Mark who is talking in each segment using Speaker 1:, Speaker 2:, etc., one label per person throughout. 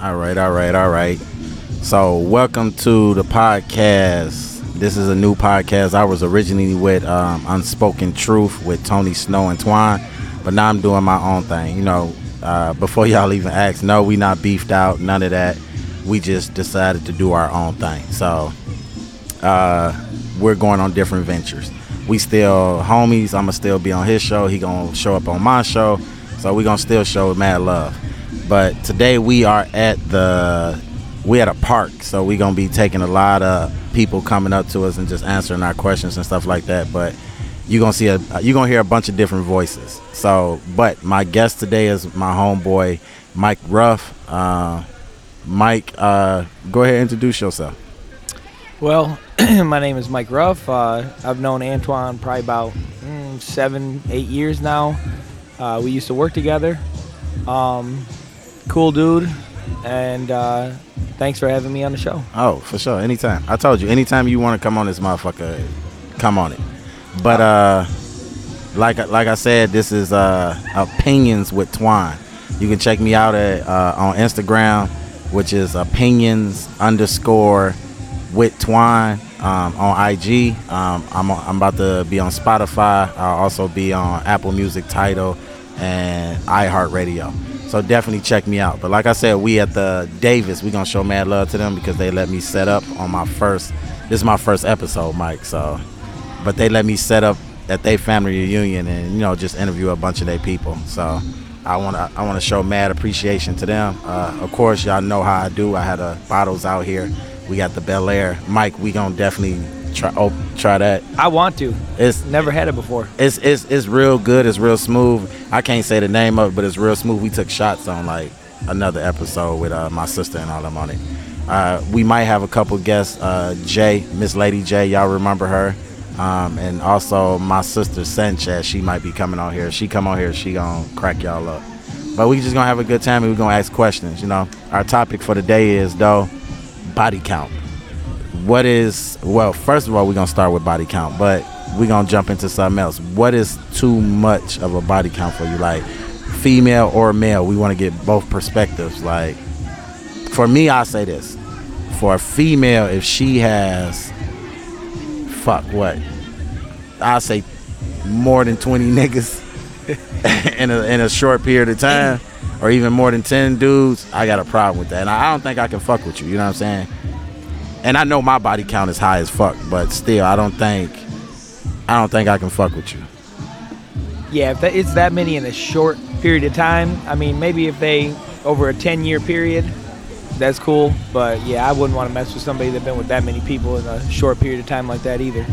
Speaker 1: All right, all right, all right. So, welcome to the podcast. This is a new podcast. I was originally with um, Unspoken Truth with Tony Snow and Twine, but now I'm doing my own thing. You know, uh, before y'all even ask, no, we not beefed out, none of that. We just decided to do our own thing. So, uh, we're going on different ventures. We still homies. I'ma still be on his show. He gonna show up on my show. So we gonna still show mad love. But today we are at the we at a park. So we gonna be taking a lot of people coming up to us and just answering our questions and stuff like that. But you gonna see a you gonna hear a bunch of different voices. So, but my guest today is my homeboy Mike Ruff. Uh, Mike, uh, go ahead and introduce yourself.
Speaker 2: Well, my name is Mike Ruff. Uh, I've known Antoine probably about mm, seven, eight years now. Uh, we used to work together. Um, cool dude, and uh, thanks for having me on the show.
Speaker 1: Oh, for sure. Anytime. I told you, anytime you want to come on this motherfucker, come on it. But uh, like like I said, this is uh opinions with Twine. You can check me out at uh, on Instagram, which is opinions underscore with Twine um, on IG. Um, I'm on- I'm about to be on Spotify. I'll also be on Apple Music, Title, and iHeartRadio. So definitely check me out. But like I said, we at the Davis, we gonna show mad love to them because they let me set up on my first. This is my first episode, Mike. So but they let me set up at their family reunion and you know just interview a bunch of their people. So I want to I want to show mad appreciation to them. Uh, of course, y'all know how I do. I had uh, bottles out here. We got the Bel Air, Mike. We gonna definitely try oh, try that.
Speaker 2: I want to.
Speaker 1: It's
Speaker 2: Never had it before.
Speaker 1: it's it's it's real good. It's real smooth. I can't say the name of it, but it's real smooth. We took shots on like another episode with uh, my sister and all them on it. Uh, we might have a couple guests. Uh, Jay, Miss Lady J, y'all remember her, um, and also my sister Sanchez. She might be coming on here. She come on here, she gonna crack y'all up. But we just gonna have a good time and we gonna ask questions. You know, our topic for the day is though body count what is well first of all we're gonna start with body count but we're gonna jump into something else what is too much of a body count for you like female or male we want to get both perspectives like for me i say this for a female if she has fuck what i say more than 20 niggas in a, in a short period of time or even more than 10 dudes i got a problem with that and i don't think i can fuck with you you know what i'm saying and I know my body count is high as fuck, but still, I don't think, I don't think I can fuck with you.
Speaker 2: Yeah, if that, it's that many in a short period of time, I mean, maybe if they over a 10 year period, that's cool. But yeah, I wouldn't want to mess with somebody that's been with that many people in a short period of time like that either.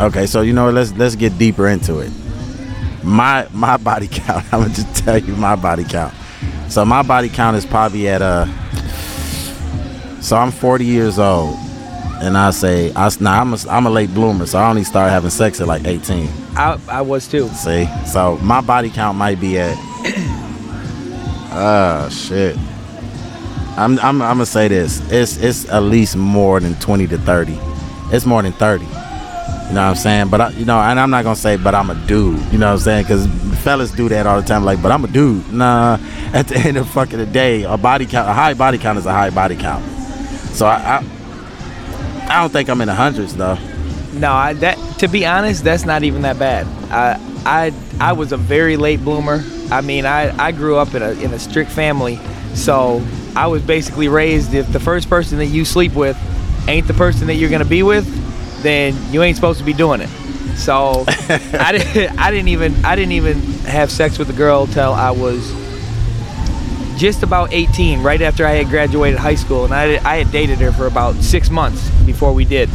Speaker 1: Okay, so you know, what, let's let's get deeper into it. My my body count. I'm gonna just tell you my body count. So my body count is probably at a. So I'm 40 years old, and I say I s- nah, I'm a, I'm a late bloomer, so I only started having sex at like 18.
Speaker 2: I, I was too.
Speaker 1: See, so my body count might be at. Ah shit. I'm, I'm, I'm gonna say this. It's it's at least more than 20 to 30. It's more than 30. You know what I'm saying? But I, you know, and I'm not gonna say, but I'm a dude. You know what I'm saying? Because fellas do that all the time. Like, but I'm a dude. Nah. At the end of fucking the day, a body count, a high body count is a high body count. So I, I, I don't think I'm in the hundreds though.
Speaker 2: No, I, that to be honest, that's not even that bad. I I I was a very late bloomer. I mean, I, I grew up in a in a strict family, so I was basically raised if the first person that you sleep with ain't the person that you're gonna be with, then you ain't supposed to be doing it. So I didn't I didn't even I didn't even have sex with a girl till I was just about 18, right after I had graduated high school, and I I had dated her for about six months before we did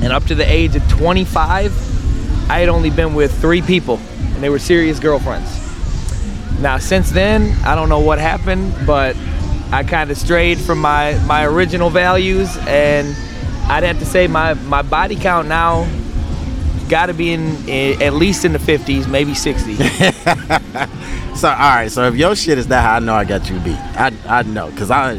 Speaker 2: and up to the age of 25 i had only been with three people and they were serious girlfriends now since then i don't know what happened but i kind of strayed from my my original values and i'd have to say my my body count now got to be in, i at least in the 50s maybe 60
Speaker 1: So all right, so if your shit is that high, I know I got you beat. I I know, cause I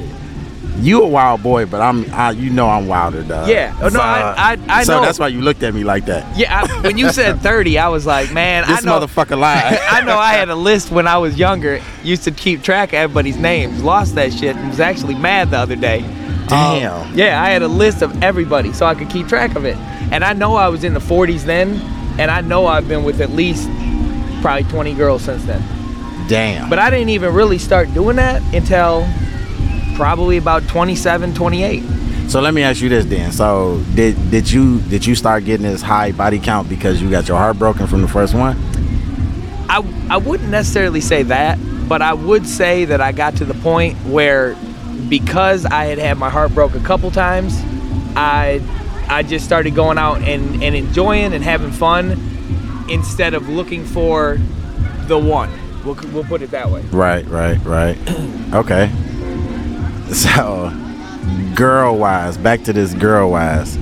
Speaker 1: You a wild boy, but I'm. I, you know I'm wilder, dog.
Speaker 2: Yeah. Oh, no,
Speaker 1: So-
Speaker 2: I- I- I
Speaker 1: so
Speaker 2: know.
Speaker 1: that's why you looked at me like that.
Speaker 2: Yeah, I, when you said 30, I was like, man,
Speaker 1: This
Speaker 2: I know.
Speaker 1: motherfucker lied.
Speaker 2: I know I had a list when I was younger. Used to keep track of everybody's names. Lost that shit and was actually mad the other day. Um,
Speaker 1: Damn.
Speaker 2: yeah, I had a list of everybody so I could keep track of it. And I know I was in the 40s then, and I know I've been with at least probably 20 girls since then.
Speaker 1: Damn.
Speaker 2: But I didn't even really start doing that until probably about 27, 28.
Speaker 1: so let me ask you this, then. So did did you did you start getting this high body count because you got your heart broken from the first one?
Speaker 2: I, I wouldn't necessarily say that, but I would say that I got to the point where because I had had my heart broke a couple times, I I just started going out and, and enjoying and having fun instead of looking for the one. We'll, we'll put it that way.
Speaker 1: Right, right, right. okay. So, girl wise, back to this girl wise.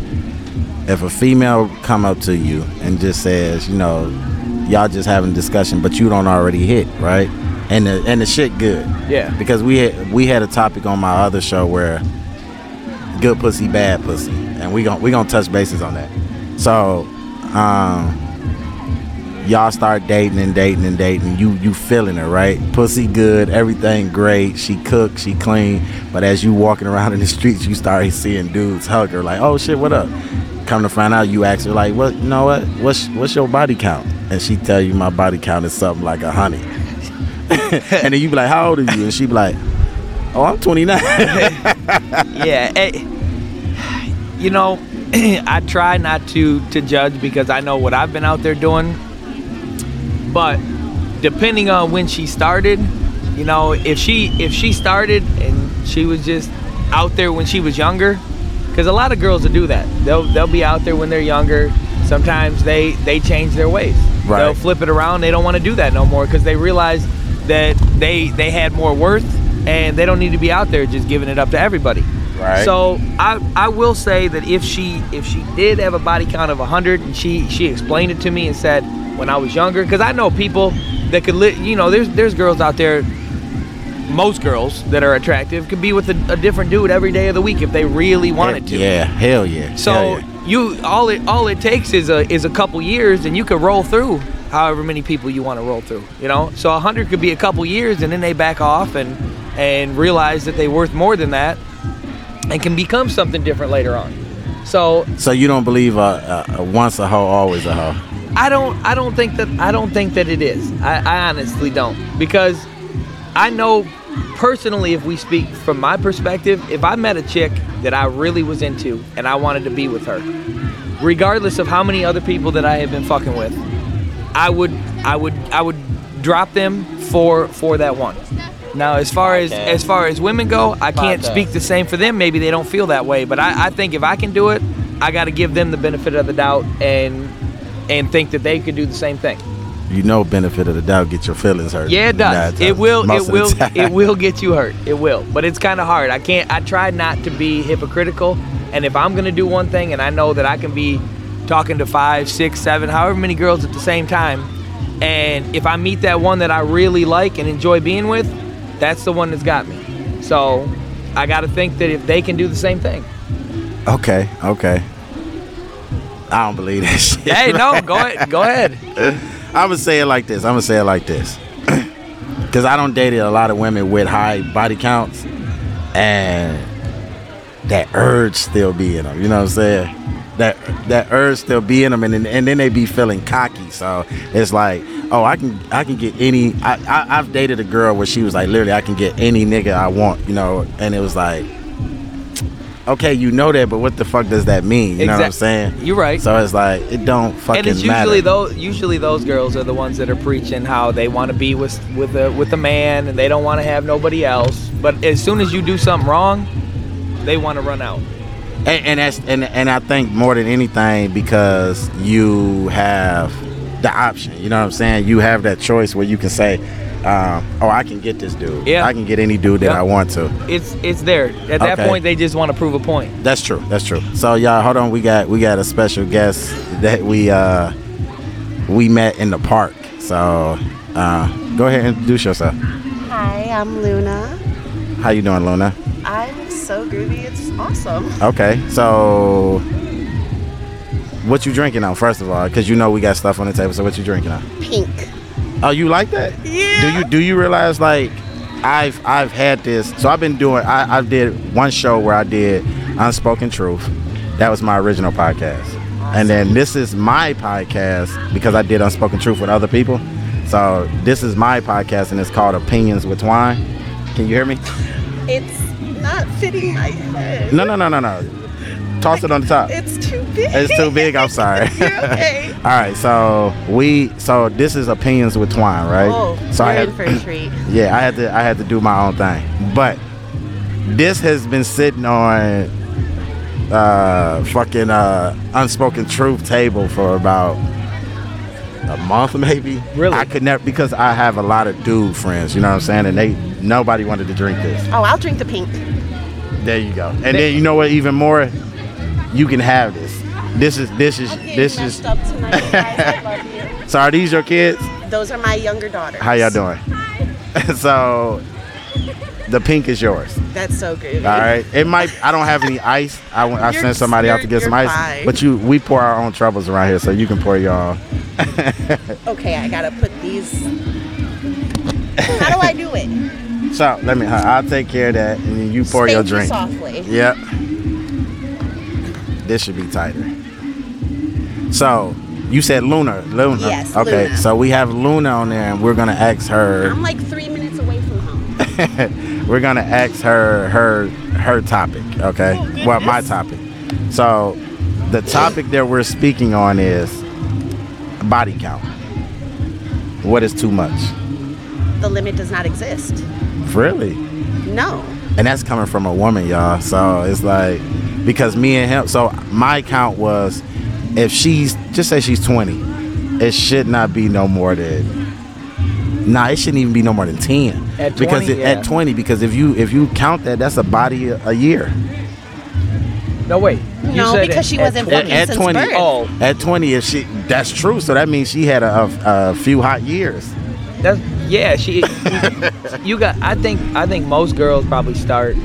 Speaker 1: If a female come up to you and just says, you know, y'all just having a discussion, but you don't already hit, right? And the and the shit good.
Speaker 2: Yeah.
Speaker 1: Because we had we had a topic on my other show where good pussy, bad pussy, and we gon' we gonna touch bases on that. So, um, y'all start dating and dating and dating. You you feeling her, right? Pussy good, everything great. She cook, she clean. But as you walking around in the streets, you start seeing dudes hug her, like, oh shit, what up? Come to find out, you ask her, like, what? You know what? What's what's your body count? And she tell you my body count is something like a hundred. and then you be like, how old are you? And she be like, oh, I'm 29.
Speaker 2: yeah, eh, you know, I try not to to judge because I know what I've been out there doing. But depending on when she started, you know, if she if she started and she was just out there when she was younger, because a lot of girls will do that. They'll they'll be out there when they're younger. Sometimes they they change their ways.
Speaker 1: Right.
Speaker 2: They'll flip it around. They don't want to do that no more because they realize that they they had more worth and they don't need to be out there just giving it up to everybody.
Speaker 1: Right.
Speaker 2: So I I will say that if she if she did have a body count of 100 and she she explained it to me and said when I was younger because I know people that could li- you know there's there's girls out there most girls that are attractive could be with a, a different dude every day of the week if they really wanted to.
Speaker 1: Yeah, hell yeah.
Speaker 2: So
Speaker 1: hell yeah.
Speaker 2: you all it all it takes is a is a couple years, and you could roll through however many people you want to roll through. You know, so a hundred could be a couple years, and then they back off and and realize that they worth more than that, and can become something different later on. So
Speaker 1: So you don't believe uh, uh, uh, once a hoe, always a hoe.
Speaker 2: I don't I don't think that I don't think that it is. I, I honestly don't because I know personally if we speak from my perspective, if I met a chick that I really was into and I wanted to be with her, regardless of how many other people that I have been fucking with, I would I would I would drop them for for that one. Now as far as as far as women go, I can't speak the same for them. Maybe they don't feel that way, but I, I think if I can do it, I got to give them the benefit of the doubt and and think that they could do the same thing.
Speaker 1: You know, benefit of the doubt, get your feelings hurt.
Speaker 2: Yeah, it
Speaker 1: Nine
Speaker 2: does.
Speaker 1: times-
Speaker 2: It will.
Speaker 1: most of the
Speaker 2: It will.
Speaker 1: time.
Speaker 2: It will get you hurt. It will. But it's kind of hard. I can't. I try not to be hypocritical. And if I'm gonna do one thing, and I know that I can be talking to five, six, seven, however many girls at the same time, and if I meet that one that I really like and enjoy being with, that's the one that's got me. So I gotta think that if they can do the same thing.
Speaker 1: Okay, okay. I don't believe that shit.
Speaker 2: Hey, no, go ahead. Go ahead.
Speaker 1: I'm gonna say it like this. I'm gonna say it like this. Cause I don't dated a lot of women with high body counts, and that urge still be in them. You know what I'm saying? That that urge still be in them, and then, and then they be feeling cocky. So it's like, oh, I can I can get any. I, I I've dated a girl where she was like, literally, I can get any nigga I want. You know, and it was like. Okay, you know that, but what the fuck does that mean? You know what I'm
Speaker 2: Exact-
Speaker 1: saying?
Speaker 2: You're right.
Speaker 1: So it's like it don't fucking
Speaker 2: and it's
Speaker 1: matter.
Speaker 2: usually those usually those girls are the ones that are preaching how they want to be with with a with a man and they don't want to have nobody else. But as soon as you do something wrong, they want to run out.
Speaker 1: and, and that's and and I think more than anything because you have the option. You know what I'm saying? You have that choice where you can say, um, "Oh, I can get this dude.
Speaker 2: Yeah.
Speaker 1: I can get any dude that
Speaker 2: Yeah.
Speaker 1: I want to."
Speaker 2: It's it's there. At that
Speaker 1: Okay.
Speaker 2: point, they just want to prove a point.
Speaker 1: That's true. That's true. So y'all, hold on. We got we got a special guest that we uh we met in the park. So uh, go ahead and introduce yourself.
Speaker 3: Hi, I'm Luna.
Speaker 1: How you doing, Luna?
Speaker 3: I'm so groovy. It's awesome.
Speaker 1: Okay, so what you drinking on? First of all, because you know we got stuff on the table. So what you drinking on?
Speaker 4: Pink.
Speaker 1: Oh, you like that?
Speaker 3: Yeah.
Speaker 1: Do you do you realize like I've I've had this. So I've been doing. I I did one show where I did Unspoken Truth. That was my original podcast, and then this is my podcast because I did Unspoken Truth with other people. So this is my podcast, and it's called Opinions with Twine. Can you hear me?
Speaker 3: It's not fitting my head.
Speaker 1: No, no, no, no, no. Toss it on the top.
Speaker 3: It's too big.
Speaker 1: It's too big. I'm sorry.
Speaker 3: You're okay.
Speaker 1: All right, so we so this is opinions with Twine, right?
Speaker 3: Oh,
Speaker 1: so
Speaker 3: you're
Speaker 1: I had,
Speaker 3: in for a treat.
Speaker 1: yeah, I had to I had to do my own thing, but this has been sitting on uh fucking uh unspoken truth table for about a month maybe.
Speaker 2: Really?
Speaker 1: I could never because I have a lot of dude friends, you know what I'm saying, and they nobody wanted to drink this.
Speaker 3: Oh, I'll drink the pink.
Speaker 1: There you go. And then you know what? Even more, you can have this. This is this is this is.
Speaker 3: up tonight, guys. I love
Speaker 1: So are these your kids?
Speaker 3: you. Those are my younger daughters.
Speaker 1: How y'all doing? so the pink is yours.
Speaker 3: That's so groovy.
Speaker 1: All right. It might. I don't have any ice. I, went- I
Speaker 3: You're-
Speaker 1: sent somebody out to
Speaker 3: you're-
Speaker 1: get some
Speaker 3: you're
Speaker 1: ice.
Speaker 3: fine.
Speaker 1: But you, we pour our own troubles around here, so you can pour your own.
Speaker 3: Okay, I gotta put these. How do I do it?
Speaker 1: So let me. I'll take care of that, and then you pour your
Speaker 3: Spank me
Speaker 1: drink.
Speaker 3: softly.
Speaker 1: Yep. This should be tighter. So you said Luna, Luna.
Speaker 3: Yes,
Speaker 1: Okay,
Speaker 3: Luna.
Speaker 1: so we have Luna on there, and we're gonna ask her.
Speaker 3: I'm like three minutes away from home.
Speaker 1: we're gonna ask her her her topic. Okay, well my topic. So the topic that we're speaking on is body count. What is too much?
Speaker 3: The limit does not exist.
Speaker 1: Really?
Speaker 3: No.
Speaker 1: and that's coming from a woman, y'all. So it's like because me and him. So my count was if she's just say she's twenty, it should not be no more than. Nah, it shouldn't even be no more than ten.
Speaker 2: At
Speaker 1: because
Speaker 2: 20,
Speaker 1: it,
Speaker 2: yeah.
Speaker 1: at twenty, because if you if you count that, that's a body a, a year.
Speaker 2: No wait. You
Speaker 3: No,
Speaker 2: said
Speaker 3: because
Speaker 2: it
Speaker 3: she
Speaker 2: at
Speaker 3: wasn't
Speaker 2: twen-
Speaker 3: born yet.
Speaker 1: at,
Speaker 3: since
Speaker 1: twenty,
Speaker 3: birth.
Speaker 2: Oh.
Speaker 1: at twenty, if she that's true. So that means she had a, a, a few hot years.
Speaker 2: That's yeah. She, you got. I think. I think most girls probably start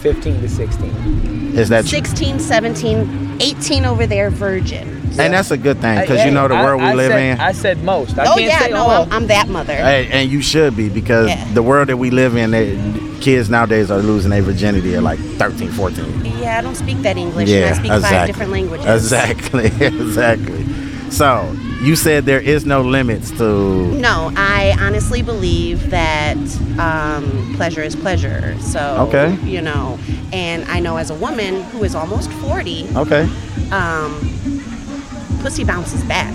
Speaker 2: fifteen to sixteen.
Speaker 1: Is that true?
Speaker 3: 16, 17, 18 over there, virgin.
Speaker 1: And that's a good thing because you know the
Speaker 2: Uh, I-
Speaker 1: world we
Speaker 2: I
Speaker 1: live
Speaker 2: said-
Speaker 1: in.
Speaker 2: I said most. I
Speaker 3: oh,
Speaker 2: can't
Speaker 3: yeah,
Speaker 2: say
Speaker 3: no,
Speaker 2: all.
Speaker 3: I'm, I'm that mother.
Speaker 1: Hey, and you should be because
Speaker 3: Yeah.
Speaker 1: the world that we live in, they, kids nowadays are losing their virginity at like 13, 14.
Speaker 3: yeah, I don't speak that English. and I speak five different languages.
Speaker 1: Exactly, exactly. So you said there is no limits to.
Speaker 3: No, I honestly believe that um, pleasure is pleasure. So,
Speaker 1: Okay.
Speaker 3: you know, and I know as a woman who is almost 40,
Speaker 1: Okay.
Speaker 3: um, pussy bounces back.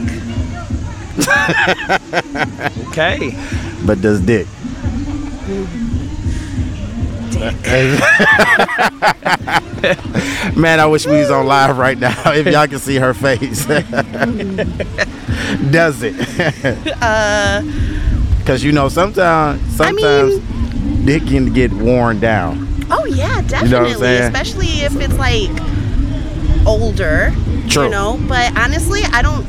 Speaker 2: okay.
Speaker 1: But does dick. Man, I wish we was on live right now. If y'all can see her face, does it? Because you know, sometimes,
Speaker 3: Uh, I mean-
Speaker 1: sometimes dick can get worn down.
Speaker 3: Oh, yeah, definitely.
Speaker 1: know what I'm saying?
Speaker 3: Especially if it's like older.
Speaker 1: True.
Speaker 3: You know, but honestly, I don't.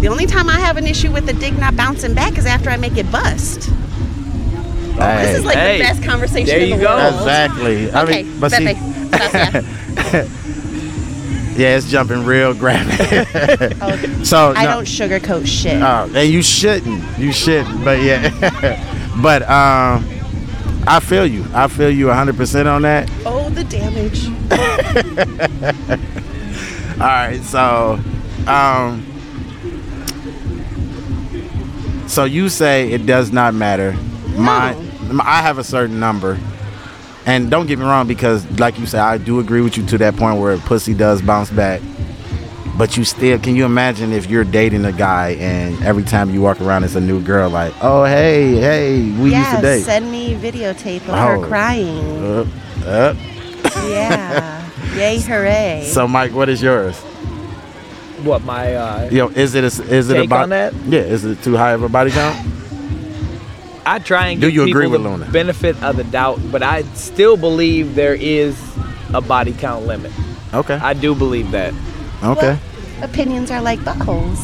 Speaker 3: The only time I have an issue with the dick not bouncing back is after I make it bust. Oh, This is like
Speaker 2: Hey,
Speaker 3: the best conversation
Speaker 2: there
Speaker 3: in the
Speaker 2: you go.
Speaker 3: world.
Speaker 1: exactly. I
Speaker 3: Okay,
Speaker 1: mean, but
Speaker 3: Pepe.
Speaker 1: see,
Speaker 3: Gracias.
Speaker 1: yeah, it's jumping real graphic.
Speaker 3: Oh,
Speaker 1: so
Speaker 3: I
Speaker 1: no.
Speaker 3: don't sugarcoat shit.
Speaker 1: Oh, and you shouldn't. You shouldn't. But yeah. but um, I feel you. I feel you 100% on that.
Speaker 3: oh, the damage.
Speaker 1: All right. So, um, so you say it does not matter. My, I have a certain number. And don't get me wrong, because like you said, I do agree with you to that point where pussy does bounce back. But you still can you imagine if you're dating a guy and every time you walk around it's a new girl like, oh hey, hey, we used
Speaker 3: yeah,
Speaker 1: to date.
Speaker 3: send me videotape of
Speaker 1: Oh.
Speaker 3: her crying.
Speaker 1: Up, up.
Speaker 3: Yeah. Yay, hooray.
Speaker 1: So Mike, what is yours?
Speaker 2: What my? Uh,
Speaker 1: Yo, is it a, is it
Speaker 2: Take
Speaker 1: about
Speaker 2: on that?
Speaker 1: Yeah, is it too high of a body count?
Speaker 2: I try and
Speaker 1: Do
Speaker 2: give
Speaker 1: you
Speaker 2: people
Speaker 1: agree with
Speaker 2: the
Speaker 1: Luna?
Speaker 2: benefit of the doubt, but I still believe there is a body count limit.
Speaker 1: Okay.
Speaker 2: I do believe that.
Speaker 1: okay.
Speaker 3: Opinions are like buttholes.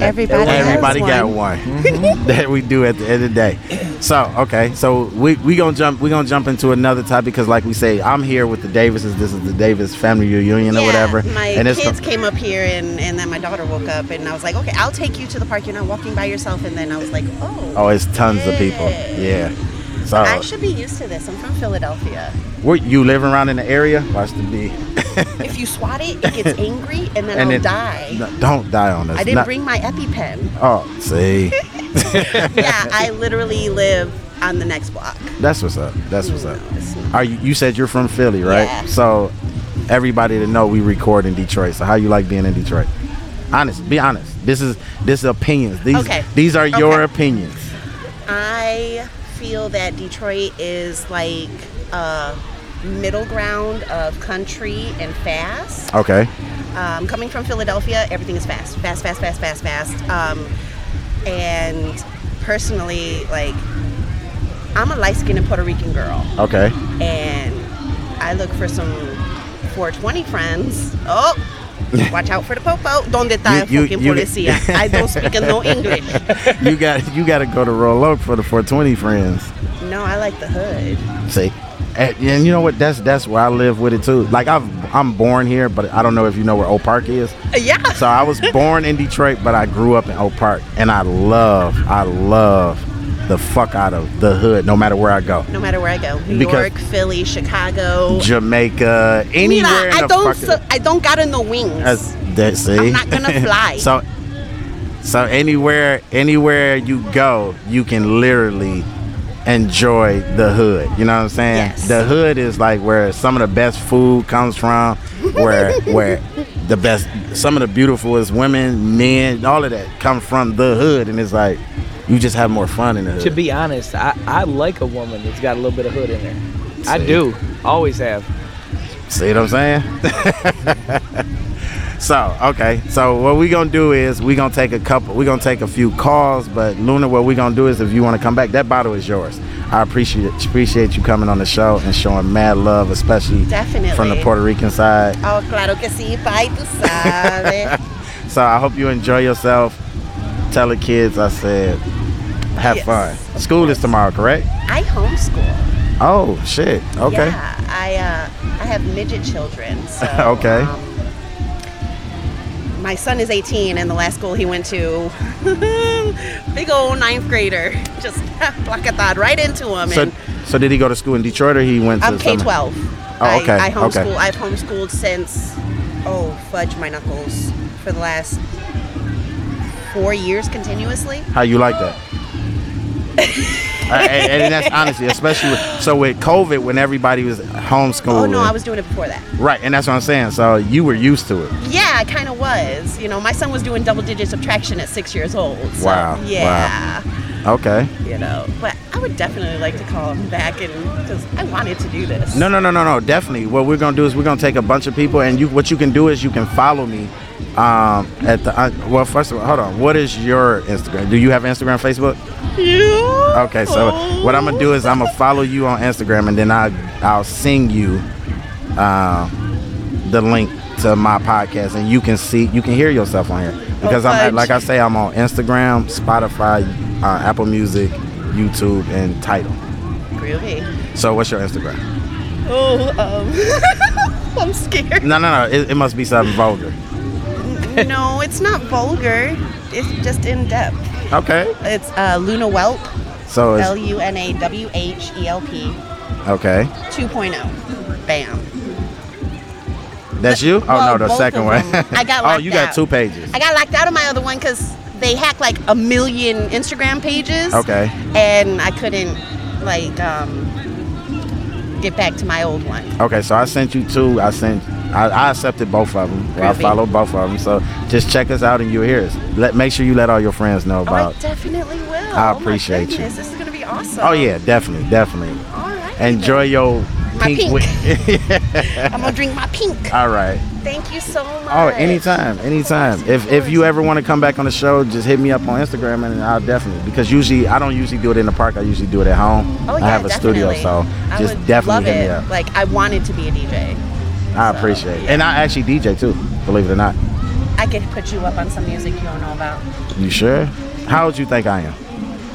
Speaker 3: Everybody, has
Speaker 1: Everybody
Speaker 3: one.
Speaker 1: got one that we do at the end of the day. So okay, so we we gonna jump we gonna jump into another topic because like we say, I'm here with the Davises. This is the Davis family reunion or
Speaker 3: yeah,
Speaker 1: whatever,
Speaker 3: My
Speaker 1: and it's
Speaker 3: kids came up here, and, and then my daughter woke up, and I was like, okay, I'll take you to the park. You're not walking by yourself. And then I was like, oh,
Speaker 1: oh, it's tons of people.
Speaker 3: Yeah.
Speaker 1: Yeah. So
Speaker 3: I should be used to this. I'm from Philadelphia.
Speaker 1: where you live around in the area? Watch the B.
Speaker 3: If you swat it, it gets angry, and then I'll
Speaker 1: then-
Speaker 3: die.
Speaker 1: No, don't die on us.
Speaker 3: I didn't
Speaker 1: Not-
Speaker 3: bring my EpiPen.
Speaker 1: Oh, see,
Speaker 3: yeah, I literally live on the next block.
Speaker 1: that's what's up. That's what's
Speaker 3: No,
Speaker 1: up.
Speaker 3: it's not.
Speaker 1: Are you, you said you're from Philly, right?
Speaker 3: Yeah.
Speaker 1: So everybody to know we record in Detroit. So how you like being in Detroit? Honest, be honest. This is this is opinions. These
Speaker 3: Okay.
Speaker 1: these are your
Speaker 3: Okay.
Speaker 1: opinions.
Speaker 3: I feel that Detroit is like a middle ground of country and fast.
Speaker 1: Okay.
Speaker 3: Um, coming from Philadelphia, everything is fast, fast, fast, fast, fast, fast. Um, and personally, like, I'm a light skinned Puerto Rican girl,
Speaker 1: Okay.
Speaker 3: and I look for some 420 friends. Oh, watch out for the popo. Donde está
Speaker 1: You-
Speaker 3: el
Speaker 1: you-
Speaker 3: fucking
Speaker 1: you-
Speaker 3: policía? I don't speak no English.
Speaker 1: you got you got to go to Roll Oak for the 420 friends.
Speaker 3: No, I like the hood.
Speaker 1: See. And, and you know what? That's that's where I live with it too. Like I've I'm born here, but I don't know if you know where Oak Park is.
Speaker 3: Yeah.
Speaker 1: So I was born in Detroit, but I grew up in Oak Park, and I love, I love the fuck out of the hood, no matter where I go.
Speaker 3: No matter where I go, New
Speaker 1: Because-
Speaker 3: York, Philly, Chicago.
Speaker 1: Jamaica,
Speaker 3: Mira,
Speaker 1: anywhere in
Speaker 3: I
Speaker 1: the
Speaker 3: don't,
Speaker 1: fucking.
Speaker 3: su- I don't gotta no wings.
Speaker 1: That's- that- see?
Speaker 3: I'm not gonna fly.
Speaker 1: so, so anywhere, anywhere you go, you can literally enjoy the hood. You know what I'm saying?
Speaker 3: Yes.
Speaker 1: The hood is like where some of the best food comes from, where where the best, some of the beautifulest women, men, all of that come from the hood, and it's like you just have more fun in the hood.
Speaker 2: To be honest, I, I like a woman that's got a little bit of hood in there. I
Speaker 1: See?
Speaker 2: do. Always have.
Speaker 1: See what I'm saying? so, okay. So what we gonna do is we gonna take a couple we gonna take a few calls, but Luna, what we gonna do is if you wanna come back, that bottle is yours. I appreciate appreciate you coming on the show and showing mad love, especially from the
Speaker 3: Definitely.
Speaker 1: Puerto Rican side.
Speaker 3: Oh, claro que sí, bye, tú sabes.
Speaker 1: So I hope you enjoy yourself. Tell the kids I said have
Speaker 3: Yes,
Speaker 1: fun. School is tomorrow, correct?
Speaker 3: I homeschool.
Speaker 1: Oh shit. Okay.
Speaker 3: Yeah, I uh, I have midget children. So,
Speaker 1: Okay.
Speaker 3: um, my son is 18, and the last school he went to, big old ninth grader, just placatad right into him.
Speaker 1: So
Speaker 3: and
Speaker 1: so did he go to school in Detroit or he went to
Speaker 3: I'm K
Speaker 1: some-
Speaker 3: 12.
Speaker 1: Oh, okay,
Speaker 3: I, I
Speaker 1: okay.
Speaker 3: homeschool. I've homeschooled since, oh, fudge my knuckles, for the last four years continuously.
Speaker 1: how you like that. and, and- and that's honestly, especially with, so with COVID, when everybody was homeschooling.
Speaker 3: Oh, no, I was doing it before that.
Speaker 1: right, and that's what I'm saying. So you were used to it.
Speaker 3: Yeah, I kind of was. You know, my son was doing double digit subtraction at six years old. So,
Speaker 1: Wow, wow.
Speaker 3: Yeah.
Speaker 1: Okay.
Speaker 3: You know, but I would definitely like to call him back and because I wanted to do this.
Speaker 1: No, no, no, no, no. Definitely. What we're gonna do is we're gonna take a bunch of people, and you, what you can do is you can follow me. Um, at the uh, well, first of all, hold on. What is your Instagram? Do you have Instagram, Facebook?
Speaker 3: Yeah.
Speaker 1: Okay, so what I'm gonna do is I'm gonna follow you on Instagram, and then I I'll sing you uh, the link to my podcast, and you can see you can hear yourself on here because I'm
Speaker 3: fudge.
Speaker 1: like I say I'm on Instagram, Spotify, uh, Apple Music, YouTube, and Title.
Speaker 3: Groovy.
Speaker 1: So what's your Instagram?
Speaker 3: Oh, um, I'm scared.
Speaker 1: No, no, no. It, it must be something vulgar.
Speaker 3: no, it's not vulgar. It's just in depth.
Speaker 1: Okay.
Speaker 3: It's uh, Luna Welp,
Speaker 1: So
Speaker 3: L E
Speaker 1: it's
Speaker 3: U N A W H E L P
Speaker 1: okay.
Speaker 3: 2.0. Bam.
Speaker 1: That's you? Oh
Speaker 3: Well,
Speaker 1: no, the
Speaker 3: both
Speaker 1: second
Speaker 3: of
Speaker 1: one.
Speaker 3: them. I got
Speaker 1: oh,
Speaker 3: locked
Speaker 1: you got
Speaker 3: out.
Speaker 1: two pages.
Speaker 3: I got locked out of my other one because they hacked like a million Instagram pages.
Speaker 1: Okay.
Speaker 3: And I couldn't like um, get back to my old one.
Speaker 1: Okay, so I sent you two. I sent. I, I accepted both of them. I
Speaker 3: Groovy.
Speaker 1: followed both of them. So just check us out and you'll hear us. Let make sure you let all your friends know
Speaker 3: Oh, I
Speaker 1: about.
Speaker 3: definitely will.
Speaker 1: I appreciate
Speaker 3: oh, my
Speaker 1: you.
Speaker 3: goodness, This is gonna be awesome.
Speaker 1: Oh, yeah, definitely, definitely.
Speaker 3: All right.
Speaker 1: Enjoy your
Speaker 3: My
Speaker 1: pink.
Speaker 3: pink.
Speaker 1: wi-
Speaker 3: then. I'm gonna drink my pink.
Speaker 1: all right.
Speaker 3: Thank you so much.
Speaker 1: Uh, Oh, anytime, anytime. If if you ever want to come back on the show, just hit me up on Instagram and I'll definitely because usually I don't usually do it in the park. I usually do it at home.
Speaker 3: Oh yeah,
Speaker 1: I have a
Speaker 3: definitely.
Speaker 1: studio, so
Speaker 3: I
Speaker 1: just
Speaker 3: would love
Speaker 1: definitely hit
Speaker 3: it.
Speaker 1: me up.
Speaker 3: Like I wanted to be a DJ.
Speaker 1: I appreciate it, and I actually DJ too. Believe it or not.
Speaker 3: I could put you up on some music you don't know about.
Speaker 1: You sure? How old you think I am?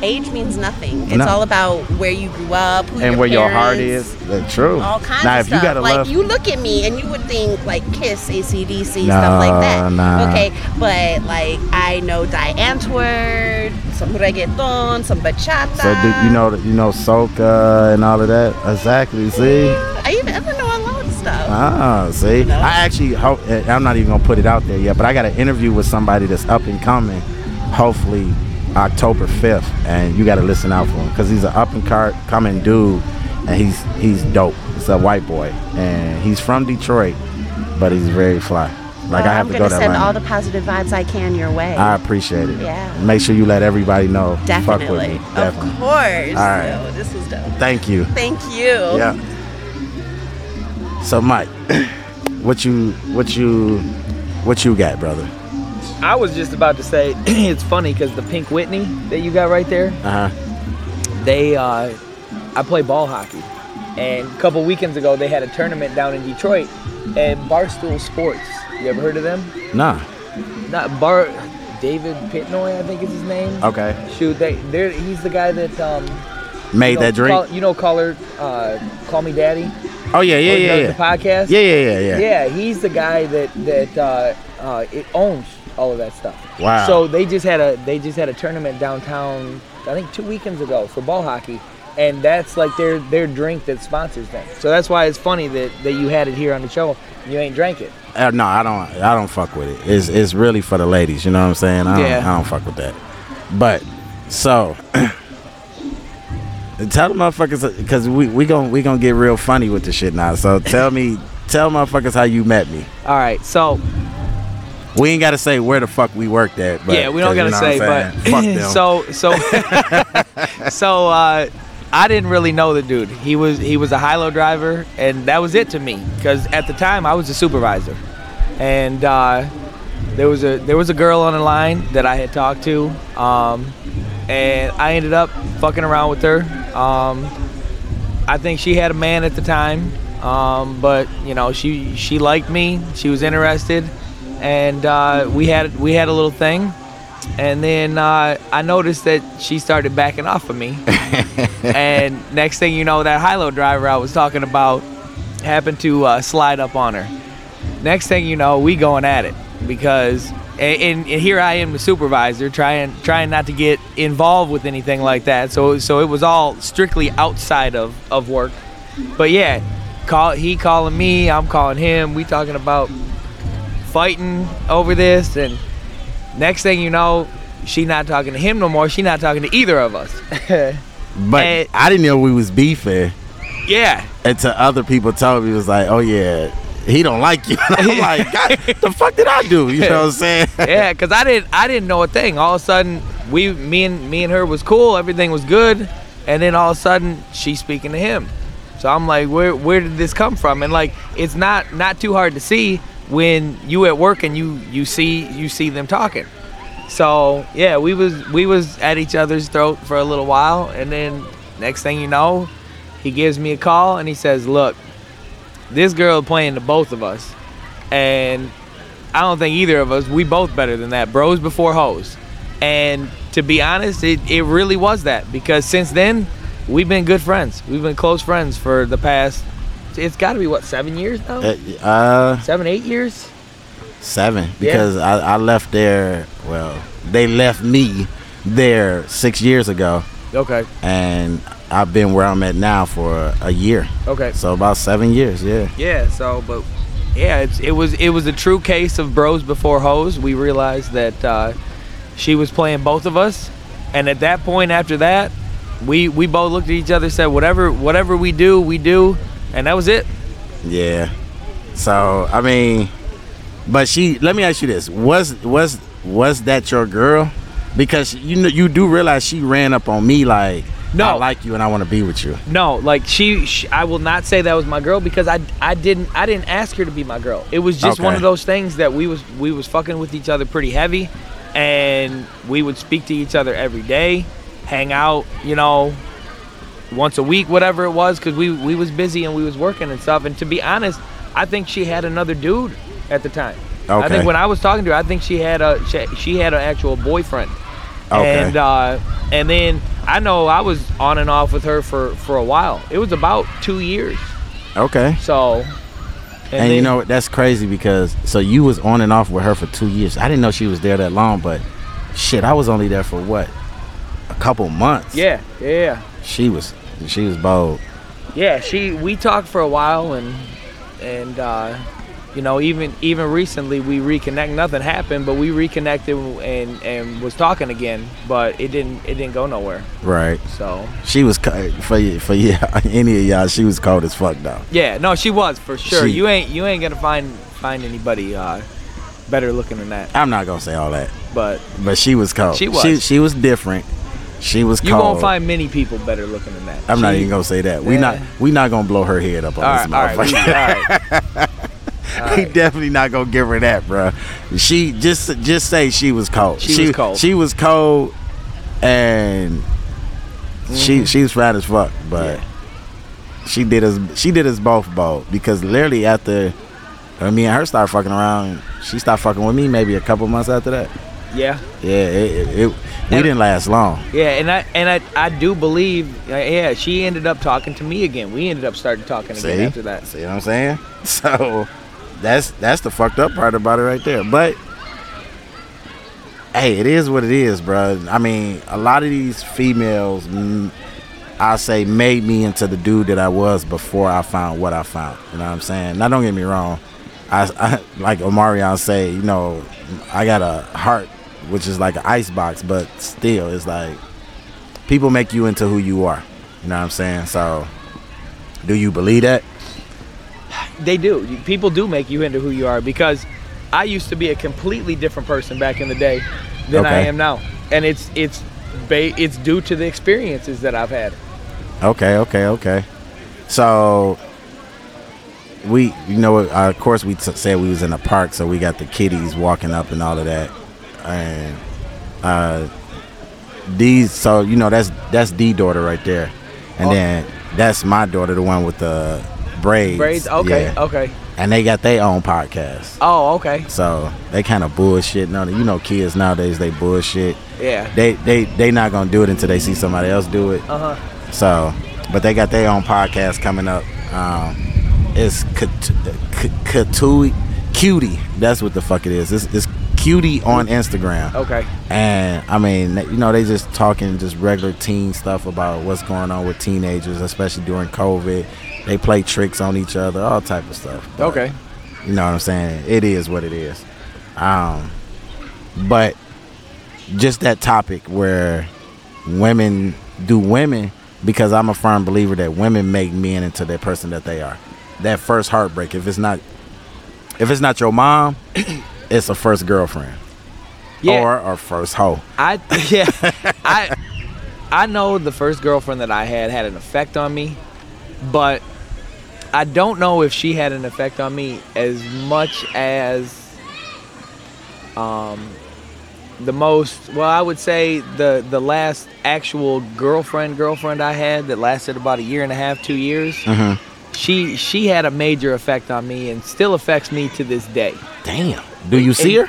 Speaker 3: Age means nothing. It's
Speaker 1: No.
Speaker 3: all about where you grew up, who
Speaker 1: and
Speaker 3: your
Speaker 1: where your heart
Speaker 3: parents-
Speaker 1: is. The true.
Speaker 3: All kinds
Speaker 1: now,
Speaker 3: of
Speaker 1: if
Speaker 3: stuff.
Speaker 1: you got a
Speaker 3: like
Speaker 1: love,
Speaker 3: you look at me and you would think like Kiss, ACDC, stuff like that.
Speaker 1: Nah, nah.
Speaker 3: Okay, but like I know Diantward, some reggaeton, some bachata.
Speaker 1: so do you know that you know soca and all of that? Exactly. See.
Speaker 3: I even I don't know a lot of stuff.
Speaker 1: Ah, see,
Speaker 3: No.
Speaker 1: I actually hope eh, I'm not even gonna put it out there yet, but I got an interview with somebody that's up and coming, hopefully October 5th, and you got to listen out for him because he's an up and car- coming dude, and he's he's dope. He's a white boy, and he's from Detroit, but he's very fly. Like
Speaker 3: Well,
Speaker 1: I have
Speaker 3: I'm
Speaker 1: to go
Speaker 3: gonna
Speaker 1: to
Speaker 3: send
Speaker 1: Atlanta.
Speaker 3: all the positive vibes I can your way.
Speaker 1: I appreciate it.
Speaker 3: Yeah.
Speaker 1: Make sure you let everybody know.
Speaker 3: definitely.
Speaker 1: Fuck with me.
Speaker 3: Of
Speaker 1: Definitely.
Speaker 3: course.
Speaker 1: All right.
Speaker 3: So, this was dope.
Speaker 1: Thank you.
Speaker 3: Thank you.
Speaker 1: Yeah. So Mike, what you what you what you got, brother?
Speaker 2: I was just about to say it's funny because the Pink Whitney that you got right there,
Speaker 1: Uh huh.
Speaker 2: they uh, I play ball hockey, and a couple weekends ago they had a tournament down in Detroit, and Barstool Sports. You ever heard of them?
Speaker 1: Nah.
Speaker 2: Not Bar David Pitnoy, I think is his name.
Speaker 1: Okay.
Speaker 2: Shoot, they they're, he's the guy that um
Speaker 1: Made
Speaker 2: you know,
Speaker 1: that drink.
Speaker 2: Call, you know, caller, uh, call me daddy.
Speaker 1: oh yeah, yeah,
Speaker 2: or, you
Speaker 1: yeah,
Speaker 2: know,
Speaker 1: yeah.
Speaker 2: The podcast.
Speaker 1: yeah, yeah, yeah, yeah.
Speaker 2: Yeah, he's the guy that that uh, uh, it owns all of that stuff.
Speaker 1: Wow.
Speaker 2: So they just had a they just had a tournament downtown. I think two weekends ago for ball hockey, and that's like their their drink that sponsors them. So that's why it's funny that that you had it here on the show. and You ain't drank it.
Speaker 1: Uh, no, I don't. I don't fuck with it. It's it's really for the ladies. You know what I'm saying? I don't,
Speaker 2: Yeah.
Speaker 1: I don't fuck with that. But so. Tell the motherfuckers because we we gon' we gonna get real funny with this shit now. So tell me, tell motherfuckers how you met me.
Speaker 2: All right. So
Speaker 1: We ain't gotta say where the fuck we worked at. But,
Speaker 2: yeah, we don't
Speaker 1: you
Speaker 2: gotta
Speaker 1: know what
Speaker 2: say,
Speaker 1: I'm
Speaker 2: but
Speaker 1: saying? fuck them.
Speaker 2: so so so uh, I didn't really know the dude. He was he was a high-low driver, and that was it to me because at the time I was a supervisor, and uh, there was a there was a girl on the line that I had talked to, um, and I ended up fucking around with her. Um, I think she had a man at the time, um, but you know she she liked me. She was interested, and uh, we had we had a little thing. And then uh, I noticed that she started backing off of me. and next thing you know, that high-low driver I was talking about happened to uh, slide up on her. Next thing you know, we going at it because and, and here I am, the supervisor, trying trying not to get involved with anything like that. So so it was all strictly outside of of work. But yeah, call he calling me, I'm calling him. We talking about fighting over this and next thing you know she not talking to him no more she not talking to either of us
Speaker 1: but
Speaker 2: eh.
Speaker 1: I didn't know we was beefing.
Speaker 2: yeah
Speaker 1: And to other people told me it was like, oh yeah, he don't like you. And I'm like, God, the fuck did I do? You know what I'm saying?
Speaker 2: yeah because i didn't i didn't know a thing all of a sudden we me and me and her was cool everything was good and then all of a sudden she's speaking to him so i'm like where where did this come from and like it's not not too hard to see when you at work and you you see you see them talking so yeah we was we was at each other's throat for a little while and then next thing you know he gives me a call and he says look this girl playing to both of us and I don't think either of us. We both better than that. Bros before hoes. And to be honest, it, it really was that because since then, we've been good friends. We've been close friends for the past. It's got to be what seven years now.
Speaker 1: Uh,
Speaker 2: seven, eight years.
Speaker 1: seven because I, I left there. Well, they left me there six years ago,
Speaker 2: Okay.
Speaker 1: and I've been where I'm at now for a year.
Speaker 2: Okay.
Speaker 1: So about seven years, yeah.
Speaker 2: Yeah. So, but yeah, it's, it was it was a true case of bros before hoes. We realized that uh, she was playing both of us, and at that point, after that, we we both looked at each other, said whatever whatever we do, we do, and that was it.
Speaker 1: Yeah. So I mean, but she. Let me ask you this: was was was that your girl? Because you know you do realize she ran up on me like,
Speaker 2: No.
Speaker 1: I like you and I want to be with you.
Speaker 2: No, like she, she, I will not say that was my girl because I, I didn't, I didn't ask her to be my girl. It was just one
Speaker 1: Okay.
Speaker 2: of those things that we was, we was fucking with each other pretty heavy, and we would speak to each other every day, hang out, you know, once a week, whatever it was, because we, we was busy and we was working and stuff. And to be honest, I think she had another dude at the time. I
Speaker 1: Okay.
Speaker 2: think when I was talking to her, I think she had a she, she had an actual boyfriend.
Speaker 1: Okay.
Speaker 2: And uh, and then I know I was on and off with her for for a while. It was about two years.
Speaker 1: Okay.
Speaker 2: So.
Speaker 1: And, you
Speaker 2: then-
Speaker 1: know what? That's crazy because so you was on and off with her for two years. I didn't know she was there that long, but shit, I was only there for what a couple months.
Speaker 2: Yeah, yeah,
Speaker 1: She was she was bold.
Speaker 2: yeah. She we talked for a while and and uh, you know even even recently we reconnect. Nothing happened, but we reconnected and and was talking again. But it didn't it didn't go nowhere.
Speaker 1: Right.
Speaker 2: So
Speaker 1: She was co- for y- for yeah any of y'all. She was cold as fuck though.
Speaker 2: yeah, no, she was for sure.
Speaker 1: She-
Speaker 2: you ain't you ain't gonna find find anybody uh, better looking than that.
Speaker 1: I'm not gonna say all that,
Speaker 2: But
Speaker 1: but she was cold.
Speaker 2: She was.
Speaker 1: She, she was different. She was
Speaker 2: you
Speaker 1: cold.
Speaker 2: won't find many people better looking than that.
Speaker 1: I'm not
Speaker 2: She-
Speaker 1: even gonna say that. We
Speaker 2: Yeah.
Speaker 1: not we not gonna blow her head up on
Speaker 2: All right,
Speaker 1: this
Speaker 2: all right,
Speaker 1: motherfucker.
Speaker 2: we- all right.
Speaker 1: He definitely not gonna give her that, bro. She just just say she was cold.
Speaker 2: She was cold.
Speaker 1: She was cold, and
Speaker 2: Mm-hmm.
Speaker 1: she she was fat as fuck. But she did us she did us both bold because literally after uh, me and her started fucking around, she stopped fucking with me maybe a couple months after that.
Speaker 2: Yeah.
Speaker 1: Yeah, it, it, it we
Speaker 2: And-
Speaker 1: didn't last long.
Speaker 2: Yeah, and I and I, I do believe uh, yeah she ended up talking to me again. We ended up starting talking again
Speaker 1: See?
Speaker 2: after that.
Speaker 1: See what I'm saying? So that's that's the fucked up part about it right there. But hey, it is what it is, bro. I mean, a lot of these females, mm, I say, made me into the dude that I was before I found what I found. You know what I'm saying? Now, don't get me wrong. I, I like Omarion say, you know, I got a heart, which is like an ice box, but still, it's like people make you into who you are. You know what I'm saying? So, do you believe that?
Speaker 2: They do. You- People do make you into who you are because I used to be a completely different person back in the day than I
Speaker 1: Okay.
Speaker 2: am now, and it's it's ba- it's due to the experiences that I've had.
Speaker 1: Okay, okay, okay. So we, you know, uh, of course, we t- said we was in a park, so we got the kitties walking up and all of that, and uh, these. So you know, that's that's D daughter right there, and
Speaker 2: Oh.
Speaker 1: then that's my daughter, the one with the braids.
Speaker 2: Braids. Okay.
Speaker 1: yeah.
Speaker 2: Okay.
Speaker 1: And they got their own podcast,
Speaker 2: Oh. Okay.
Speaker 1: so they kind of bullshit. Now, you know, kids nowadays they bullshit.
Speaker 2: Yeah.
Speaker 1: They they they not gonna do it until they see somebody else do it.
Speaker 2: Uh huh.
Speaker 1: So, but they got their own podcast coming up. Um, it's Katui Cutie. That's what the fuck it is. It's, it's Cutie on Instagram.
Speaker 2: Okay.
Speaker 1: And I mean, you know, they just talking just regular teen stuff about what's going on with teenagers, especially during COVID. They play tricks on each other, all type of stuff. But,
Speaker 2: Okay.
Speaker 1: You know what I'm saying? It is what it is. Um, but just that topic where women do women because I'm a firm believer that women make men into the person that they are. That first heartbreak, if it's not if it's not your mom, it's a first girlfriend
Speaker 2: Yeah.
Speaker 1: or or first hoe.
Speaker 2: I yeah, I I know the first girlfriend that I had had an effect on me, but I don't know if she had an effect on me as much as um the most well I would say the the last actual girlfriend girlfriend I had that lasted about a year and a half, 2 years. She she had a major effect on me and still affects me to this day.
Speaker 1: Damn. Do you see her?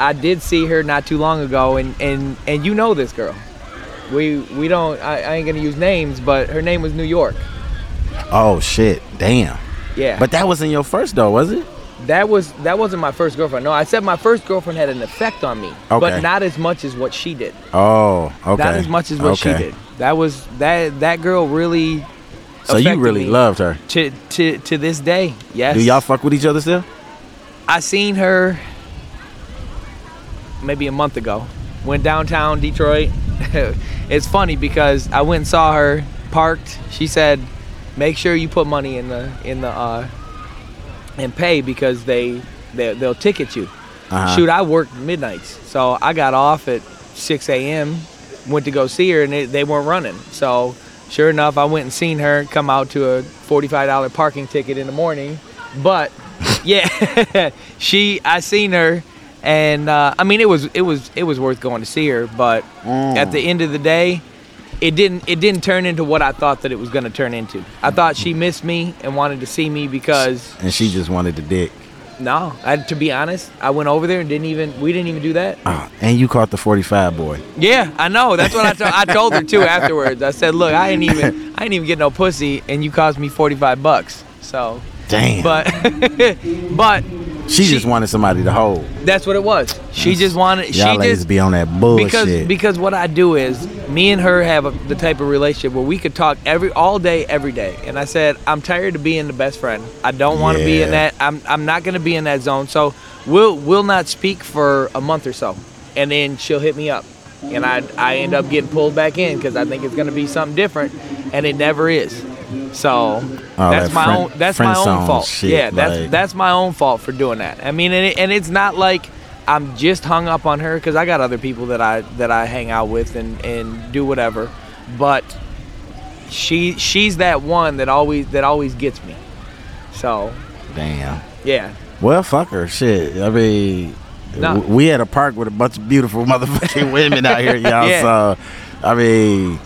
Speaker 2: I did see her not too long ago, and and and you know this girl. We we don't. I, I ain't gonna use names, but her name was New York.
Speaker 1: Oh shit. Damn.
Speaker 2: Yeah.
Speaker 1: But that wasn't your first though, was it?
Speaker 2: that was that wasn't my first girlfriend. No, I said my first girlfriend had an effect on me,
Speaker 1: Okay.
Speaker 2: but not as much as what she did.
Speaker 1: Oh, okay.
Speaker 2: Not as much as what she
Speaker 1: Okay.
Speaker 2: did. That was that that girl really.
Speaker 1: So you
Speaker 2: affected
Speaker 1: really
Speaker 2: me
Speaker 1: loved her.
Speaker 2: to to to this day. Yes.
Speaker 1: Do y'all fuck with each other still?
Speaker 2: I seen her maybe a month ago. Went downtown Detroit. it's funny because I went and saw her parked. She said, "Make sure you put money in the in the uh, and pay because they, they they'll ticket you."
Speaker 1: Uh-huh.
Speaker 2: Shoot, I worked midnights, so I got off at 6 a.m. Went to go see her, and they, they weren't running. So sure enough, I went and seen her. Come out to a $45 parking ticket in the morning, but yeah, she I seen her, and uh, I mean it was it was it was worth going to see her, but at the end of the day. It didn't. It didn't turn into what I thought that it was going to turn into. I thought she missed me and wanted to see me because
Speaker 1: And she just wanted to dick.
Speaker 2: No, I, to be honest, I went over there and didn't even. We didn't even do that.
Speaker 1: Ah, and you caught the 45 boy.
Speaker 2: Yeah, I know. That's what I, to- I told her too afterwards. I said, "Look, I ain't even. I ain't even get no pussy, and you cost me 45 bucks." So,
Speaker 1: Damn.
Speaker 2: but, but
Speaker 1: she, just wanted somebody to hold.
Speaker 2: that's what it was. She just wanted.
Speaker 1: Y'all
Speaker 2: she
Speaker 1: ladies
Speaker 2: just
Speaker 1: be on that bullshit.
Speaker 2: because because what I do is me and her have a, the type of relationship where we could talk every all day every day. And I said I'm tired of being the best friend. I don't want to be in
Speaker 1: Yeah.
Speaker 2: that. I'm I'm not going to be in that zone. So we'll we'll not speak for a month or so, and then she'll hit me up, and I I end up getting pulled back in because I think it's going to be something different, and it never is. So
Speaker 1: All
Speaker 2: that's
Speaker 1: that
Speaker 2: my
Speaker 1: friend-
Speaker 2: own that's my
Speaker 1: friend
Speaker 2: own
Speaker 1: zone
Speaker 2: fault.
Speaker 1: shit,
Speaker 2: yeah, that's
Speaker 1: like-
Speaker 2: that's my own fault for doing that. I mean, and, it, and it's not like I'm just hung up on her because I got other people that I that I hang out with and and do whatever, but she she's that one that always that always gets me. So
Speaker 1: Damn.
Speaker 2: yeah,
Speaker 1: Well, fuck her. Shit. I mean,
Speaker 2: No.
Speaker 1: w- we had a park with a bunch of beautiful motherfucking women out here, y'all.
Speaker 2: Yeah.
Speaker 1: So, I mean,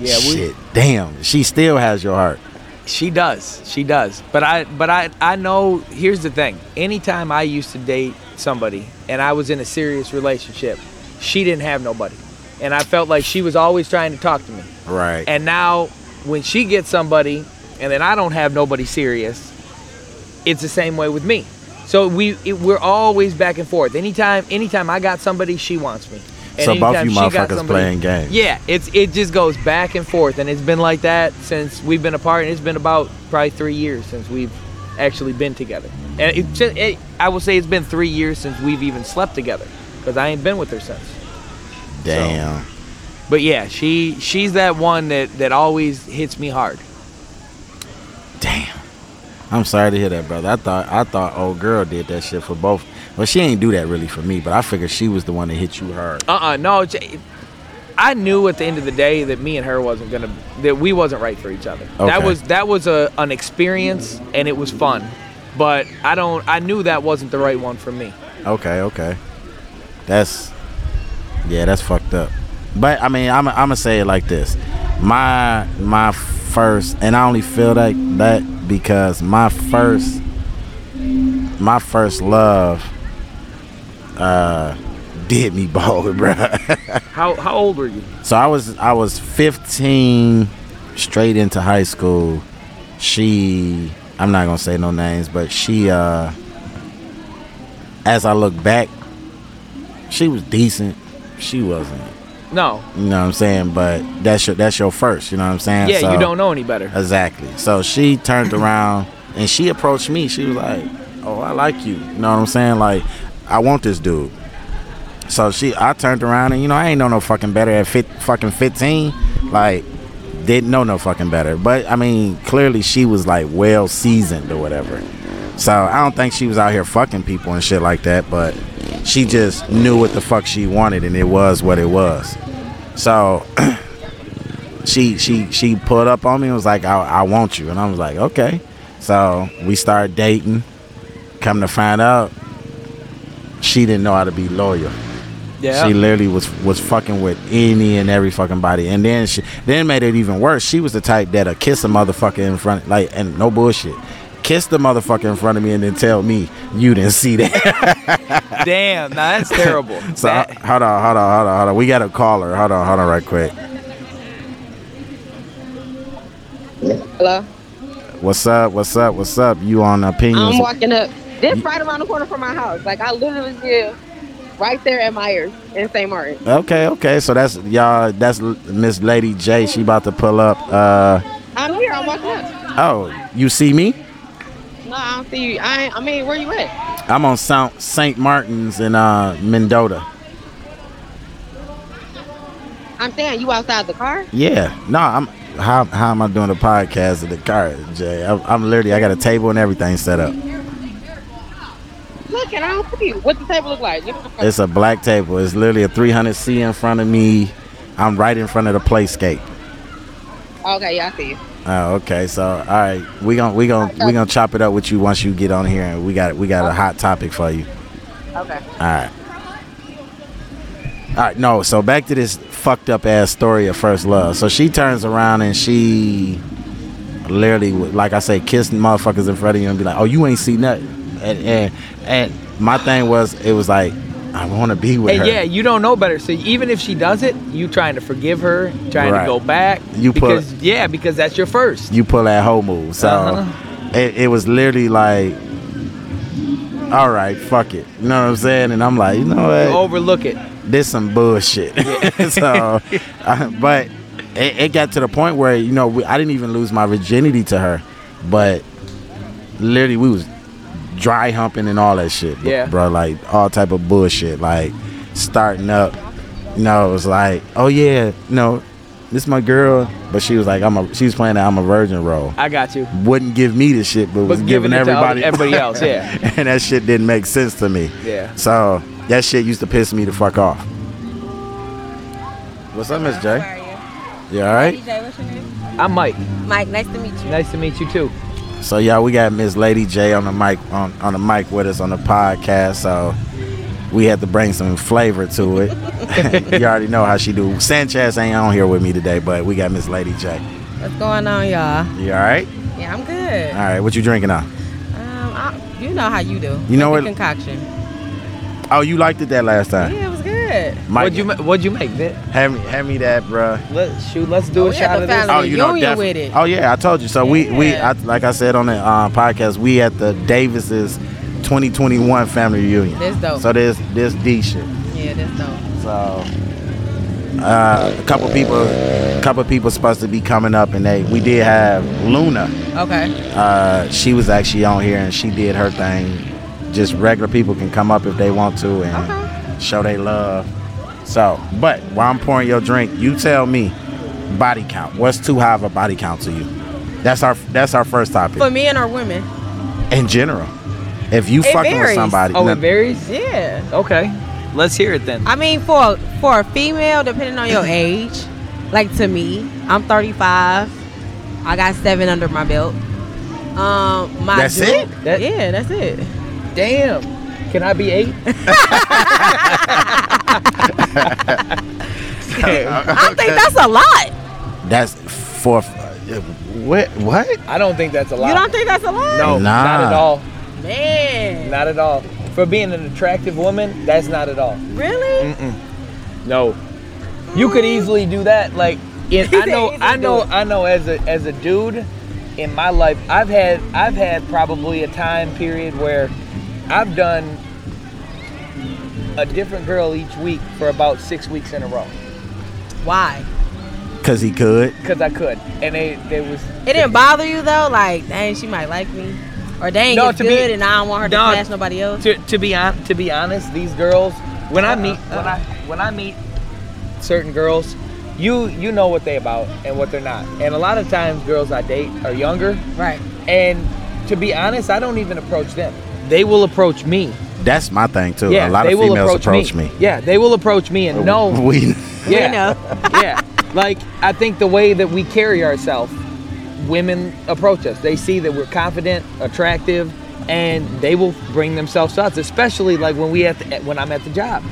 Speaker 2: yeah,
Speaker 1: shit. Damn. She still has your heart.
Speaker 2: She does. She does. But I but I I know here's the thing. Anytime I used to date somebody and I was in a serious relationship, she didn't have nobody. And I felt like she was always trying to talk to me.
Speaker 1: Right.
Speaker 2: And now when she gets somebody and then I don't have nobody serious, it's the same way with me. So we it, we're always back and forth. Anytime anytime I got somebody, she wants me. And
Speaker 1: So both
Speaker 2: anytime
Speaker 1: you
Speaker 2: she got
Speaker 1: motherfuckers
Speaker 2: somebody-
Speaker 1: playing games.
Speaker 2: Yeah, it's it just goes back and forth, and it's been like that since we've been apart, and it's been about probably three years since we've actually been together. And it, ju- it, I will say it's been three years since we've even slept together, because I ain't been with her since.
Speaker 1: Damn.
Speaker 2: But yeah, she she's that one that that always hits me hard.
Speaker 1: Damn. I'm sorry to hear that, brother. I thought I thought old girl did that shit for both. Well, she ain't do that really for me, but I figured she was the one that hit you hard.
Speaker 2: Uh-uh, no. j- I knew at the end of the day that me and her wasn't gonna that we wasn't right for each other. That
Speaker 1: Okay.
Speaker 2: was that was a an experience and it was fun, but I don't. I knew that wasn't the right one for me.
Speaker 1: Okay, okay. That's yeah, that's fucked up. But I mean, I'm I'm gonna say it like this. My my first, and I only feel like that because my first my first love uh did me bald, bruh.
Speaker 2: How how old were you?
Speaker 1: So I was I was 15 straight into high school. She I'm not going to say no names, but she uh as I look back she was decent. She wasn't.
Speaker 2: No.
Speaker 1: You know what I'm saying? But that's your that's your first, you know what I'm saying?
Speaker 2: Yeah,
Speaker 1: So-
Speaker 2: you don't know any better.
Speaker 1: Exactly. So she turned around and she approached me. She was like, "Oh, I like you." You know what I'm saying? Like, I want this dude. So she, I turned around and you know I ain't know no fucking better at fit, fucking 15. Like, didn't know no fucking better. But I mean, clearly she was like well seasoned or whatever. So I don't think she was out here fucking people and shit like that. But she just knew what the fuck she wanted and it was what it was. So she she she pulled up on me and was like, I, I want you. And I was like, okay. So we started dating. Come to find out, she didn't know how to be loyal.
Speaker 2: Yeah.
Speaker 1: She literally was was fucking with any and every fucking body. And then she then made it even worse. She was the type that'll kiss a motherfucker in front like and no bullshit. Kiss the motherfucker in front of me and then tell me you didn't see that.
Speaker 2: Damn, now that's terrible.
Speaker 1: so
Speaker 2: That-
Speaker 1: hold on, hold on, hold on, hold on. We gotta call her. Hold on, hold on right quick.
Speaker 4: Hello.
Speaker 1: What's up? What's up? What's up? You on opinions?
Speaker 4: I'm walking up. This right around the corner from my house. Like I literally live right there at Myers in St. Martin.
Speaker 1: Okay, okay. So that's y'all. That's L- Miss Lady J. She about to pull up. Uh
Speaker 4: I'm here. I'm walking up.
Speaker 1: oh, you see me?
Speaker 4: No, I don't see you. I ain't, I mean, where you at?
Speaker 1: I'm on Sount St. Martin's in uh Mendota.
Speaker 4: I'm saying you outside the car.
Speaker 1: Yeah. No, I'm. How how am I doing a podcast in the car, Jay? I'm, I'm literally. I got a table and everything set up.
Speaker 4: Look, and I don't see you. What the table look like? Look at the front.
Speaker 1: It's a black table. It's literally a 300C in front of me. I'm right in front of the playscape.
Speaker 4: okay, yeah, I see you.
Speaker 1: Oh, okay. So, all right, we gon' we gon' we gonna chop it up with you once you get on here, and we got we got a hot topic for you.
Speaker 4: Okay.
Speaker 1: All right. All right, no. So back to this fucked up ass story of first love. So she turns around and she literally, would, like I say, kiss motherfuckers in front of you and be like, "Oh, you ain't see nothing." and, and and my thing was it was like I want to be with
Speaker 2: And
Speaker 1: her.
Speaker 2: yeah, you don't know better. So even if she does it, you trying to forgive her, trying
Speaker 1: Right.
Speaker 2: to go back.
Speaker 1: You put-
Speaker 2: because yeah, because that's your first.
Speaker 1: you pull that whole move. So
Speaker 2: Uh-huh.
Speaker 1: it, it was literally like, all right, fuck it. You know what I'm saying? And I'm like, you know what?
Speaker 2: You overlook it.
Speaker 1: this some bullshit. so, uh, but it, it got to the point where you know we, I didn't even lose my virginity to her, but literally we was dry humping and all that shit. bro-
Speaker 2: Yeah.
Speaker 1: bro, like all type of bullshit, like starting up. You know, it was like, oh yeah, no, this my girl, but she was like, I'm a, she was playing that I'm a virgin role.
Speaker 2: I got you.
Speaker 1: Wouldn't give me the shit, but, was
Speaker 2: But
Speaker 1: giving,
Speaker 2: giving it to
Speaker 1: everybody,
Speaker 2: other- everybody else, yeah.
Speaker 1: and that shit didn't make sense to me.
Speaker 2: Yeah.
Speaker 1: So that shit used to piss me the fuck off. What's up, Miss
Speaker 5: How
Speaker 1: J?
Speaker 5: are you?
Speaker 1: You all right?
Speaker 5: DJ, what's your name?
Speaker 2: I'm Mike.
Speaker 5: Mike, nice to meet you.
Speaker 2: Nice to meet you too.
Speaker 1: So y'all, we got Miss Lady J on the mic on, on the mic with us on the podcast. So we had to bring some flavor to it. you already know how she do. Sanchez ain't on here with me today, but we got Miss Lady J.
Speaker 5: What's going on, y'all?
Speaker 1: You all right?
Speaker 5: Yeah, I'm
Speaker 1: All
Speaker 5: good.
Speaker 1: right. What you drinking on?
Speaker 5: Um, I, you know how you do.
Speaker 1: You know
Speaker 5: Like
Speaker 1: what-
Speaker 5: the Concoction.
Speaker 1: Oh, you liked it that last time.
Speaker 5: Yeah, it was good.
Speaker 1: Mike,
Speaker 2: What'd you ma- What'd you make? That,
Speaker 1: hand me, hand me that, bruh.
Speaker 2: let shoot. Let's do
Speaker 5: Oh,
Speaker 2: a
Speaker 5: we had
Speaker 2: shot
Speaker 5: the
Speaker 2: of this.
Speaker 5: family.
Speaker 1: Oh, you know,
Speaker 5: reunion
Speaker 1: defi-
Speaker 5: with it.
Speaker 1: Oh yeah, I told you. So we we
Speaker 5: Yeah.
Speaker 1: I, like I said on the uh, podcast, we at the Davis's 2021 family reunion.
Speaker 5: That's dope.
Speaker 1: So there's this D shit.
Speaker 5: Yeah, that's dope.
Speaker 1: So uh, a couple people, a couple people supposed to be coming up, and they we did have Luna.
Speaker 5: Okay.
Speaker 1: Uh, she was actually on here and she did her thing. Just regular people can come up if they want to and
Speaker 5: Okay.
Speaker 1: show they love. So, but while I'm pouring your drink, you tell me body count. What's too high of a body count to you? That's our that's our first topic.
Speaker 5: For men or women?
Speaker 1: In general, if you
Speaker 5: It
Speaker 1: fucking with
Speaker 5: varies.
Speaker 1: somebody,
Speaker 2: Oh,
Speaker 1: no-
Speaker 2: it varies.
Speaker 5: Yeah.
Speaker 2: Okay, let's hear it then.
Speaker 5: I mean, for for a female, depending on your age, like to me, I'm 35. I got seven under my belt. Um, my
Speaker 1: That's
Speaker 5: dude-
Speaker 1: it?
Speaker 2: That-
Speaker 5: yeah, that's it.
Speaker 2: Damn. Can I be eight?
Speaker 5: I think that's a lot.
Speaker 1: that's for what what?
Speaker 2: I don't think that's a lot.
Speaker 5: You don't think that's a lot?
Speaker 2: No, not
Speaker 1: Nah.
Speaker 2: at all.
Speaker 5: Man.
Speaker 2: Not at all. For being an attractive woman, that's not at all.
Speaker 5: Really?
Speaker 2: No. You could easily do that. Like, in, I know,
Speaker 5: Easily
Speaker 2: I
Speaker 5: do
Speaker 2: know,
Speaker 5: it.
Speaker 2: I know. As a as a dude, in my life, I've had I've had probably a time period where I've done a different girl each week for about six weeks in a row
Speaker 5: Why?
Speaker 1: Cause he could.
Speaker 2: because I could, and they they was
Speaker 5: It didn't bother you though, like dang, she might like me, or dang,
Speaker 2: No,
Speaker 5: it's
Speaker 2: to be-
Speaker 5: good, and I don't want her to
Speaker 2: No.
Speaker 5: flash nobody else.
Speaker 2: to, to be on, to be honest, these girls when I meet Uh-huh. when I when I meet certain girls, you you know what they about and what they're not. And a lot of times girls I date are younger
Speaker 5: Right?
Speaker 2: and to be honest, I don't even approach them. They will approach me.
Speaker 1: That's my thing too.
Speaker 2: yeah,
Speaker 1: a lot
Speaker 2: they
Speaker 1: of
Speaker 2: will
Speaker 1: females
Speaker 2: approach, me. Yeah, they will approach me and no.
Speaker 1: we
Speaker 2: yeah.
Speaker 5: You know,
Speaker 2: yeah. Like I think the way that we carry ourselves, women approach us. They see that we're confident, attractive, and they will bring themselves to us. Especially like when we at the, when I'm at the job,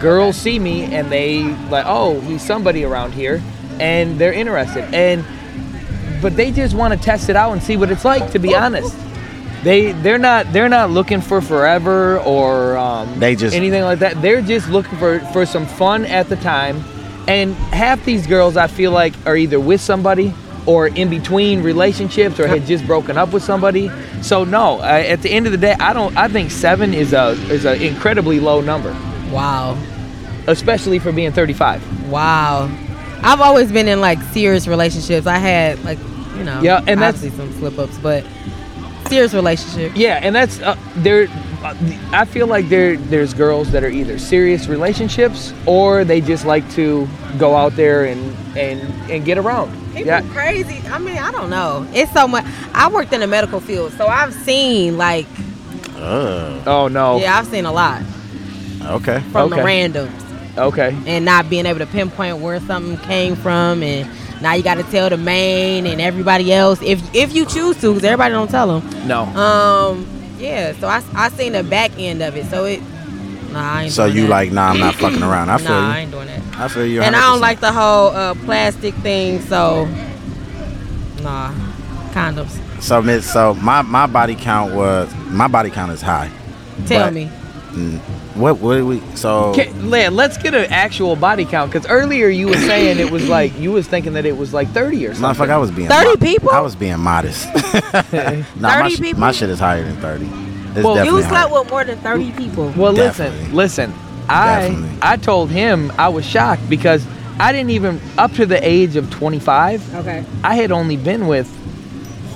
Speaker 2: girls see me and they like, oh, he's somebody around here, and they're interested. And but they just want to test it out and see what it's like. To be honest. They they're not they're not looking for forever or um,
Speaker 1: They just-
Speaker 2: anything like that. They're just looking for for some fun at the time, and half these girls I feel like are either with somebody or in between relationships or had just broken up with somebody. So no, uh, at the end of the day, I don't. I think seven is a is an incredibly low number,
Speaker 5: wow,
Speaker 2: especially for being 35.
Speaker 5: wow. I've always been in like serious relationships. I had like, you know,
Speaker 2: Yeah, and that's-
Speaker 5: obviously some slip ups, but serious relationship.
Speaker 2: Yeah, and that's uh, there. Uh, I feel like there there's girls that are either serious relationships or they just like to go out there and and and get around.
Speaker 5: People
Speaker 2: yeah,
Speaker 5: crazy. I mean, I don't know. It's so much. I worked in the medical field, so I've seen like,
Speaker 2: Oh no.
Speaker 5: yeah, I've seen a lot
Speaker 1: Uh, okay.
Speaker 5: from the
Speaker 2: Okay.
Speaker 5: randoms.
Speaker 2: Okay.
Speaker 5: and not being able to pinpoint where something came from and now you got to tell the main and everybody else if if you choose to because everybody don't tell them
Speaker 2: No.
Speaker 5: um yeah so i i seen the back end of it so it nah I ain't
Speaker 1: So
Speaker 5: doing
Speaker 1: you
Speaker 5: that.
Speaker 1: like, nah, I'm not fucking around. I feel
Speaker 5: nah i
Speaker 1: you.
Speaker 5: ain't doing that
Speaker 1: I feel you.
Speaker 5: and i don't
Speaker 1: 100%.
Speaker 5: like the whole uh plastic thing so nah condoms.
Speaker 1: So Miss, so my, my body count was my body count is high.
Speaker 5: Tell
Speaker 1: But-
Speaker 5: me.
Speaker 1: What what did we? So
Speaker 2: Can, Lan, let's get an actual body count because earlier you were saying it was like you was thinking that it was like thirty or something.
Speaker 1: motherfucker, I was being
Speaker 5: 30
Speaker 1: mo-
Speaker 5: people?
Speaker 1: I was being modest. nah, my,
Speaker 5: 30
Speaker 1: sh-
Speaker 5: people?
Speaker 1: my shit is higher than thirty. It's
Speaker 2: Well,
Speaker 1: definitely
Speaker 5: You
Speaker 1: higher.
Speaker 5: slept with more than 30 people.
Speaker 2: Well,
Speaker 1: Definitely.
Speaker 2: listen, listen. I
Speaker 1: Definitely.
Speaker 2: I told him I was shocked because I didn't even up to the age of 25.
Speaker 5: Okay.
Speaker 2: I had only been with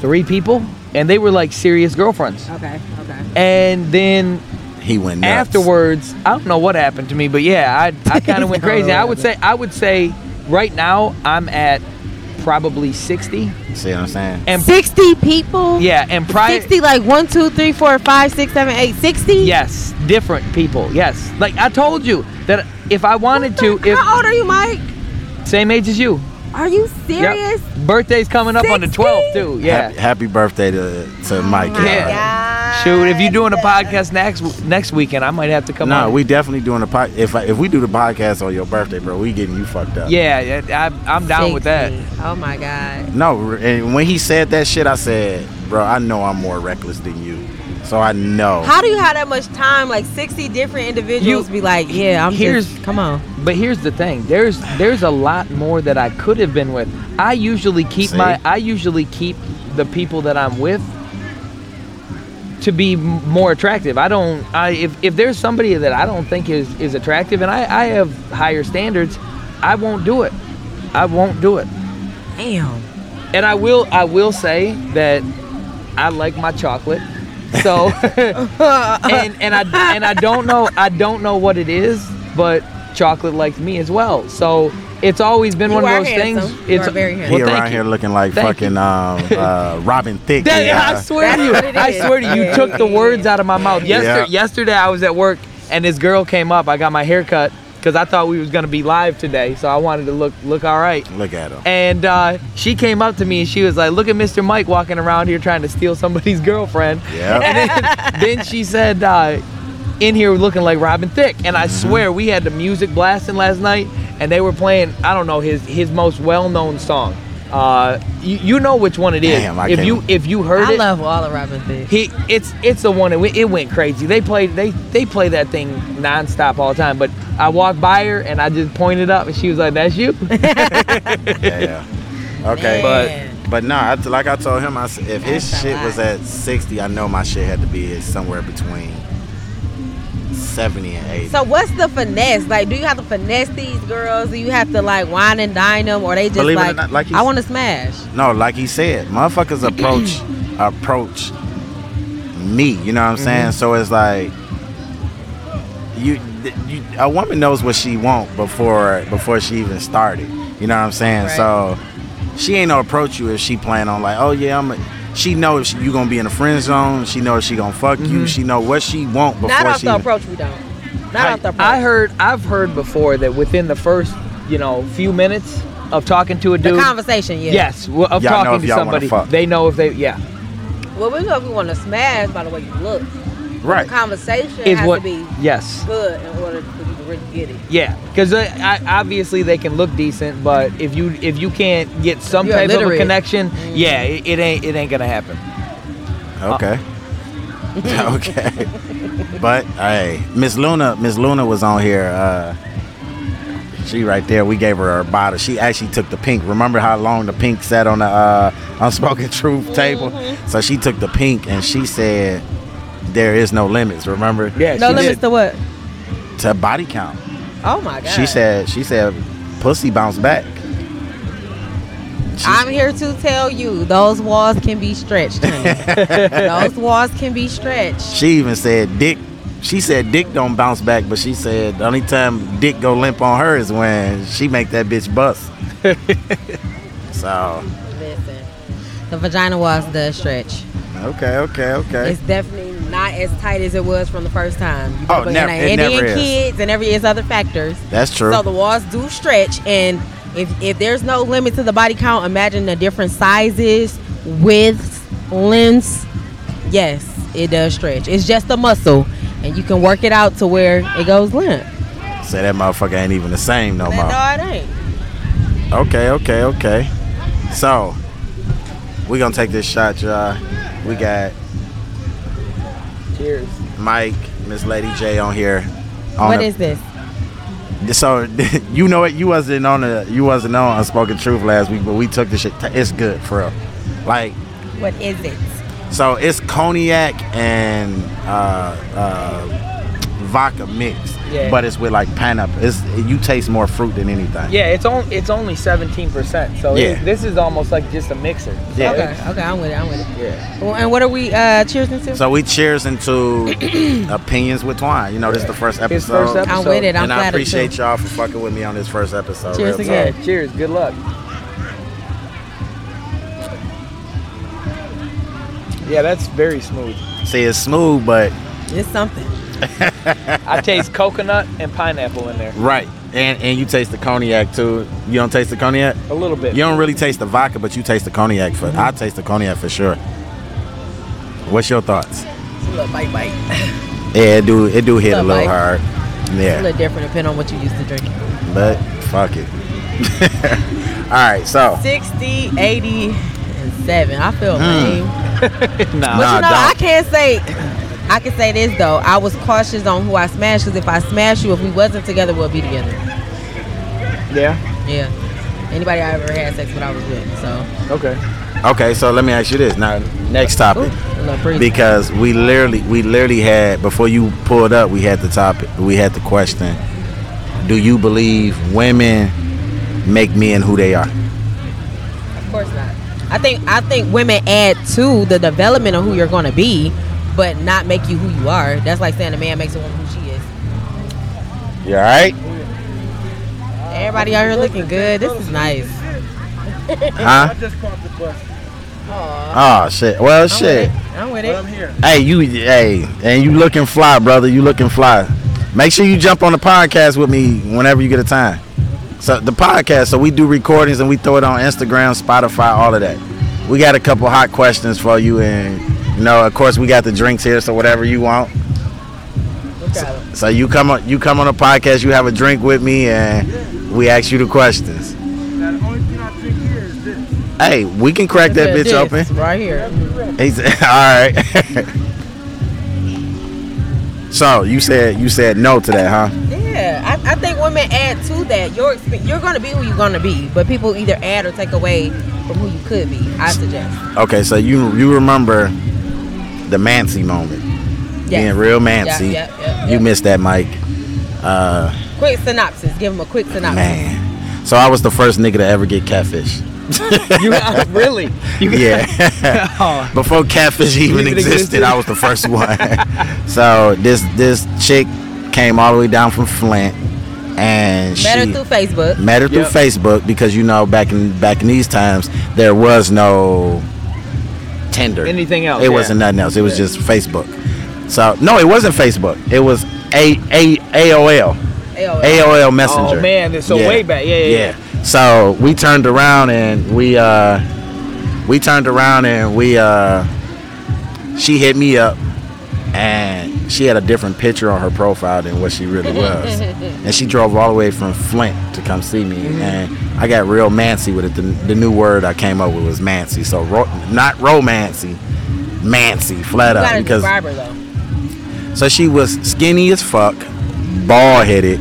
Speaker 2: three people, and they were like serious girlfriends.
Speaker 5: Okay. Okay.
Speaker 2: And then
Speaker 1: he went nuts.
Speaker 2: afterwards, I don't know what happened to me, but yeah, I I kind of went
Speaker 5: I don't know
Speaker 2: crazy.
Speaker 5: what
Speaker 2: I would say I would say right now I'm at probably 60.
Speaker 1: See what I'm saying?
Speaker 2: And
Speaker 5: 60 people?
Speaker 2: yeah, and prior
Speaker 5: 60, like 1, 2, 3, 4, 5, 6, 7, 8, 60?
Speaker 2: yes, different people. Yes. Like I told you that if I wanted to, if
Speaker 5: How old are you, Mike?
Speaker 2: same age as you.
Speaker 5: Are you
Speaker 2: Yep.
Speaker 5: serious?
Speaker 2: Birthday's coming up on the
Speaker 5: 60?
Speaker 2: 12th too. Yeah.
Speaker 1: Happy, happy birthday to to Mike.
Speaker 5: my
Speaker 1: y'all.
Speaker 2: God. Shoot, if you're doing a podcast next next weekend, I might have to come.
Speaker 1: No,
Speaker 2: on.
Speaker 1: we definitely doing a pod. If I, if we do the podcast on your birthday, bro, we getting you fucked up.
Speaker 2: Yeah, yeah, I, I'm down with that.
Speaker 5: 60. Oh, my God.
Speaker 1: No, and when he said that shit, I said, bro, I know I'm more reckless than you, so I know.
Speaker 5: How do you have that much time? Like 60 different individuals
Speaker 2: You-
Speaker 5: be like, yeah, I'm
Speaker 2: here's-
Speaker 5: just, come on.
Speaker 2: But here's the thing: there's there's a lot more that I could have been with. I usually keep
Speaker 1: See?
Speaker 2: my I usually keep the people that I'm with to be m- more attractive. I don't I if, if there's somebody that I don't think is is attractive and I I have higher standards, I won't do it. I won't do it.
Speaker 5: Damn.
Speaker 2: And I will I will say that I like my chocolate. So and and I and I don't know I don't know what it is, but chocolate likes me as well. So it's always been
Speaker 5: You
Speaker 2: one of
Speaker 5: are
Speaker 2: those
Speaker 5: handsome.
Speaker 2: things.
Speaker 5: You
Speaker 2: It's
Speaker 5: are very
Speaker 1: he
Speaker 5: handsome.
Speaker 2: Well, thank
Speaker 1: around
Speaker 2: you.
Speaker 1: here looking like
Speaker 2: Thank
Speaker 1: fucking um, uh, Robin Thicke.
Speaker 2: That-
Speaker 1: yeah.
Speaker 2: I swear to you,
Speaker 5: That's what it
Speaker 2: I
Speaker 5: is.
Speaker 2: swear to you, you took the words out of my mouth. Yesterday,
Speaker 1: Yeah.
Speaker 2: yesterday I was at work and this girl came up. I got my hair cut because I thought we was gonna be live today, so I wanted to look look all right.
Speaker 1: Look at him.
Speaker 2: And uh, she came up to me and she was like, "Look at Mr. Mike walking around here trying to steal somebody's girlfriend."
Speaker 1: Yeah.
Speaker 2: And then, then she said, uh, "In here looking like Robin Thicke." And I
Speaker 1: Mm-hmm.
Speaker 2: swear we had the music blasting last night, and they were playing I don't know his his most well-known song. Uh, you, you know which one it is.
Speaker 1: Damn, I
Speaker 2: if
Speaker 1: can't-
Speaker 2: you if you heard
Speaker 5: I
Speaker 2: it,
Speaker 5: love all of Robin Thicke.
Speaker 2: he it's it's the one that went, it went crazy. They played they they play that thing nonstop all the time. But I walked by her and I just pointed up, and she was like, "That's you."
Speaker 1: yeah, yeah. Okay.
Speaker 5: Man.
Speaker 1: But no, I, like I told him, I said, if his
Speaker 5: That's a
Speaker 1: shit
Speaker 5: lot.
Speaker 1: was at 60, I know my shit had to be at somewhere between 70 and 80.
Speaker 5: So what's the finesse? Like, do you have to finesse these girls? Do you have to like wine and dine them, or they just
Speaker 1: Believe it or
Speaker 5: like,
Speaker 1: not, like you
Speaker 5: I
Speaker 1: s-
Speaker 5: want to smash?
Speaker 1: no, like he said, motherfuckers approach approach me. You know what I'm
Speaker 5: Mm-hmm.
Speaker 1: saying? So it's like you, th- you a woman knows what she want before before she even started. You know what I'm saying?
Speaker 5: Right.
Speaker 1: So she ain't gonna approach you if she plan on like, oh yeah, I'm. A, she know if she, you gonna be in a friend zone. She know if she gonna fuck you. She know what she want before
Speaker 5: Mm-hmm. Not off
Speaker 1: she.
Speaker 5: the approach, we don't. Not
Speaker 1: I-
Speaker 5: off the approach.
Speaker 2: I heard I've heard before that within the first you know few minutes of talking to a
Speaker 5: the
Speaker 2: dude.
Speaker 5: conversation. Yeah.
Speaker 2: Yes, w- of
Speaker 1: Y'all know
Speaker 2: talking
Speaker 1: if
Speaker 2: to
Speaker 1: y'all wanna
Speaker 2: somebody,
Speaker 1: fuck.
Speaker 2: they know if they yeah.
Speaker 5: Well, we know if we want to smash by the way you look. The
Speaker 1: right.
Speaker 5: conversation
Speaker 2: Is
Speaker 5: has
Speaker 2: what
Speaker 5: to be
Speaker 2: yes
Speaker 5: good in order for you to really get it.
Speaker 2: yeah because I, obviously they can look decent, but if you if you can't get some
Speaker 5: You're
Speaker 2: type of a
Speaker 5: illiterate. Mm.
Speaker 2: connection, yeah, it, it ain't it ain't gonna happen.
Speaker 1: Okay. okay. But hey, Miss Luna, Miss Luna was on here. Uh, she right there. We gave her her bottle. She actually took the pink. Remember how long the pink sat on the uh, unspoken truth table?
Speaker 2: Mm-hmm.
Speaker 1: So she took the pink and she said, "There is no limits." Remember?
Speaker 2: Yeah,
Speaker 5: No
Speaker 2: she
Speaker 5: limits
Speaker 2: did.
Speaker 5: to what?
Speaker 1: To body count.
Speaker 5: Oh my god.
Speaker 1: She said. She said, "Pussy bounce back." She-
Speaker 5: I'm here to tell you those walls can be stretched. honey. those walls can be stretched.
Speaker 1: She even said dick. She said dick don't bounce back, but she said the only time dick go limp on her is when she make that bitch bust. so
Speaker 5: Listen, the vagina walls does stretch.
Speaker 1: okay, okay, okay.
Speaker 5: It's definitely not as tight as it was from the first time. You
Speaker 1: Oh,
Speaker 5: put in
Speaker 1: never-
Speaker 5: an
Speaker 1: it
Speaker 5: Indian
Speaker 1: never is.
Speaker 5: kids and every is other factors.
Speaker 1: That's true.
Speaker 5: So the walls do stretch, and if if there's no limit to the body count, imagine the different sizes, widths, lengths. Yes, it does stretch. It's just a muscle, and you can work it out to where it goes limp.
Speaker 1: Say that motherfucker ain't even the same no more.
Speaker 5: No, it ain't.
Speaker 1: Okay, okay, okay. So We're gonna take this shot, y'all. We got
Speaker 2: Cheers.
Speaker 1: Mike, Miss Lady J on here. On
Speaker 5: What
Speaker 1: the-
Speaker 5: is this?
Speaker 1: So you know what? You wasn't on the you wasn't on Unspoken Truth last week, but we took the shit. It's good for real. Like
Speaker 5: What is it?
Speaker 1: so, it's cognac and uh, uh, vodka mix,
Speaker 2: Yeah.
Speaker 1: but it's with like pineapple. It's you taste more fruit than anything.
Speaker 2: Yeah, it's on. It's only seventeen percent. So
Speaker 1: Yeah.
Speaker 2: it- this is almost like just a mixer. So
Speaker 1: Yeah.
Speaker 5: Okay, okay, I'm with it. I'm with it.
Speaker 2: it- yeah.
Speaker 5: Well, and what are we uh cheers into?
Speaker 1: So we cheers into opinions with twine. You know, this is the first episode.
Speaker 2: His first episode.
Speaker 5: I'm with it. I'm
Speaker 1: and
Speaker 5: flattered
Speaker 1: I appreciate
Speaker 5: too.
Speaker 1: y'all for fucking with me on this first episode.
Speaker 5: Cheers
Speaker 1: real
Speaker 5: again.
Speaker 1: talk.
Speaker 2: Yeah, Cheers. Good luck. Yeah, that's very smooth.
Speaker 1: See, it's smooth, but
Speaker 5: It's something.
Speaker 2: I taste coconut and pineapple in there
Speaker 1: right. And and you taste the cognac too. You don't taste the cognac.
Speaker 2: a little bit.
Speaker 1: You don't really taste the vodka, but you taste the cognac for. I taste the cognac for sure. What's your thoughts?
Speaker 5: It's a little bite bite.
Speaker 1: Yeah, it do it do hit a
Speaker 5: Little
Speaker 1: little hard.
Speaker 5: bite. It's a
Speaker 1: Yeah,
Speaker 5: little different depending on what you used to drink.
Speaker 1: but fuck it. All right, so
Speaker 5: 60, 80, and 7. I
Speaker 1: Hmm.
Speaker 5: feel lame. But
Speaker 2: nah.
Speaker 1: Nah,
Speaker 5: you know,
Speaker 1: dog.
Speaker 5: I can't say. I can say this though. I was cautious on who I smashed because if I smash you, if we wasn't together, we'll be together.
Speaker 2: Yeah.
Speaker 5: Yeah. Anybody I ever had sex with, I was with. So.
Speaker 2: Okay.
Speaker 1: okay, so let me ask you this now. Next topic,
Speaker 5: Ooh, a little breeze.
Speaker 1: because we literally we literally had before you pulled up, we had the topic, we had the question. Do you believe women make men who they are?
Speaker 5: Of course not. I think I think women add to the development of who you're going to be, but not make you who you are. That's like saying a man makes a woman who she is.
Speaker 1: You all right?
Speaker 5: Everybody out here looking good. This is nice.
Speaker 1: Huh?
Speaker 2: just caught the bus.
Speaker 1: Oh shit. Well,
Speaker 5: I'm
Speaker 1: shit.
Speaker 5: With it. I'm with it.
Speaker 2: here.
Speaker 1: Hey, you, hey, and you looking fly, brother. You looking fly. Make sure you jump on the podcast with me whenever you get a time. So the podcast, so we do recordings and we throw it on Instagram, Spotify, all of that. We got a couple hot questions for you, and you know, of course, we got the drinks here, so whatever you want.
Speaker 5: Okay.
Speaker 1: So you come on, you come on the podcast, you have a drink with me, and we ask you the questions. Hey, we can crack that bitch
Speaker 5: This
Speaker 1: open.
Speaker 5: right here.
Speaker 1: He's all right. so you said you said no to that, huh?
Speaker 5: Yeah, I, I think women add to that. Your exp- you're going to be who you're going to be, but people either add or take away from who you could be. I suggest.
Speaker 1: Okay, so you you remember the Mancy moment, being real Mancy.
Speaker 5: Yeah, yeah, yeah,
Speaker 1: You
Speaker 5: yeah.
Speaker 1: missed that, Mike. Uh,
Speaker 5: Quick synopsis. Give them a quick synopsis.
Speaker 1: man. So I was the first nigga to ever get catfish.
Speaker 2: You uh, really? You
Speaker 1: Yeah.
Speaker 2: Oh,
Speaker 1: Before catfish even
Speaker 2: Even
Speaker 1: existed,
Speaker 2: existed.
Speaker 1: I was the first one. so this this chick came all the way down from Flint, and
Speaker 5: Met
Speaker 1: she
Speaker 5: her through Facebook.
Speaker 1: met her through
Speaker 2: Yep.
Speaker 1: Facebook because you know back in back in these times there was no Tinder.
Speaker 2: Anything else,
Speaker 1: It
Speaker 2: yeah.
Speaker 1: wasn't nothing else. It was
Speaker 2: Yeah.
Speaker 1: just Facebook. So no, it wasn't Facebook. It was a a AOL.
Speaker 5: AOL.
Speaker 1: AOL Messenger.
Speaker 2: Oh, man, it's so way back. Yeah, yeah, yeah.
Speaker 1: So we turned around and we uh we turned around and we uh she hit me up and she had a different picture on her profile than what she really was. and she drove all the way from Flint to come see me and I got real mancy with it. The, the new word I came up with was mancy. So ro- not romancy, mancy flat
Speaker 5: You
Speaker 1: out
Speaker 5: got a
Speaker 1: because
Speaker 5: subscriber though.
Speaker 1: so she was skinny as fuck, bald headed,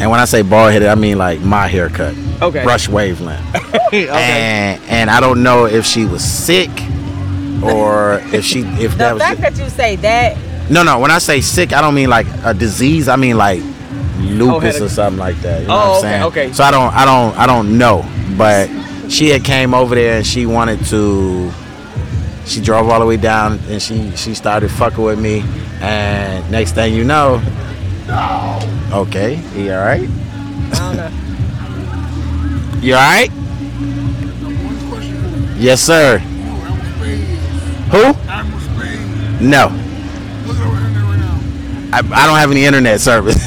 Speaker 1: and when I say bald headed, I mean like my haircut,
Speaker 2: Okay.
Speaker 1: brush wavelength,
Speaker 2: okay.
Speaker 1: and and I don't know if she was sick or if she if
Speaker 5: The
Speaker 1: that was
Speaker 5: fact
Speaker 1: it.
Speaker 5: that you say that,
Speaker 1: no no. When I say sick, I don't mean like a disease. I mean like
Speaker 5: Oh,
Speaker 1: lupus
Speaker 2: headache.
Speaker 1: or something like that. You know what
Speaker 2: Oh,
Speaker 1: I'm
Speaker 2: okay,
Speaker 1: saying?
Speaker 2: okay.
Speaker 1: So I don't I don't I don't know, but she had came over there and she wanted to. She drove all the way down and she she started fucking with me, and next thing you know. Okay, you all right?
Speaker 5: I don't know.
Speaker 1: You all right? Yes, sir. Who? No. I, I don't have any internet service.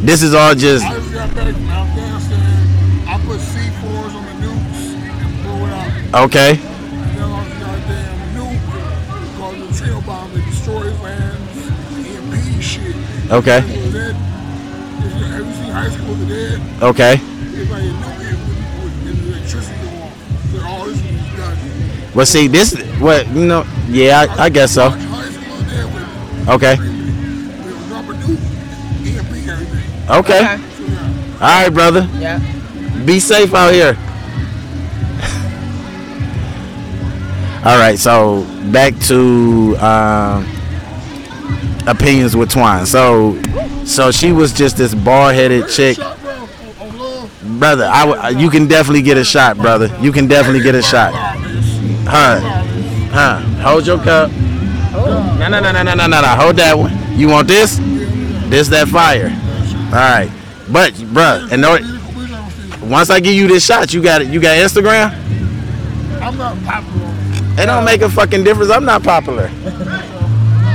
Speaker 1: this is all just
Speaker 6: I just got back from Afghanistan. I put C4s on the nukes and blew it out.
Speaker 1: okay.
Speaker 6: And then I goddamn nuke caused a tail bomb that destroyed lands, EMP shit.
Speaker 1: Okay.
Speaker 6: High school dead. If you- Have you seen high school dead?
Speaker 1: Okay.
Speaker 6: It's like a nuke hit with, with, with electricity go off. It's Like all this was done.
Speaker 1: But see, this what you know. Yeah, I, I guess so.
Speaker 6: High school there with,
Speaker 1: Okay.
Speaker 6: with Robert Duke, EMP, everything.
Speaker 1: Okay.
Speaker 5: Okay.
Speaker 6: So, yeah.
Speaker 1: All right, brother.
Speaker 5: Yeah.
Speaker 1: Be safe out here. All right, so back to um, opinions with Twine. So, so she was just this bald-headed chick,
Speaker 6: Shot, bro, on- on love.
Speaker 1: brother. I w- you can definitely get a shot, brother. You can definitely get a shot. Huh? Huh? Hold your cup. No, no, no, no, no, no, no, no. Hold that one. You want this? This that fire. All right, but bruh, and no. Once I give you this shot, you got it. You got Instagram.
Speaker 6: I'm not popular.
Speaker 1: It don't make a fucking difference. I'm not popular.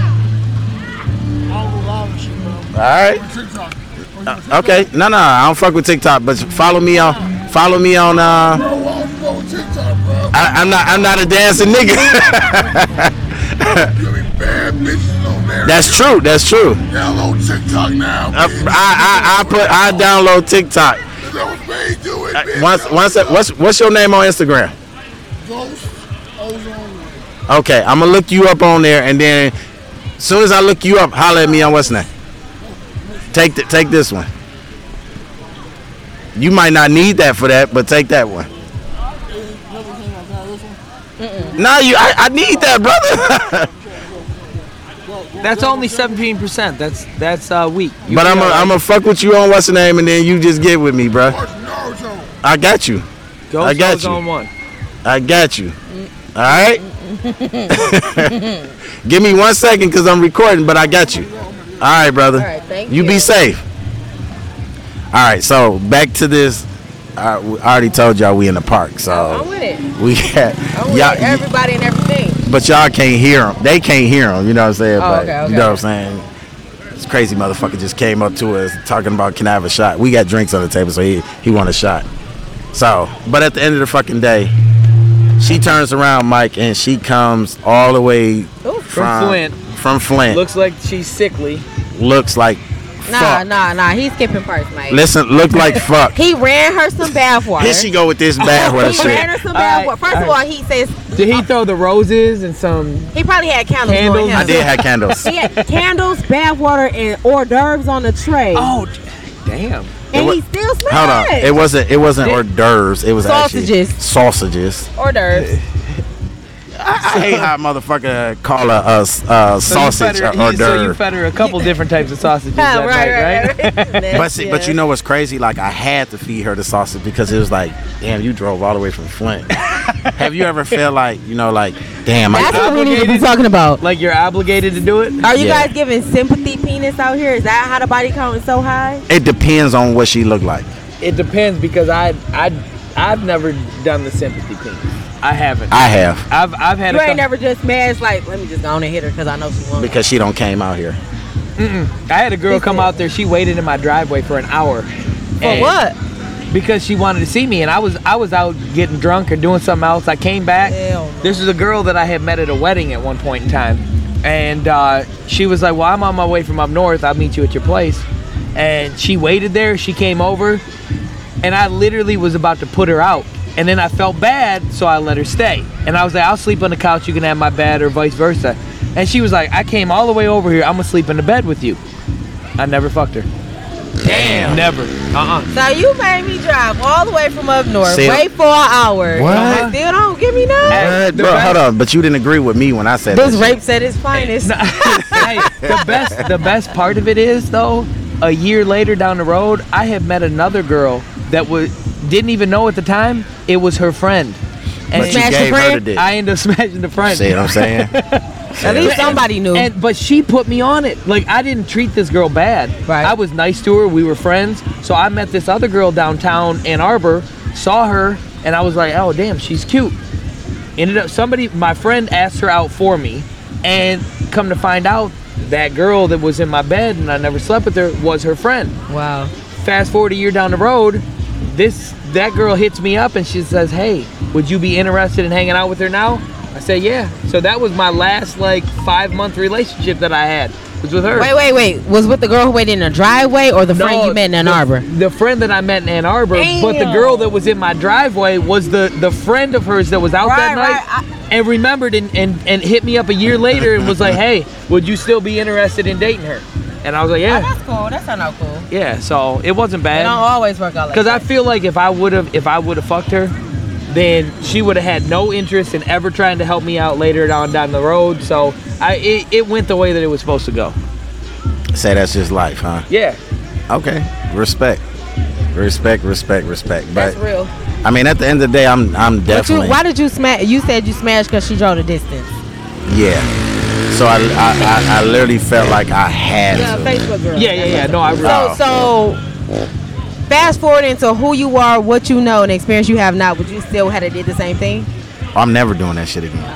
Speaker 6: I don't go live and shit, bro.
Speaker 1: All right.
Speaker 6: On TikTok. On TikTok.
Speaker 1: Okay. No, no. I don't fuck with TikTok, but follow me on. Follow me on. Uh,
Speaker 6: Bro, why don't you go on TikTok, bro?
Speaker 1: I, I'm not. I'm not a dancing nigga.
Speaker 6: You'll be bad bitches on there.
Speaker 1: That's true. That's true.
Speaker 6: Y'all on TikTok now.
Speaker 1: I,
Speaker 6: bitch.
Speaker 1: I, I, I put. I download TikTok.
Speaker 6: That was made do it, bitch.
Speaker 1: Once. Once. What's What's your name on Instagram?
Speaker 6: Ghost, Ozone,
Speaker 1: Okay. I'm gonna look you up on there, and then as soon as I look you up, holler at me on what's name. Take the, Take this one. You might not need that for that, but take that one.
Speaker 6: another thing like that. This one.
Speaker 1: No, you. I, I need that, brother.
Speaker 2: That's only 17%. That's that's uh, weak. You
Speaker 1: but I'm gonna
Speaker 2: feel like
Speaker 1: I'm gonna fuck with you on what's the name, and then you just get with me, bro.
Speaker 6: Watch Naruto.
Speaker 1: I got you.
Speaker 2: Ghost
Speaker 1: I got
Speaker 2: goes
Speaker 1: you.
Speaker 2: on one.
Speaker 1: I got you. All right. Give me one second, cause I'm recording, but I got you. All right, brother.
Speaker 5: All right, thank
Speaker 1: you. be
Speaker 5: you.
Speaker 1: safe. All right. So back to this. I, I already told y'all we in the park,
Speaker 5: Oh, I'm
Speaker 1: so
Speaker 5: with it.
Speaker 1: we had
Speaker 5: I'm with it.
Speaker 1: y'all.
Speaker 5: everybody and everything.
Speaker 1: But y'all can't hear them. They can't hear them. You know what I'm saying?
Speaker 5: Oh,
Speaker 1: Like,
Speaker 5: okay, okay.
Speaker 1: You know what I'm saying? This crazy motherfucker just came up to us talking about can I have a shot? We got drinks on the table, so he he want a shot. So, but at the end of the fucking day, she turns around, Mike, and she comes all the way
Speaker 5: Ooh.
Speaker 1: from,
Speaker 2: Flint.
Speaker 1: From Flint, looks,
Speaker 2: Looks like she's sickly.
Speaker 1: like
Speaker 5: Nah,
Speaker 1: fuck.
Speaker 5: nah, nah. He's skipping first, Mike.
Speaker 1: Listen, look like fuck.
Speaker 5: He ran her some bathwater.
Speaker 1: Here she go with this bad one
Speaker 5: He ran
Speaker 1: shit.
Speaker 5: her some
Speaker 2: Alright,
Speaker 5: bathwater. First of all,
Speaker 2: alright.
Speaker 5: he says
Speaker 2: Did he throw the roses and some?
Speaker 5: he probably had candles,
Speaker 2: Candles?
Speaker 5: on him.
Speaker 1: I did have candles.
Speaker 5: He had candles, bathwater, and hors d'oeuvres on the tray.
Speaker 2: Oh, d- damn.
Speaker 5: and
Speaker 1: wa-
Speaker 5: he still slipped.
Speaker 1: Hold on, it wasn't it wasn't hors d'oeuvres. It was
Speaker 5: Sausages.
Speaker 1: actually sausages.
Speaker 5: hors d'oeuvres.
Speaker 1: I hate how a motherfucker call a, a, a sausage uh,
Speaker 2: So you, fed
Speaker 1: or
Speaker 2: her, you- so you
Speaker 1: dirt.
Speaker 2: fed her a couple different types of sausages
Speaker 5: Oh,
Speaker 2: that night, right?
Speaker 1: But see, but you know what's crazy? Like I had to feed her the sausage because it was like, damn, you drove all the way from Flint. Have you ever felt like, you know, like, damn,
Speaker 5: That's
Speaker 1: I,
Speaker 5: what we need to be
Speaker 2: Obligated.
Speaker 5: talking about.
Speaker 2: Like you're obligated to do it.
Speaker 5: Are you
Speaker 1: Yeah.
Speaker 5: guys giving sympathy penis out here? Is that how the body count is so high?
Speaker 1: it depends on what she looked like.
Speaker 2: It depends because I I I've never done the sympathy thing. I haven't.
Speaker 1: I have
Speaker 2: I've I've had
Speaker 5: You
Speaker 2: a couple,
Speaker 5: ain't never just mad. It's like, let me just go on and hit her because I know she won't.
Speaker 1: because she don't came out here.
Speaker 2: I had a girl come out there. She waited in my driveway for an hour.
Speaker 5: For what?
Speaker 2: Because she wanted to see me, and I was I was out getting drunk or doing something else. I came back.
Speaker 5: Hell no.
Speaker 2: This is a girl that I had met at a wedding at one point in time, and uh, she was like, "Well, I'm on my way from up north. I'll meet you at your place." And she waited there. She came over, and I literally was about to put her out. And then I felt bad, so I let her stay. And I was like, I'll sleep on the couch, you can have my bed, or vice versa. And she was like, I came all the way over here, I'm gonna sleep in the bed with you. I never fucked her.
Speaker 1: Damn.
Speaker 2: Never. Uh uh
Speaker 5: So you made me drive all the way from up north,
Speaker 1: Still-
Speaker 5: wait for an hour.
Speaker 1: What?
Speaker 5: And Still don't give me none.
Speaker 1: What? Bro, hold on, but you didn't agree with me when I said
Speaker 5: This
Speaker 1: that shit.
Speaker 5: rape's at its finest.
Speaker 2: hey, the best the best part of it is though, a year later down the road, I had met another girl that was didn't even know at the time it was her friend. And
Speaker 1: But you
Speaker 5: Smash the
Speaker 1: gave her the
Speaker 5: friend?
Speaker 1: dick.
Speaker 2: I ended up smashing the friend.
Speaker 1: See what I'm saying?
Speaker 5: At least somebody knew.
Speaker 2: And but she put me on it. Like I didn't treat this girl bad.
Speaker 5: Right.
Speaker 2: I was nice to her. We were friends. So I met this other girl downtown Ann Arbor, saw her, and I was like, oh damn, she's cute. Ended up somebody my friend asked her out for me, and come to find out that girl that was in my bed and I never slept with her was her friend.
Speaker 5: wow.
Speaker 2: Fast forward a year down the road, this that girl hits me up and she says, "Hey, would you be interested in hanging out with her now?" I said, "Yeah." So that was my last like five month relationship that I had. was with her.
Speaker 5: Wait, wait, wait. Was with the girl who waited in the driveway or the
Speaker 2: No,
Speaker 5: friend you met in Ann
Speaker 2: the-
Speaker 5: Arbor?
Speaker 2: The friend that I met in Ann Arbor, but the
Speaker 5: Damn.
Speaker 2: girl that was in my driveway was the the friend of hers that was out that
Speaker 5: Right,
Speaker 2: night
Speaker 5: right,
Speaker 2: and remembered and, and and hit me up a year later and was like, "Hey, would you still be interested in dating her?" And I was like, "Yeah,
Speaker 5: cool. Oh, That's not cool.
Speaker 2: yeah." So it wasn't
Speaker 5: It don't
Speaker 2: bad
Speaker 5: always work out like
Speaker 2: because I feel like if I would have if I would have fucked her, then she would have had no interest in ever trying to help me out later on down the road. So I it, it went the way that it was supposed to go.
Speaker 1: Say that's just life, huh?
Speaker 2: Yeah.
Speaker 1: Okay. Respect. Respect, respect, respect. But
Speaker 5: That's real.
Speaker 1: I mean, at the end of the day, I'm I'm
Speaker 5: But you,
Speaker 1: definitely
Speaker 5: why did you smash? You said you smashed because she drove the distance.
Speaker 1: yeah. So I, I I I literally felt like I had
Speaker 5: Yeah,
Speaker 1: to.
Speaker 5: Facebook girl.
Speaker 2: Yeah, yeah, yeah. No, I really.
Speaker 5: So, so fast forward into who you are, what you know, and experience you have now. Would you still have to did the same thing?
Speaker 1: I'm never doing that shit again.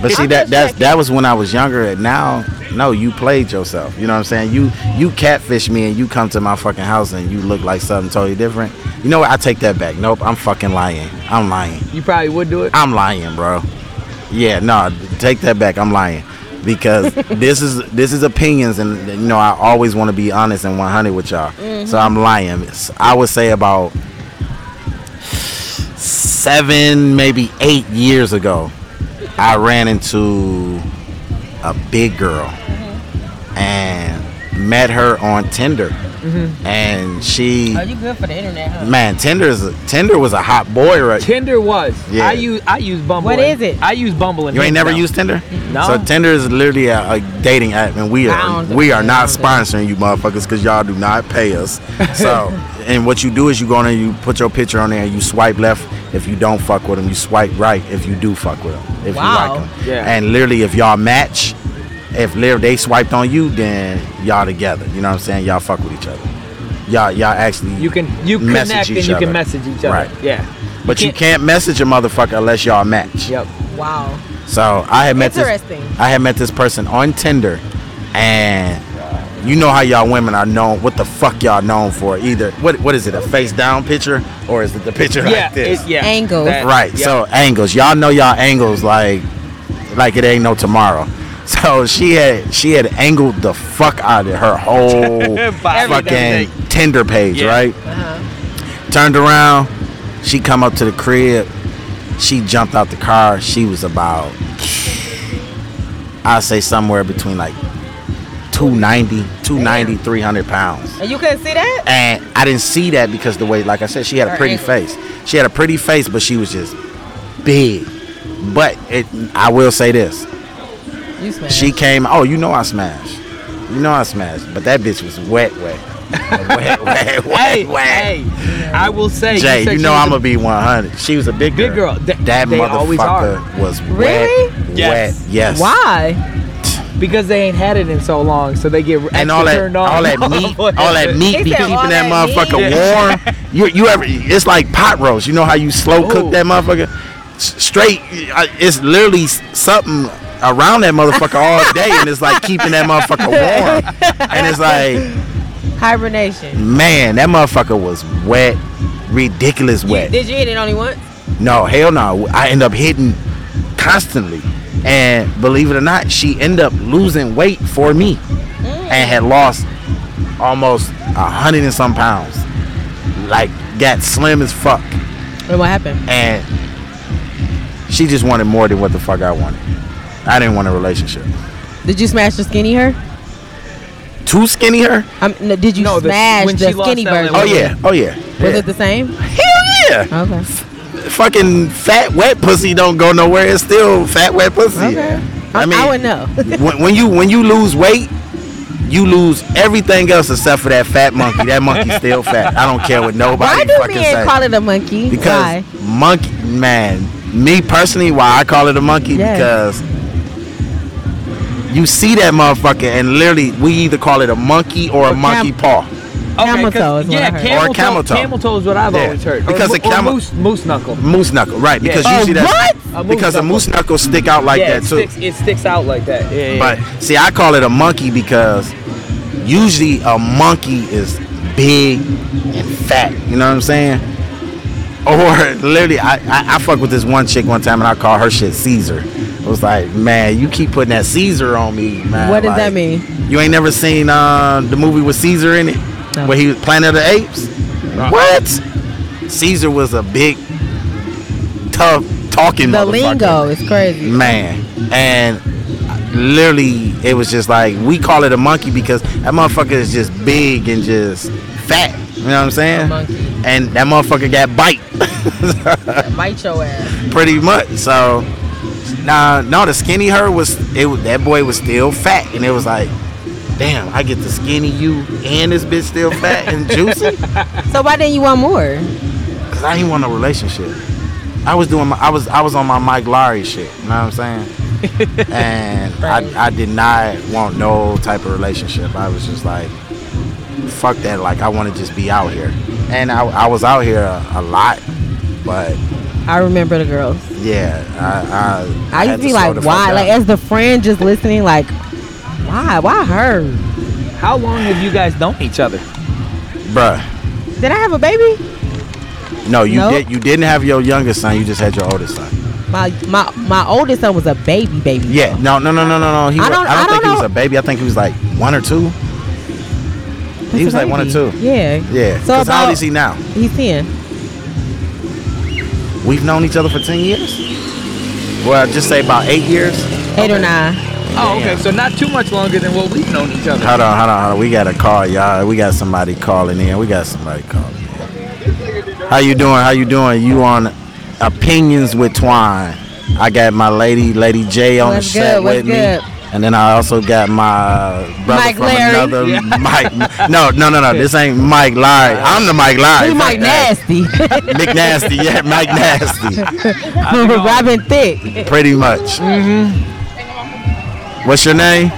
Speaker 1: But see that that's that was when I was younger. And now, no, you played yourself. You know what I'm saying? You you catfish me and you come to my fucking house and you look like something totally different. You know what? I take that back. Nope, I'm fucking lying. I'm lying.
Speaker 2: You probably would do it.
Speaker 1: I'm lying, bro. Yeah, no, take that back. I'm lying because this is this is opinions, and you know I always want to be honest and 100 with y'all. So I'm lying. S- I would say about seven, maybe eight years ago, I ran into a big girl and met her on Tinder, and she.
Speaker 5: you good for the internet? Huh?
Speaker 1: Man, Tinder is a, Tinder was a hot boy right
Speaker 2: Tinder was.
Speaker 1: Yeah.
Speaker 2: I use I use Bumble.
Speaker 5: What
Speaker 2: and-
Speaker 5: is it?
Speaker 2: I use Bumble. and
Speaker 1: You ain't never
Speaker 2: Hinge now.
Speaker 1: used Tinder?
Speaker 2: No.
Speaker 1: So Tinder is literally a, a dating app, and we
Speaker 5: I don't
Speaker 1: are
Speaker 5: do
Speaker 1: we are
Speaker 5: it.
Speaker 1: not
Speaker 5: I don't
Speaker 1: sponsoring you motherfuckers because y'all do not pay us. So, and what you do is you go on there, you put your picture on there, you swipe left if you don't fuck with them, you swipe right if you do fuck with them, if
Speaker 5: Wow.
Speaker 1: you like them.
Speaker 2: Yeah.
Speaker 1: And literally, if y'all match, if li- they swiped on you, then y'all together. You know what I'm saying? Y'all fuck with each other. Y'all y'all actually
Speaker 2: You can you
Speaker 1: message
Speaker 2: connect and
Speaker 1: each
Speaker 2: you can
Speaker 1: other.
Speaker 2: message each other.
Speaker 1: Right.
Speaker 2: Yeah.
Speaker 1: But you can't message a motherfucker unless y'all match.
Speaker 2: Yep.
Speaker 5: Wow.
Speaker 1: So I had met
Speaker 5: Interesting.
Speaker 1: this. I had met this person on Tinder, and you know how y'all women are known. What the fuck y'all known for? Either what what is it? A face down picture, or is it the picture
Speaker 2: Yeah.
Speaker 1: like this?
Speaker 2: It, yeah.
Speaker 5: Angles.
Speaker 1: Right.
Speaker 2: yeah.
Speaker 1: So angles. Y'all know y'all angles like like it ain't no tomorrow. So she had she had angled the fuck out of her whole
Speaker 2: Everything.
Speaker 1: fucking Tinder page,
Speaker 2: Yeah.
Speaker 1: right? Turned around, she come up to the crib, she jumped out the car. She was about I say somewhere between like 290, 290, 300 pounds.
Speaker 5: And you couldn't see that?
Speaker 1: And I didn't see that because the way, like I said, she had a
Speaker 5: Her
Speaker 1: pretty
Speaker 5: ankles.
Speaker 1: face. She had a pretty face, but she was just big. But it, I will say this:
Speaker 5: You smashed.
Speaker 1: she came. Oh, you know I smashed. You know I smashed. But that bitch was wet, wet, wet, wet, wet,
Speaker 2: Hey,
Speaker 1: wet.
Speaker 2: hey, I will say.
Speaker 1: Jay,
Speaker 2: said
Speaker 1: you
Speaker 2: she
Speaker 1: know
Speaker 2: was
Speaker 1: I'm gonna be 100. She was a big girl.
Speaker 2: Big girl. Th-
Speaker 1: that
Speaker 2: they always
Speaker 1: motherfucker was wet,
Speaker 5: Really?
Speaker 2: Yes.
Speaker 1: wet. Yes.
Speaker 5: Why?
Speaker 2: because they ain't had it in so long, so they get
Speaker 1: and all
Speaker 2: extra
Speaker 1: that,
Speaker 2: turned on. Oh,
Speaker 1: all that meat, all that meat
Speaker 5: He
Speaker 1: be
Speaker 5: said
Speaker 1: keeping that,
Speaker 5: all that
Speaker 1: motherfucker
Speaker 5: meat.
Speaker 1: warm. You, you ever? It's like pot roast. You know how you slow
Speaker 2: Ooh.
Speaker 1: cook that motherfucker? S- Straight. uh, It's literally s- something around that motherfucker all day, and it's like keeping that motherfucker warm. And it's like,
Speaker 5: Hibernation.
Speaker 1: man, that motherfucker was wet, ridiculous
Speaker 5: You,
Speaker 1: wet.
Speaker 5: did you hit it only once?
Speaker 1: No, hell no. I end up hitting constantly. And believe it or not, she ended up losing weight for me
Speaker 5: Mm.
Speaker 1: and had lost almost a hundred and some pounds. Like, got slim as fuck.
Speaker 5: And what happened?
Speaker 1: And she just wanted more than what the fuck I wanted. I didn't want a relationship.
Speaker 5: Did you smash the skinny her?
Speaker 1: Too skinny her?
Speaker 5: I'm, no, did you
Speaker 2: No, the-
Speaker 5: smash
Speaker 2: when
Speaker 5: the
Speaker 2: she lost
Speaker 5: skinny
Speaker 2: that
Speaker 5: version?
Speaker 1: Oh, yeah. Oh, yeah.
Speaker 5: Was
Speaker 1: Yeah.
Speaker 5: it Mm-hmm. the same?
Speaker 1: Hell yeah.
Speaker 5: Okay.
Speaker 1: fucking fat wet pussy don't go nowhere. It's still fat wet pussy.
Speaker 5: Okay. I- I would know.
Speaker 1: when, when you when you lose weight, you lose everything else except for that fat monkey. That monkey's still fat. I don't care what nobody
Speaker 5: Why do
Speaker 1: fucking
Speaker 5: men
Speaker 1: say.
Speaker 5: call it a monkey?
Speaker 1: because
Speaker 5: Why?
Speaker 1: monkey man, me personally, why I call it a monkey
Speaker 5: Yeah.
Speaker 1: because you see that motherfucker and literally we either call it a monkey or a
Speaker 5: Or
Speaker 1: monkey
Speaker 5: cam-
Speaker 1: paw.
Speaker 5: Camel toe is what I
Speaker 2: yeah,
Speaker 5: heard.
Speaker 2: camel
Speaker 1: Or camel
Speaker 2: toe.
Speaker 1: toe.
Speaker 2: Camel toe is what I've
Speaker 1: Yeah,
Speaker 2: always heard. Or
Speaker 1: because
Speaker 2: mo-
Speaker 1: a camel-
Speaker 2: or moose, moose knuckle.
Speaker 1: Moose knuckle, right?
Speaker 2: Yeah.
Speaker 1: Because
Speaker 2: Oh,
Speaker 1: usually that
Speaker 2: what? A moose
Speaker 1: because a
Speaker 2: knuckle.
Speaker 1: moose knuckle stick out like
Speaker 2: yeah,
Speaker 1: that
Speaker 2: it
Speaker 1: too.
Speaker 2: sticks, it sticks out like that. Yeah, yeah,
Speaker 1: But see, I call it a monkey because usually a monkey is big and fat. You know what I'm saying? Or literally, I, I, I fuck with this one chick one time and I call her shit Caesar. I was like, man, you keep putting that Caesar on me, man.
Speaker 5: What does that
Speaker 1: Like,
Speaker 5: mean?
Speaker 1: You ain't never seen uh, the movie with Caesar in it,
Speaker 5: No.
Speaker 1: where he was Planet of the Apes. What? Caesar was a big, tough talking.
Speaker 5: The
Speaker 1: motherfucker
Speaker 5: lingo is crazy.
Speaker 1: man and literally it was just like we call it a monkey because that motherfucker is just big and just fat you know what i'm saying
Speaker 5: monkey.
Speaker 1: and that motherfucker got bite
Speaker 5: Bite your ass.
Speaker 1: pretty much so nah no the skinny her was it was- that boy was still fat and it was like damn i get the skinny you and this bitch still fat and juicy
Speaker 5: So why didn't you want more?
Speaker 1: Cause I didn't want no relationship. I was doing my, I was I was on my Mike Lowry shit. You know what I'm saying? and I, I did not want no type of relationship. I was just like, fuck that. Like I want to just be out here. And I, I was out here a, a lot, but
Speaker 5: I remember the girls.
Speaker 1: yeah, I I,
Speaker 5: I
Speaker 1: had
Speaker 5: used to be
Speaker 1: slow the fuck
Speaker 5: like, why? Like
Speaker 1: down.
Speaker 5: as the friend just listening, like, why? Why her?
Speaker 2: How long have you guys known each other?
Speaker 1: bruh.
Speaker 5: Did I have a baby?
Speaker 1: No, you
Speaker 5: Nope.
Speaker 1: did you didn't have your youngest son. You just had your oldest son.
Speaker 5: My my my oldest son was a baby baby.
Speaker 1: Yeah, no, no, no, no, no, no. He
Speaker 5: I
Speaker 1: was,
Speaker 5: don't-
Speaker 1: I
Speaker 5: I
Speaker 1: don't
Speaker 5: don't
Speaker 1: think he was
Speaker 5: know.
Speaker 1: a baby. I think he was like one or two.
Speaker 5: That's
Speaker 1: he
Speaker 5: a
Speaker 1: was like one or
Speaker 5: baby.
Speaker 1: two.
Speaker 5: Yeah.
Speaker 1: Yeah.
Speaker 5: So
Speaker 1: Cause how old
Speaker 5: about-
Speaker 1: is he now?
Speaker 5: He's ten.
Speaker 1: We've known each other for 10 years? Well, I'd just say about eight years.
Speaker 5: Eight or nine.
Speaker 2: Oh, okay. So not too much longer than what we've known each other.
Speaker 1: Hold on, hold on, hold on. We got a call, y'all. We got somebody calling in. We got somebody calling in. How you doing? How you doing? You on Opinions with Twine. I got my lady, Lady J on
Speaker 5: What's
Speaker 1: the set
Speaker 5: good? What's
Speaker 1: with
Speaker 5: good?
Speaker 1: me. And then I also got my brother
Speaker 5: Mike
Speaker 1: from
Speaker 5: Larry.
Speaker 1: another Mike. No, no, no, no. This ain't Mike Larry. I'm the Mike Larry.
Speaker 5: He
Speaker 1: Fuck
Speaker 5: Mike
Speaker 1: that.
Speaker 5: Nasty.
Speaker 1: Mike Nasty. Yeah, Mike Nasty.
Speaker 5: From Robin Thick.
Speaker 1: Pretty much.
Speaker 7: Mm-hmm.
Speaker 1: What's your name?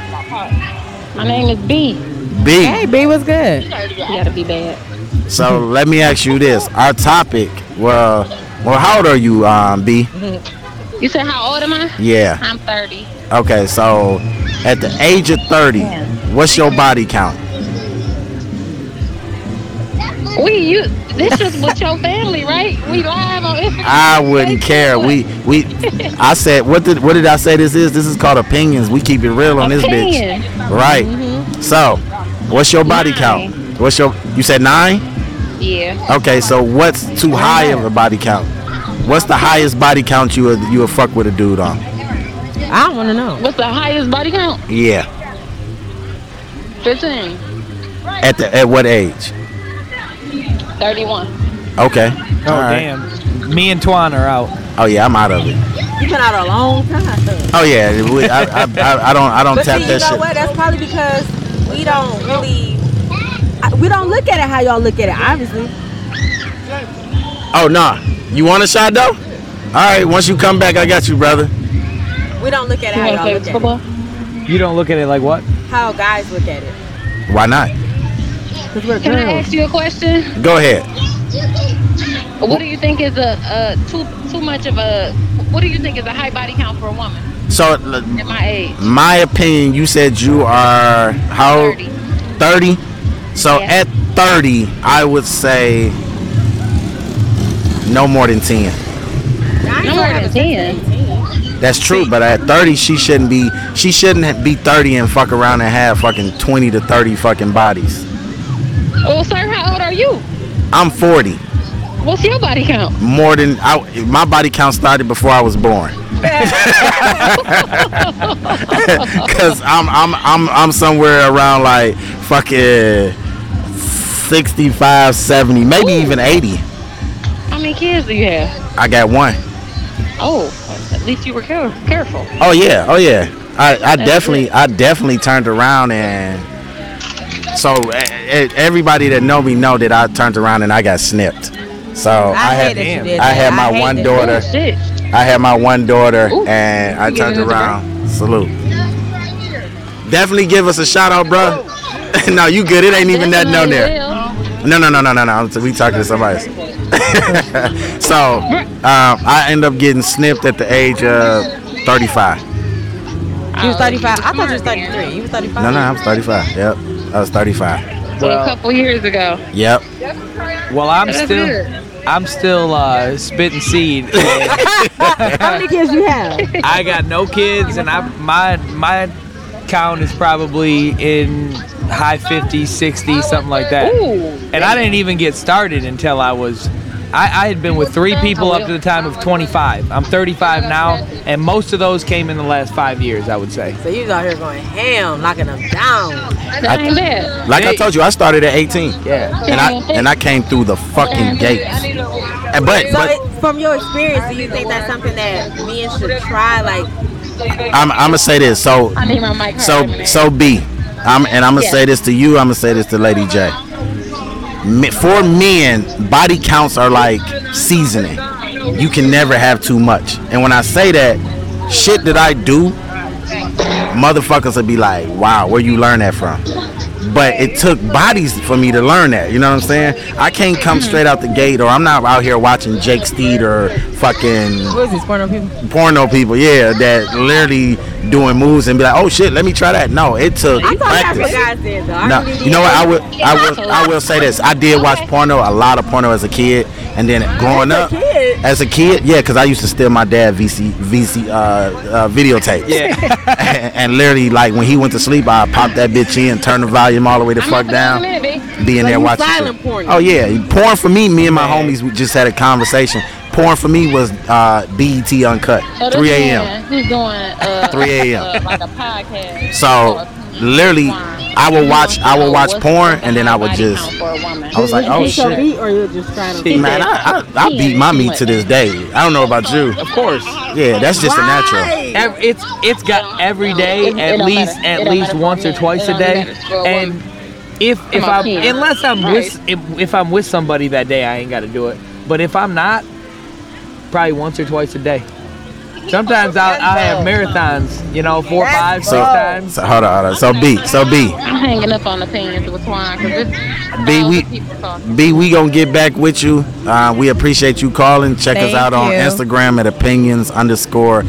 Speaker 7: My name is B.
Speaker 1: B.
Speaker 5: Hey, B was good.
Speaker 7: You gotta be bad.
Speaker 1: So let me ask you this: Our topic. Well, well, how old are you, um, B?
Speaker 7: You said how old am I?
Speaker 1: Yeah.
Speaker 7: I'm 30.
Speaker 1: Okay. So, at the age of thirty, what's your body count?
Speaker 7: We you this is with your family, right? We live on Instagram.
Speaker 1: I wouldn't care. We we. I said, what did what did I say? This is this is called opinions. We keep it real on this
Speaker 7: Opinion.
Speaker 1: bitch, right? So, what's your body count? What's your? You said nine.
Speaker 7: Yeah.
Speaker 1: Okay. So what's too high of a body count? What's the highest body count you would you would fuck with a dude on?
Speaker 5: I don't want to know.
Speaker 7: What's the highest body count?
Speaker 1: Yeah.
Speaker 7: 15.
Speaker 1: At the at what age?
Speaker 7: 31.
Speaker 1: Okay.
Speaker 2: Oh, damn. Me and Twan are out.
Speaker 1: Oh yeah, I'm out of it.
Speaker 5: You've been out a long time.
Speaker 1: Oh yeah, we, I, I, I, I don't I don't
Speaker 5: But
Speaker 1: tap
Speaker 5: see, you
Speaker 1: that
Speaker 5: know
Speaker 1: shit.
Speaker 5: what? That's probably because we don't really. I- We don't look at it how y'all look at it, obviously.
Speaker 1: Oh nah, you want a shot though? All right, once you come back, I got you, brother.
Speaker 5: We don't look at it
Speaker 7: You
Speaker 5: how
Speaker 7: wanna
Speaker 5: y'all
Speaker 7: play
Speaker 5: look at
Speaker 7: football?
Speaker 2: You don't look at it like what?
Speaker 5: it. How guys look at it.
Speaker 1: Why not?
Speaker 5: Because we're
Speaker 7: Can I
Speaker 5: girls.
Speaker 7: ask you a question?
Speaker 1: Go ahead.
Speaker 7: What do you think is a, a too too much of a what do you think is a high body count for a woman
Speaker 1: So, l-
Speaker 7: at my age?
Speaker 1: my opinion, you said you are how?
Speaker 7: 30.
Speaker 1: Thirty. So
Speaker 7: Yeah.
Speaker 1: at thirty, I would say no more than ten.
Speaker 7: No more than 10.
Speaker 1: That's true, but at 30, she shouldn't be. She shouldn't be 30 and fuck around and have fucking 20 to 30 fucking bodies.
Speaker 7: Well, Oh, sir, how old are you?
Speaker 1: I'm 40.
Speaker 7: What's your body count?
Speaker 1: More than I, my body count started before I was born. Cause I'm I'm I'm I'm somewhere around like fucking 65, 70, maybe even 80.
Speaker 7: How many kids do you have?
Speaker 1: I got one.
Speaker 7: Oh, at least you were care- careful.
Speaker 1: Oh yeah, oh yeah. I, I definitely I definitely turned around and so e- e- everybody that know me know that I turned around and I got snipped. So I,
Speaker 5: I, hate
Speaker 1: had
Speaker 5: that you
Speaker 2: damn.
Speaker 5: did
Speaker 1: I
Speaker 5: that.
Speaker 1: had my
Speaker 5: hate
Speaker 1: one
Speaker 5: that.
Speaker 7: Oh,
Speaker 1: daughter.
Speaker 7: shit.
Speaker 1: I had my one daughter
Speaker 7: Ooh.
Speaker 1: and I
Speaker 7: You get
Speaker 1: turned
Speaker 7: another
Speaker 1: around. Salute. Definitely give us a shout out, bro. no, you good. It ain't even nothing on
Speaker 7: Definitely
Speaker 1: there.
Speaker 7: will.
Speaker 1: No, no, no, no, no, no. I'm- We talking to somebody. else. so um, I end up getting snipped at the age of 35.
Speaker 5: You was 35. I thought you was
Speaker 7: Smart, man.
Speaker 5: 33. You was 35.
Speaker 1: No, no, I'm 35. Yep, I was 35.
Speaker 7: So a couple years ago.
Speaker 1: Yep.
Speaker 2: Well, I'm
Speaker 7: That's
Speaker 2: still
Speaker 7: it.
Speaker 2: I'm still uh, spitting seed.
Speaker 5: How many kids you have?
Speaker 2: I got no kids, and I my my count is probably in high 50s, 60s, something like that. And I didn't even get started until I was. I, I had been with three people up to the time of 25. I'm 35 now, and most of those came in the last five years, I would say.
Speaker 5: So you was out here going ham, knocking them down.
Speaker 7: That's ain't it.
Speaker 1: Like I told you, I started at 18,
Speaker 2: Yeah.
Speaker 1: and I and I came through the fucking gates. And but
Speaker 5: So
Speaker 1: but
Speaker 5: it, from your experience, do you think that's something that men should try? Like,
Speaker 1: I'm I'm gonna say this. So
Speaker 7: I need my mic.
Speaker 1: So so B, I'm and I'm gonna say this to you. I'm gonna say this to Lady J. Me- For men, body counts are like seasoning. You can never have too much. And when I say that, shit that I do, motherfuckers will be like, "Wow, where you learn that from?" But it took bodies for me to learn that. You know what I'm saying? I can't come
Speaker 7: Mm-hmm.
Speaker 1: straight out the gate, or I'm not out here watching Jake Steed or fucking
Speaker 5: what is this, porno people?
Speaker 1: porno people, yeah, that literally doing moves and be like, oh shit, let me try that. No, it took
Speaker 5: I thought that's what
Speaker 1: practice.
Speaker 5: guys did, though. I
Speaker 1: No,
Speaker 5: really
Speaker 1: you know what? I
Speaker 5: did.
Speaker 1: will, I will, I will say this. I did watch porno, a lot of porno as a kid, and then growing
Speaker 5: As a
Speaker 1: up
Speaker 5: kid?
Speaker 1: as a kid, yeah, because I used to steal my dad VC, VC, uh, uh, videotapes.
Speaker 2: Yeah.
Speaker 1: and, literally, like when he went to sleep, I popped that bitch in, turned the volume all the way the fuck down, be in
Speaker 5: So
Speaker 1: there
Speaker 5: you
Speaker 1: watching.
Speaker 5: silent
Speaker 1: shit.
Speaker 5: porn.
Speaker 1: Oh yeah, porn for me. Me and my
Speaker 2: Man.
Speaker 1: homies we just had a conversation. Porn for me was uh, BET
Speaker 5: Oh,
Speaker 1: Uncut,
Speaker 7: Oh,
Speaker 1: 3 a.m.
Speaker 7: He's doing uh,
Speaker 1: 3 a.m..
Speaker 7: uh, like a podcast.
Speaker 1: So literally, I will watch I will watch porn and then I would
Speaker 7: Body
Speaker 1: just
Speaker 7: count for a woman.
Speaker 1: I was like, oh shit,
Speaker 5: or you're just trying to.
Speaker 1: man, I, I I beat my meat to this day. I don't know about you.
Speaker 2: Of course.
Speaker 1: Yeah, that's just a natural.
Speaker 2: Ev- it's it's got every day
Speaker 7: It- it
Speaker 2: at
Speaker 7: don't
Speaker 2: least
Speaker 7: matter. It
Speaker 2: at
Speaker 7: don't
Speaker 2: least
Speaker 7: matter
Speaker 2: once
Speaker 7: for
Speaker 2: or
Speaker 7: men. It
Speaker 2: twice a
Speaker 7: only
Speaker 2: day,
Speaker 7: matters for a
Speaker 2: and if if
Speaker 7: For my
Speaker 2: I
Speaker 7: kids.
Speaker 2: unless I'm
Speaker 7: Right.
Speaker 2: with if, if I'm with somebody that day, I ain't got to do it. But if I'm not, probably once or twice a day. Sometimes I'll, I have marathons, you know, four, five, six
Speaker 1: So,
Speaker 2: times.
Speaker 1: so hold on, hold on. So B, so B,
Speaker 7: I'm hanging up on opinions with Juan because it's
Speaker 1: B,
Speaker 7: all
Speaker 1: we-
Speaker 7: the people talking.
Speaker 1: B, we gonna get back with you. Uh, we appreciate you calling. Check us
Speaker 5: Thank
Speaker 1: out on
Speaker 5: you.
Speaker 1: Instagram at opinions underscore.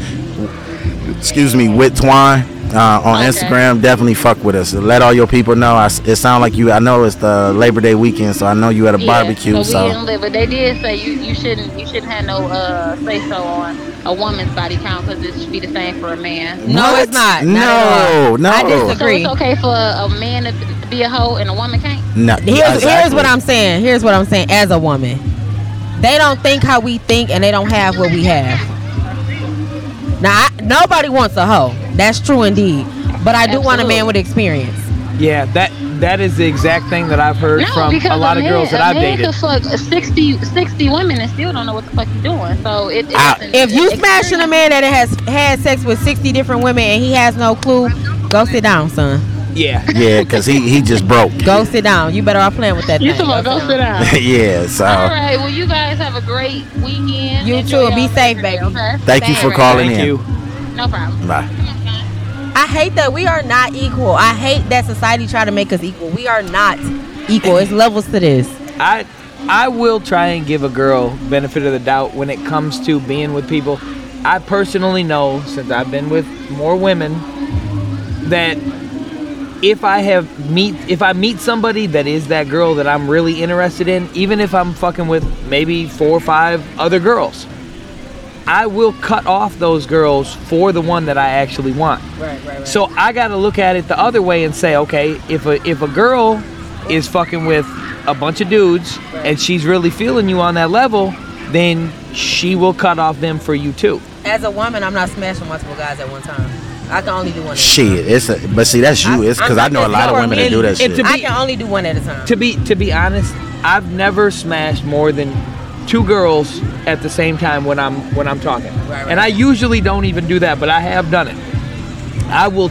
Speaker 1: Excuse me, with twine. Uh, on
Speaker 7: Okay.
Speaker 1: Instagram, definitely fuck with us. Let all your people know. I s it sound like you. I know it's the Labor Day weekend, so I know you at a
Speaker 7: Yeah,
Speaker 1: barbecue.
Speaker 7: So we
Speaker 1: So,
Speaker 7: didn't live, but they did say you, you shouldn't you shouldn't have no uh, say so on a woman's body count because it should be the same for a man.
Speaker 5: No,
Speaker 1: What?
Speaker 5: it's not. Not at
Speaker 1: No,
Speaker 5: all.
Speaker 1: no.
Speaker 5: I
Speaker 7: So
Speaker 5: disagree.
Speaker 7: it's okay for a, a man to, to be a hoe and a woman can't.
Speaker 1: No,
Speaker 5: Here's, here's
Speaker 1: exactly.
Speaker 5: what I'm saying. Here's what I'm saying as a woman. They don't think how we think and they don't have what we have. Now, I, nobody wants a hoe. That's true indeed. But I do want a
Speaker 7: Absolutely.
Speaker 5: man with experience.
Speaker 2: Yeah, that that is the exact thing that I've heard from a lot of
Speaker 7: man-
Speaker 2: girls that
Speaker 7: a
Speaker 2: I've
Speaker 7: man
Speaker 2: dated.
Speaker 7: Could fuck 60, 60 women and still don't know what the fuck he's doing. So it, it
Speaker 1: I-
Speaker 7: doesn't-
Speaker 5: If you
Speaker 7: it-
Speaker 5: smashing a man that has had sex with 60 different women and he has no clue, go sit down, son.
Speaker 2: Yeah,
Speaker 1: Yeah, because he, he just broke.
Speaker 5: Go sit down. You better off playing with that
Speaker 7: you
Speaker 5: thing.
Speaker 7: talking about go sit down.
Speaker 1: yeah,
Speaker 7: All
Speaker 1: so
Speaker 7: right. Well, you guys have a great weekend.
Speaker 5: You
Speaker 7: Enjoy
Speaker 5: too. Be
Speaker 7: y'all
Speaker 5: safe,
Speaker 7: Labor
Speaker 5: baby.
Speaker 7: Day, Okay?
Speaker 1: Thank you for
Speaker 7: Saturday.
Speaker 1: calling.
Speaker 2: thank
Speaker 1: in.
Speaker 2: you.
Speaker 7: No problem.
Speaker 1: bye.
Speaker 5: I hate that we are not equal. I hate that society try to make us equal. We are not equal. It's levels to this.
Speaker 2: I I will try and give a girl benefit of the doubt when it comes to being with people. I personally know since I've been with more women that if I have meet if I meet somebody that is that girl that I'm really interested in, even if I'm fucking with maybe four or five other girls, I will cut off those girls for the one that I actually want.
Speaker 5: Right, right, right.
Speaker 2: So I got to look at it the other way and say, okay, if a if a girl is fucking with a bunch of dudes and she's really feeling you on that level, then she will cut off them for you too.
Speaker 5: As a woman, I'm not smashing multiple guys at one time. I can only do one. At
Speaker 1: Shit, it's a, but see that's you. It's because I know a lot of women that do that
Speaker 5: a
Speaker 1: shit.
Speaker 5: time. I can only do one at a time.
Speaker 2: To be to be honest, I've never smashed more than two girls at the same time when I'm when I'm talking.
Speaker 5: right.
Speaker 2: And I usually don't even do that, but I have done it. I will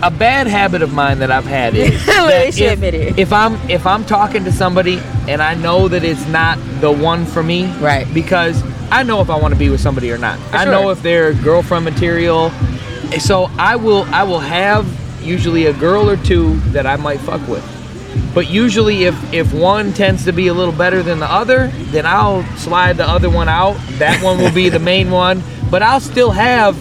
Speaker 2: a bad habit of mine that I've had is
Speaker 5: Well,
Speaker 2: that
Speaker 5: they should
Speaker 2: if,
Speaker 5: admit it.
Speaker 2: if I'm if I'm talking to somebody and I know that it's not the one for me,
Speaker 5: Right.
Speaker 2: Because I know if I want to be with somebody or not. I know
Speaker 5: sure.
Speaker 2: if they're girlfriend material. So I will I will have usually a girl or two that I might fuck with. But usually if if one tends to be a little better than the other, then I'll slide the other one out. That one will be the main one, but I'll still have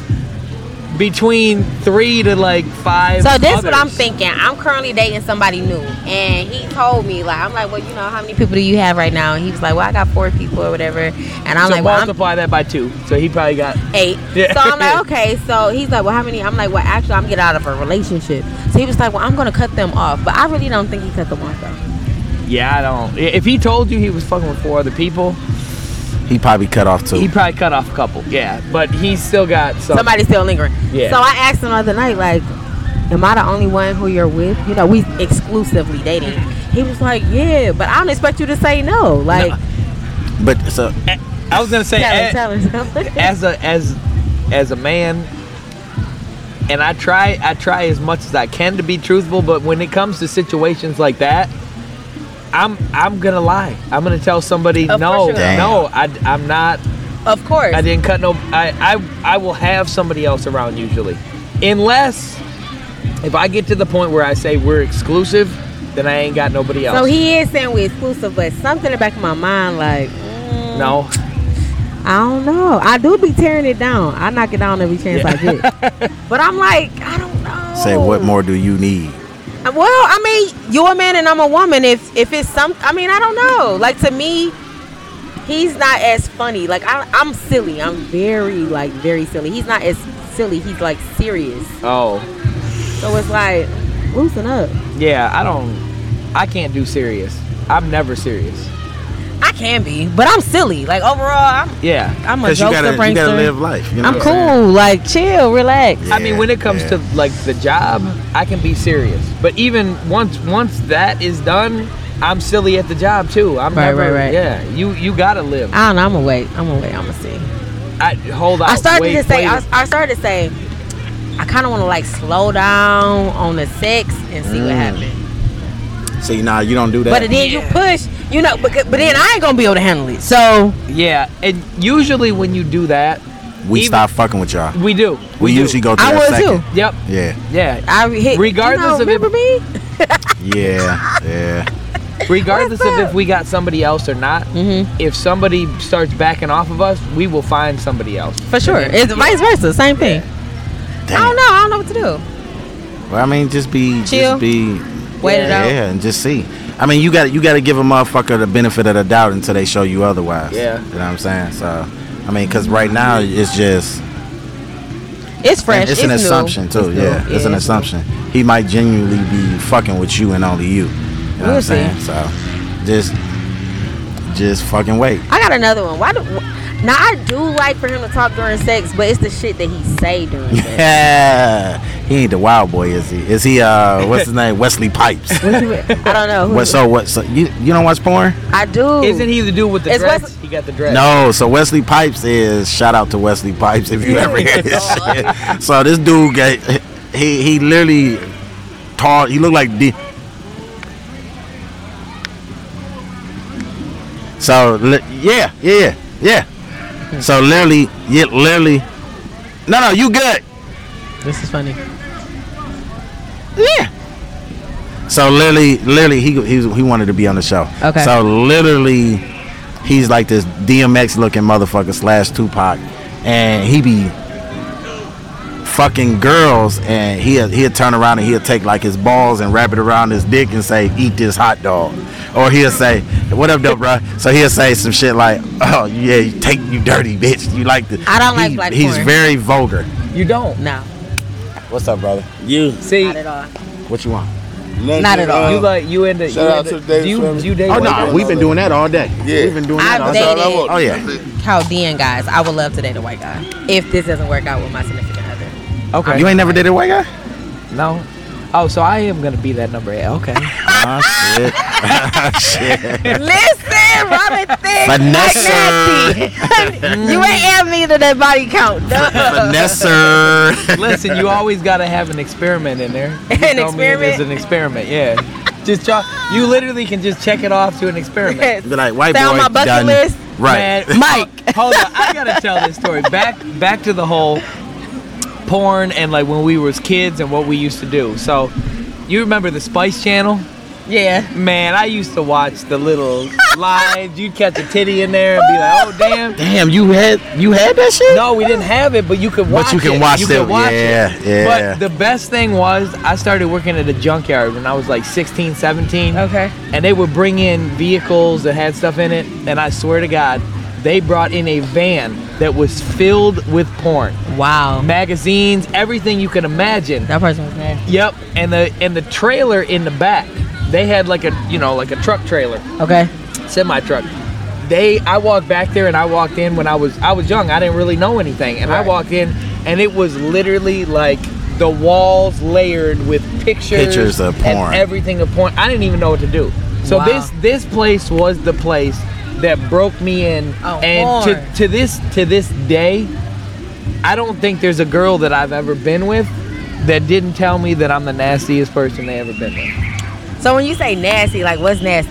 Speaker 2: between three to like five.
Speaker 5: So this is what I'm
Speaker 2: others.
Speaker 5: thinking. I'm currently dating somebody new, and he told me like, I'm like, well, you know, how many people do you have right now? And he was like, well, I got four people or whatever. And I'm
Speaker 2: so
Speaker 5: like, well, I'm
Speaker 2: multiply that by two. So he probably got.
Speaker 5: eight.
Speaker 2: Yeah.
Speaker 5: So I'm like, okay. So he's like, well, how many? I'm like, well, actually, I'm getting out of a relationship. So he was like, well, I'm gonna cut them off, but I really don't think he cut them off though.
Speaker 2: Yeah, I don't. If he told you he was fucking with four other people,
Speaker 1: He probably cut off too.
Speaker 2: he probably cut off a couple. Yeah, but he still got some.
Speaker 5: Somebody's still lingering.
Speaker 2: Yeah.
Speaker 5: So I asked him the other night, like, am I the only one who you're with? You know, we exclusively dating. He was like, yeah, but I don't expect you to say no. Like,
Speaker 1: but so
Speaker 2: I was gonna say.
Speaker 5: tell her,
Speaker 2: eh,
Speaker 5: tell her something.
Speaker 2: as a as as a man and I try I try as much as I can to be truthful, but when it comes to situations like that, I'm I'm gonna lie. I'm gonna tell somebody
Speaker 5: Of
Speaker 2: no,
Speaker 5: course
Speaker 1: you're gonna
Speaker 2: no, I, I'm not.
Speaker 5: Of course.
Speaker 2: I didn't cut no. I, I I will have somebody else around usually, unless if I get to the point where I say we're exclusive, then I ain't got nobody else.
Speaker 5: So he is saying we're exclusive, but something in the back of my mind, like, mm,
Speaker 2: no.
Speaker 5: I don't know. I do be tearing it down. I knock it down every chance I get. But I'm like, I don't know.
Speaker 1: say what more do you need?
Speaker 5: Well, I mean, you're a man and I'm a woman. If if it's some, I mean, I don't know. Like to me, he's not as funny. Like I, I'm silly. I'm very like very silly. He's not as silly. He's like serious.
Speaker 2: Oh
Speaker 5: So it's like loosen up.
Speaker 2: yeah, I don't. I can't do serious. I'm never serious.
Speaker 5: I can be, but I'm silly. Like overall, I'm
Speaker 2: Yeah.
Speaker 5: I'm a
Speaker 1: Because you
Speaker 5: joker
Speaker 1: gotta
Speaker 5: prankster.
Speaker 1: you gotta live life. You know
Speaker 5: I'm
Speaker 1: what saying?
Speaker 5: cool. Like chill, relax.
Speaker 2: I mean,
Speaker 1: Yeah,
Speaker 2: when it comes
Speaker 1: yeah.
Speaker 2: to like the job, I can be serious. But even once once that is done, I'm silly at the job too. I'm
Speaker 5: Right,
Speaker 2: never,
Speaker 5: right, right.
Speaker 2: Yeah, you you gotta live.
Speaker 5: I don't know. I'm gonna wait. I'm gonna wait. I'm gonna see.
Speaker 2: I hold on.
Speaker 5: I started to say. I, I started to say. I kind of want to like slow down on the sex and see what happens.
Speaker 1: See, nah, you don't do that.
Speaker 5: But then you push, you know. But, but then I ain't gonna be able to handle it. So
Speaker 2: yeah, and usually when you do that,
Speaker 1: we
Speaker 2: even-
Speaker 1: stop fucking with y'all.
Speaker 2: we do.
Speaker 1: We,
Speaker 2: do.
Speaker 1: usually go to
Speaker 5: I
Speaker 1: that
Speaker 5: will
Speaker 1: second.
Speaker 2: Yep.
Speaker 1: Yeah,
Speaker 2: Yeah.
Speaker 5: I re- hit.
Speaker 2: Regardless
Speaker 5: you
Speaker 2: of it-
Speaker 5: know, remember me?
Speaker 1: yeah, yeah.
Speaker 2: Regardless of
Speaker 5: What's
Speaker 2: if
Speaker 5: up?
Speaker 2: we got somebody else or not,
Speaker 5: Mm-hmm.
Speaker 2: if somebody starts backing off of us, we will find somebody else.
Speaker 5: For sure. It's vice versa. Same thing. I
Speaker 1: Damn.
Speaker 5: don't know. I don't know what to do.
Speaker 1: Well, I mean, just be,
Speaker 5: Chill.
Speaker 1: just be,
Speaker 5: Wait it
Speaker 1: yeah,
Speaker 5: out.
Speaker 1: and just see. I mean, you got you got to give a motherfucker the benefit of the doubt until they show you otherwise.
Speaker 2: Yeah.
Speaker 1: you know what I'm saying. So, I mean, because right now it's just
Speaker 5: It's fresh.
Speaker 1: it's, an
Speaker 5: new.
Speaker 1: assumption too.
Speaker 5: It's new.
Speaker 1: yeah, it's an
Speaker 5: new.
Speaker 1: assumption. He might genuinely be fucking with you and only you. You know what I'm
Speaker 5: We'll see.
Speaker 1: saying? So, just just fucking wait.
Speaker 5: I got another one. Why do? wh- Now I do like for him to talk during sex, but it's the shit that he say during sex.
Speaker 1: Yeah, he ain't the wild boy, is he? Is he? Uh, what's his name? Wesley Pipes.
Speaker 5: What you- I don't know. Who
Speaker 1: what? So what? So you you don't watch porn?
Speaker 5: I do.
Speaker 2: Isn't he the dude with the
Speaker 5: It's
Speaker 2: dress?
Speaker 5: Wes-
Speaker 2: he got the dress.
Speaker 1: No, so Wesley Pipes is shout out to Wesley Pipes if you ever hear this shit. So this dude got he he literally tall. He looked like D. So li- yeah, yeah, yeah. So literally, yeah, literally. No, no, you good.
Speaker 5: This is funny.
Speaker 1: Yeah. So literally, literally, he he, was- he wanted to be on the show.
Speaker 5: Okay.
Speaker 1: So literally, he's like this DMX looking motherfucker slash Tupac, and he be fucking girls, and he will he'll turn around and he'll take like his balls and wrap it around his dick and say, "Eat this hot dog," or he'll say, "What up, though, bro?" So he'll say some shit like, "Oh yeah, you take you dirty bitch, you like the."
Speaker 5: I don't like
Speaker 1: He-
Speaker 5: black
Speaker 1: He's
Speaker 5: porn.
Speaker 1: very vulgar.
Speaker 2: You don't.
Speaker 5: No,
Speaker 1: What's up, brother? You
Speaker 2: See,
Speaker 5: not at all.
Speaker 1: what you want?
Speaker 5: Not at all.
Speaker 2: You like you end up.
Speaker 6: Shout
Speaker 2: you
Speaker 6: out
Speaker 2: end
Speaker 6: to
Speaker 2: up-
Speaker 6: David
Speaker 2: do you,
Speaker 6: Fleming.
Speaker 2: do you date
Speaker 1: Oh
Speaker 2: white
Speaker 1: no,
Speaker 2: girls?
Speaker 1: we've been doing that all day.
Speaker 6: Yeah.
Speaker 1: we've been doing that.
Speaker 5: I've
Speaker 1: all day.
Speaker 5: dated-
Speaker 1: Oh yeah,
Speaker 5: Chaldean guys. I would love to date a white guy. If this doesn't work out with my significant other.
Speaker 2: Okay.
Speaker 1: you ain't never dated a white guy.
Speaker 2: no. Oh, so I am gonna be that number eight. Okay.
Speaker 1: Ah shit,
Speaker 5: Listen, Robin, think like
Speaker 1: Vanessa.
Speaker 5: nasty. you ain't add me to that body count. No.
Speaker 1: Vanessa.
Speaker 2: Listen, you always gotta have an experiment in there. You
Speaker 5: An
Speaker 2: tell me it is
Speaker 5: experiment?
Speaker 2: an experiment. Yeah. Just try, you literally can just check it off to an experiment.
Speaker 1: Be like white
Speaker 5: Stay on
Speaker 1: boy
Speaker 5: my bucket
Speaker 1: done.
Speaker 5: list.
Speaker 1: Right.
Speaker 2: Man,
Speaker 5: Mike.
Speaker 2: oh, hold on, I gotta tell this story. Back back to the whole porn and like when we was kids and what we used to do. So, you remember the Spice Channel?
Speaker 5: Yeah.
Speaker 2: Man, I used to watch the little lines. You'd catch a titty in there and be like, oh damn.
Speaker 1: Damn, you had you had that shit?
Speaker 2: No, we didn't have it, but you could watch
Speaker 1: But you can
Speaker 2: it.
Speaker 1: watch
Speaker 2: you
Speaker 1: it.
Speaker 2: Could watch
Speaker 1: Yeah,
Speaker 2: it.
Speaker 1: yeah.
Speaker 2: But the best thing was I started working at a junkyard when I was like 16, 17.
Speaker 5: Okay.
Speaker 2: And they would bring in vehicles that had stuff in it, and I swear to God, they brought in a van that was filled with porn.
Speaker 5: Wow.
Speaker 2: Magazines, everything you can imagine.
Speaker 5: That person was mad.
Speaker 2: Yep, and the and the trailer in the back, they had like a you know like a truck trailer,
Speaker 5: Okay.
Speaker 2: semi truck. They I walked back there and I walked in when I was I was young. I didn't really know anything, and I
Speaker 5: Right.
Speaker 2: walked in and it was literally like the walls layered with pictures,
Speaker 1: Pictures of
Speaker 2: and
Speaker 1: porn.
Speaker 2: everything of porn. I didn't even know what to do. So
Speaker 5: Wow.
Speaker 2: this this place was the place that broke me in,
Speaker 5: Oh,
Speaker 2: and
Speaker 5: porn.
Speaker 2: to, to this to this day, I don't think there's a girl that I've ever been with that didn't tell me that I'm the nastiest person they ever been with.
Speaker 5: So when you say nasty, like what's nasty?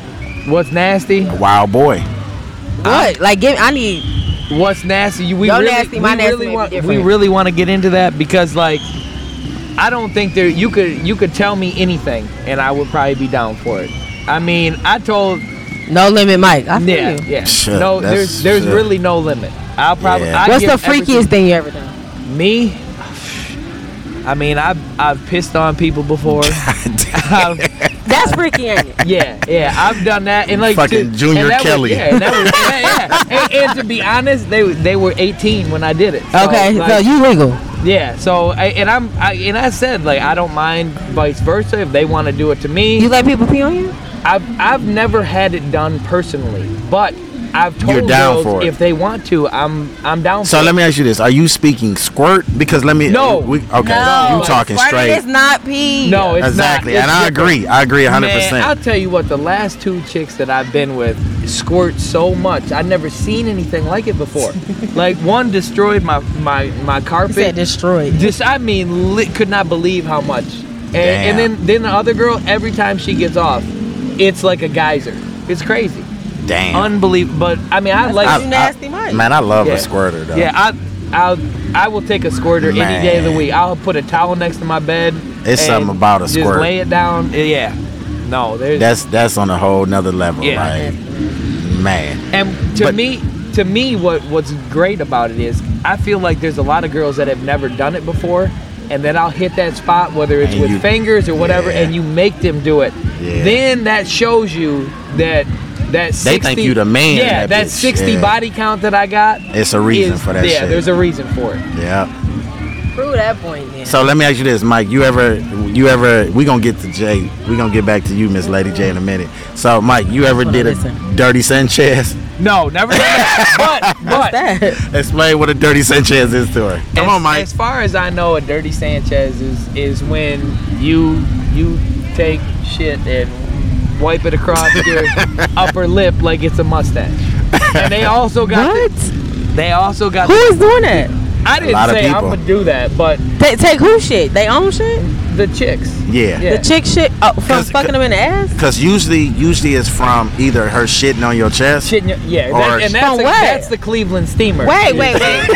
Speaker 2: What's nasty?
Speaker 1: Wow boy.
Speaker 5: What? like give I need
Speaker 2: What's nasty? You- We
Speaker 5: Your
Speaker 2: really,
Speaker 5: nasty,
Speaker 2: we
Speaker 5: my nasty
Speaker 2: really
Speaker 5: may be
Speaker 2: want, we
Speaker 5: different.
Speaker 2: really want to get into that because like I don't think there you could you could tell me anything and I would probably be down for it. I mean, I told
Speaker 5: no limit Mike. I feel
Speaker 2: yeah,
Speaker 5: you.
Speaker 2: yeah.
Speaker 1: Shit,
Speaker 2: no,
Speaker 1: that's-
Speaker 2: there's there's
Speaker 1: yeah.
Speaker 2: really no limit. I'll probably
Speaker 1: Yeah.
Speaker 2: I'd
Speaker 5: What's
Speaker 2: give
Speaker 5: the
Speaker 2: everything-
Speaker 5: freakiest thing you ever done?
Speaker 2: Me? I mean, I've I've pissed on people before. I've-
Speaker 5: Um, That's freaky, ain't it?
Speaker 2: yeah, yeah, I've done that, and like
Speaker 1: Fucking
Speaker 2: to-
Speaker 1: Junior
Speaker 2: and that was-
Speaker 1: Kelly.
Speaker 2: yeah, and that was- yeah, yeah. And, and to be honest, they they were 18 when I did it. So,
Speaker 5: Okay,
Speaker 2: like,
Speaker 5: so you legal.
Speaker 2: yeah. So I, and I'm I, and I said like I don't mind vice versa if they want to do it to me.
Speaker 5: You let people pee on you?
Speaker 2: I've I've never had it done personally, but I've told
Speaker 1: You're down
Speaker 2: girls
Speaker 1: for it.
Speaker 2: if they want to, I'm I'm down.
Speaker 1: So
Speaker 2: for
Speaker 1: let
Speaker 2: it.
Speaker 1: me ask you this: Are you speaking squirt? Because let me.
Speaker 2: No.
Speaker 1: We, okay.
Speaker 5: No.
Speaker 1: You talking
Speaker 5: Squirting
Speaker 1: straight?
Speaker 5: is not pee.
Speaker 2: No, it's
Speaker 1: exactly,
Speaker 2: not.
Speaker 1: and
Speaker 2: It's
Speaker 1: I
Speaker 2: different.
Speaker 1: agree. I agree hundred
Speaker 2: Man, I'll
Speaker 1: percent.
Speaker 2: tell you what, the last two chicks that I've been with squirt so much. I've never seen anything like it before. like one destroyed my my my
Speaker 5: He
Speaker 2: carpet.
Speaker 5: said destroyed.
Speaker 2: Just I mean, lit, could not believe how much. And,
Speaker 1: Damn.
Speaker 2: and then then the other girl, every time she gets off, it's like a geyser. It's crazy,
Speaker 1: Damn.
Speaker 2: unbelievable. But I mean, I like.
Speaker 1: I-
Speaker 5: you nasty Mike.
Speaker 1: Man, I love
Speaker 2: Yeah.
Speaker 1: a squirter though.
Speaker 2: yeah, I I I will take a squirter any day of the
Speaker 1: Man.
Speaker 2: week. I'll put a towel next to my bed.
Speaker 1: It's
Speaker 2: and
Speaker 1: something about a
Speaker 2: just
Speaker 1: squirt.
Speaker 2: lay it down. Yeah. No, there's
Speaker 1: That's that's on a whole nother level.
Speaker 2: Yeah.
Speaker 1: Like, man.
Speaker 2: And to
Speaker 1: But-
Speaker 2: me, to me, what what's great about it is I feel like there's a lot of girls that have never done it before, and then I'll hit that spot whether it's
Speaker 1: And
Speaker 2: with
Speaker 1: you-
Speaker 2: fingers or whatever,
Speaker 1: Yeah.
Speaker 2: and you make them do it.
Speaker 1: Yeah.
Speaker 2: Then that shows you that that 60,
Speaker 1: They think you the man in
Speaker 2: Yeah,
Speaker 1: that
Speaker 2: that,
Speaker 1: bitch,
Speaker 2: 60
Speaker 1: yeah.
Speaker 2: body count that I got.
Speaker 1: It's a reason
Speaker 2: is-
Speaker 1: for that
Speaker 2: Yeah,
Speaker 1: shit.
Speaker 2: there's a reason for it.
Speaker 1: Yeah.
Speaker 5: Prove that point then.
Speaker 1: So let me ask you this, Mike. You ever, you ever? We gonna get to Jay. We gonna get back to you, Miss Lady J, in a minute. So, Mike, you ever did a
Speaker 5: Listen.
Speaker 1: dirty Sanchez?
Speaker 2: No, never. done that. but but
Speaker 5: that?
Speaker 1: Explain what a dirty Sanchez is to her. Come
Speaker 2: as,
Speaker 1: on, Mike.
Speaker 2: As far as I know, a dirty Sanchez is is when you you take shit and wipe it across your upper lip like it's a mustache. And they also got the-
Speaker 5: What?
Speaker 2: they also got
Speaker 5: Who
Speaker 2: the-
Speaker 5: is doing that?
Speaker 2: I didn't
Speaker 1: lot of
Speaker 2: say I'm
Speaker 1: people.
Speaker 2: gonna do that, but
Speaker 5: They take who shit? They own shit?
Speaker 2: the chicks.
Speaker 1: Yeah.
Speaker 2: Yeah.
Speaker 5: The chick shit? Oh, from
Speaker 1: Cause-
Speaker 5: fucking them in the ass?
Speaker 1: Cause usually, usually it's from either her shitting on your chest.
Speaker 2: Shit, in your- yeah,
Speaker 1: Or-
Speaker 2: that, and that's,
Speaker 5: From
Speaker 2: a-
Speaker 5: what?
Speaker 2: that's the Cleveland steamer.
Speaker 5: Wait, wait, wait.
Speaker 2: that's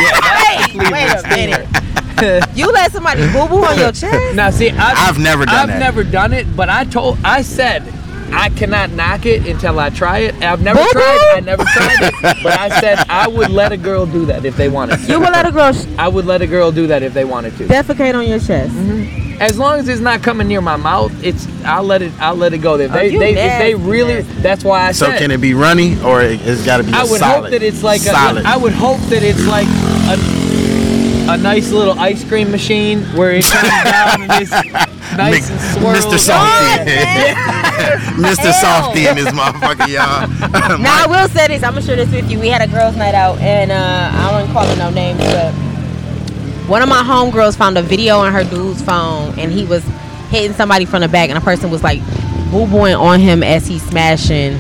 Speaker 2: the
Speaker 5: Wait, wait a minute. You let somebody boo boo on your chest?
Speaker 2: Now, see, I've,
Speaker 1: I've never done
Speaker 2: I've
Speaker 1: that.
Speaker 2: never done it, but I told, I said, I cannot knock it until I try it. I've never
Speaker 5: Boo-boo?
Speaker 2: tried. I never tried it, but I said I would let a girl do that if they wanted. To.
Speaker 5: You will let a girl sh-
Speaker 2: I would let a girl do that if they wanted to.
Speaker 5: defecate on your chest.
Speaker 2: As long as it's not coming near my mouth, it's I'll let it. I'll let it go. If
Speaker 5: Oh,
Speaker 2: they,
Speaker 5: you
Speaker 2: they, if they
Speaker 5: nasty,
Speaker 2: really, that's why I
Speaker 1: So
Speaker 2: said.
Speaker 1: can it be runny or it, it's got to be?
Speaker 2: I
Speaker 1: a
Speaker 2: would
Speaker 1: solid,
Speaker 2: hope that it's like a,
Speaker 1: solid.
Speaker 2: I would hope that it's like a, a nice little ice cream machine where it comes down and it's nice
Speaker 1: Mc-
Speaker 2: and swirls.
Speaker 1: Mr.
Speaker 5: God,
Speaker 1: Softy,
Speaker 5: Ew.
Speaker 1: Mr. Softy, and this motherfucker, y'all.
Speaker 5: Now I will say this. I'm gonna share this with you. We had a girls' night out, and uh, I won't call it no names, but one of my homegirls found a video on her dude's phone, and he was hitting somebody from the back, and a person was like boo booing on him as he's smashing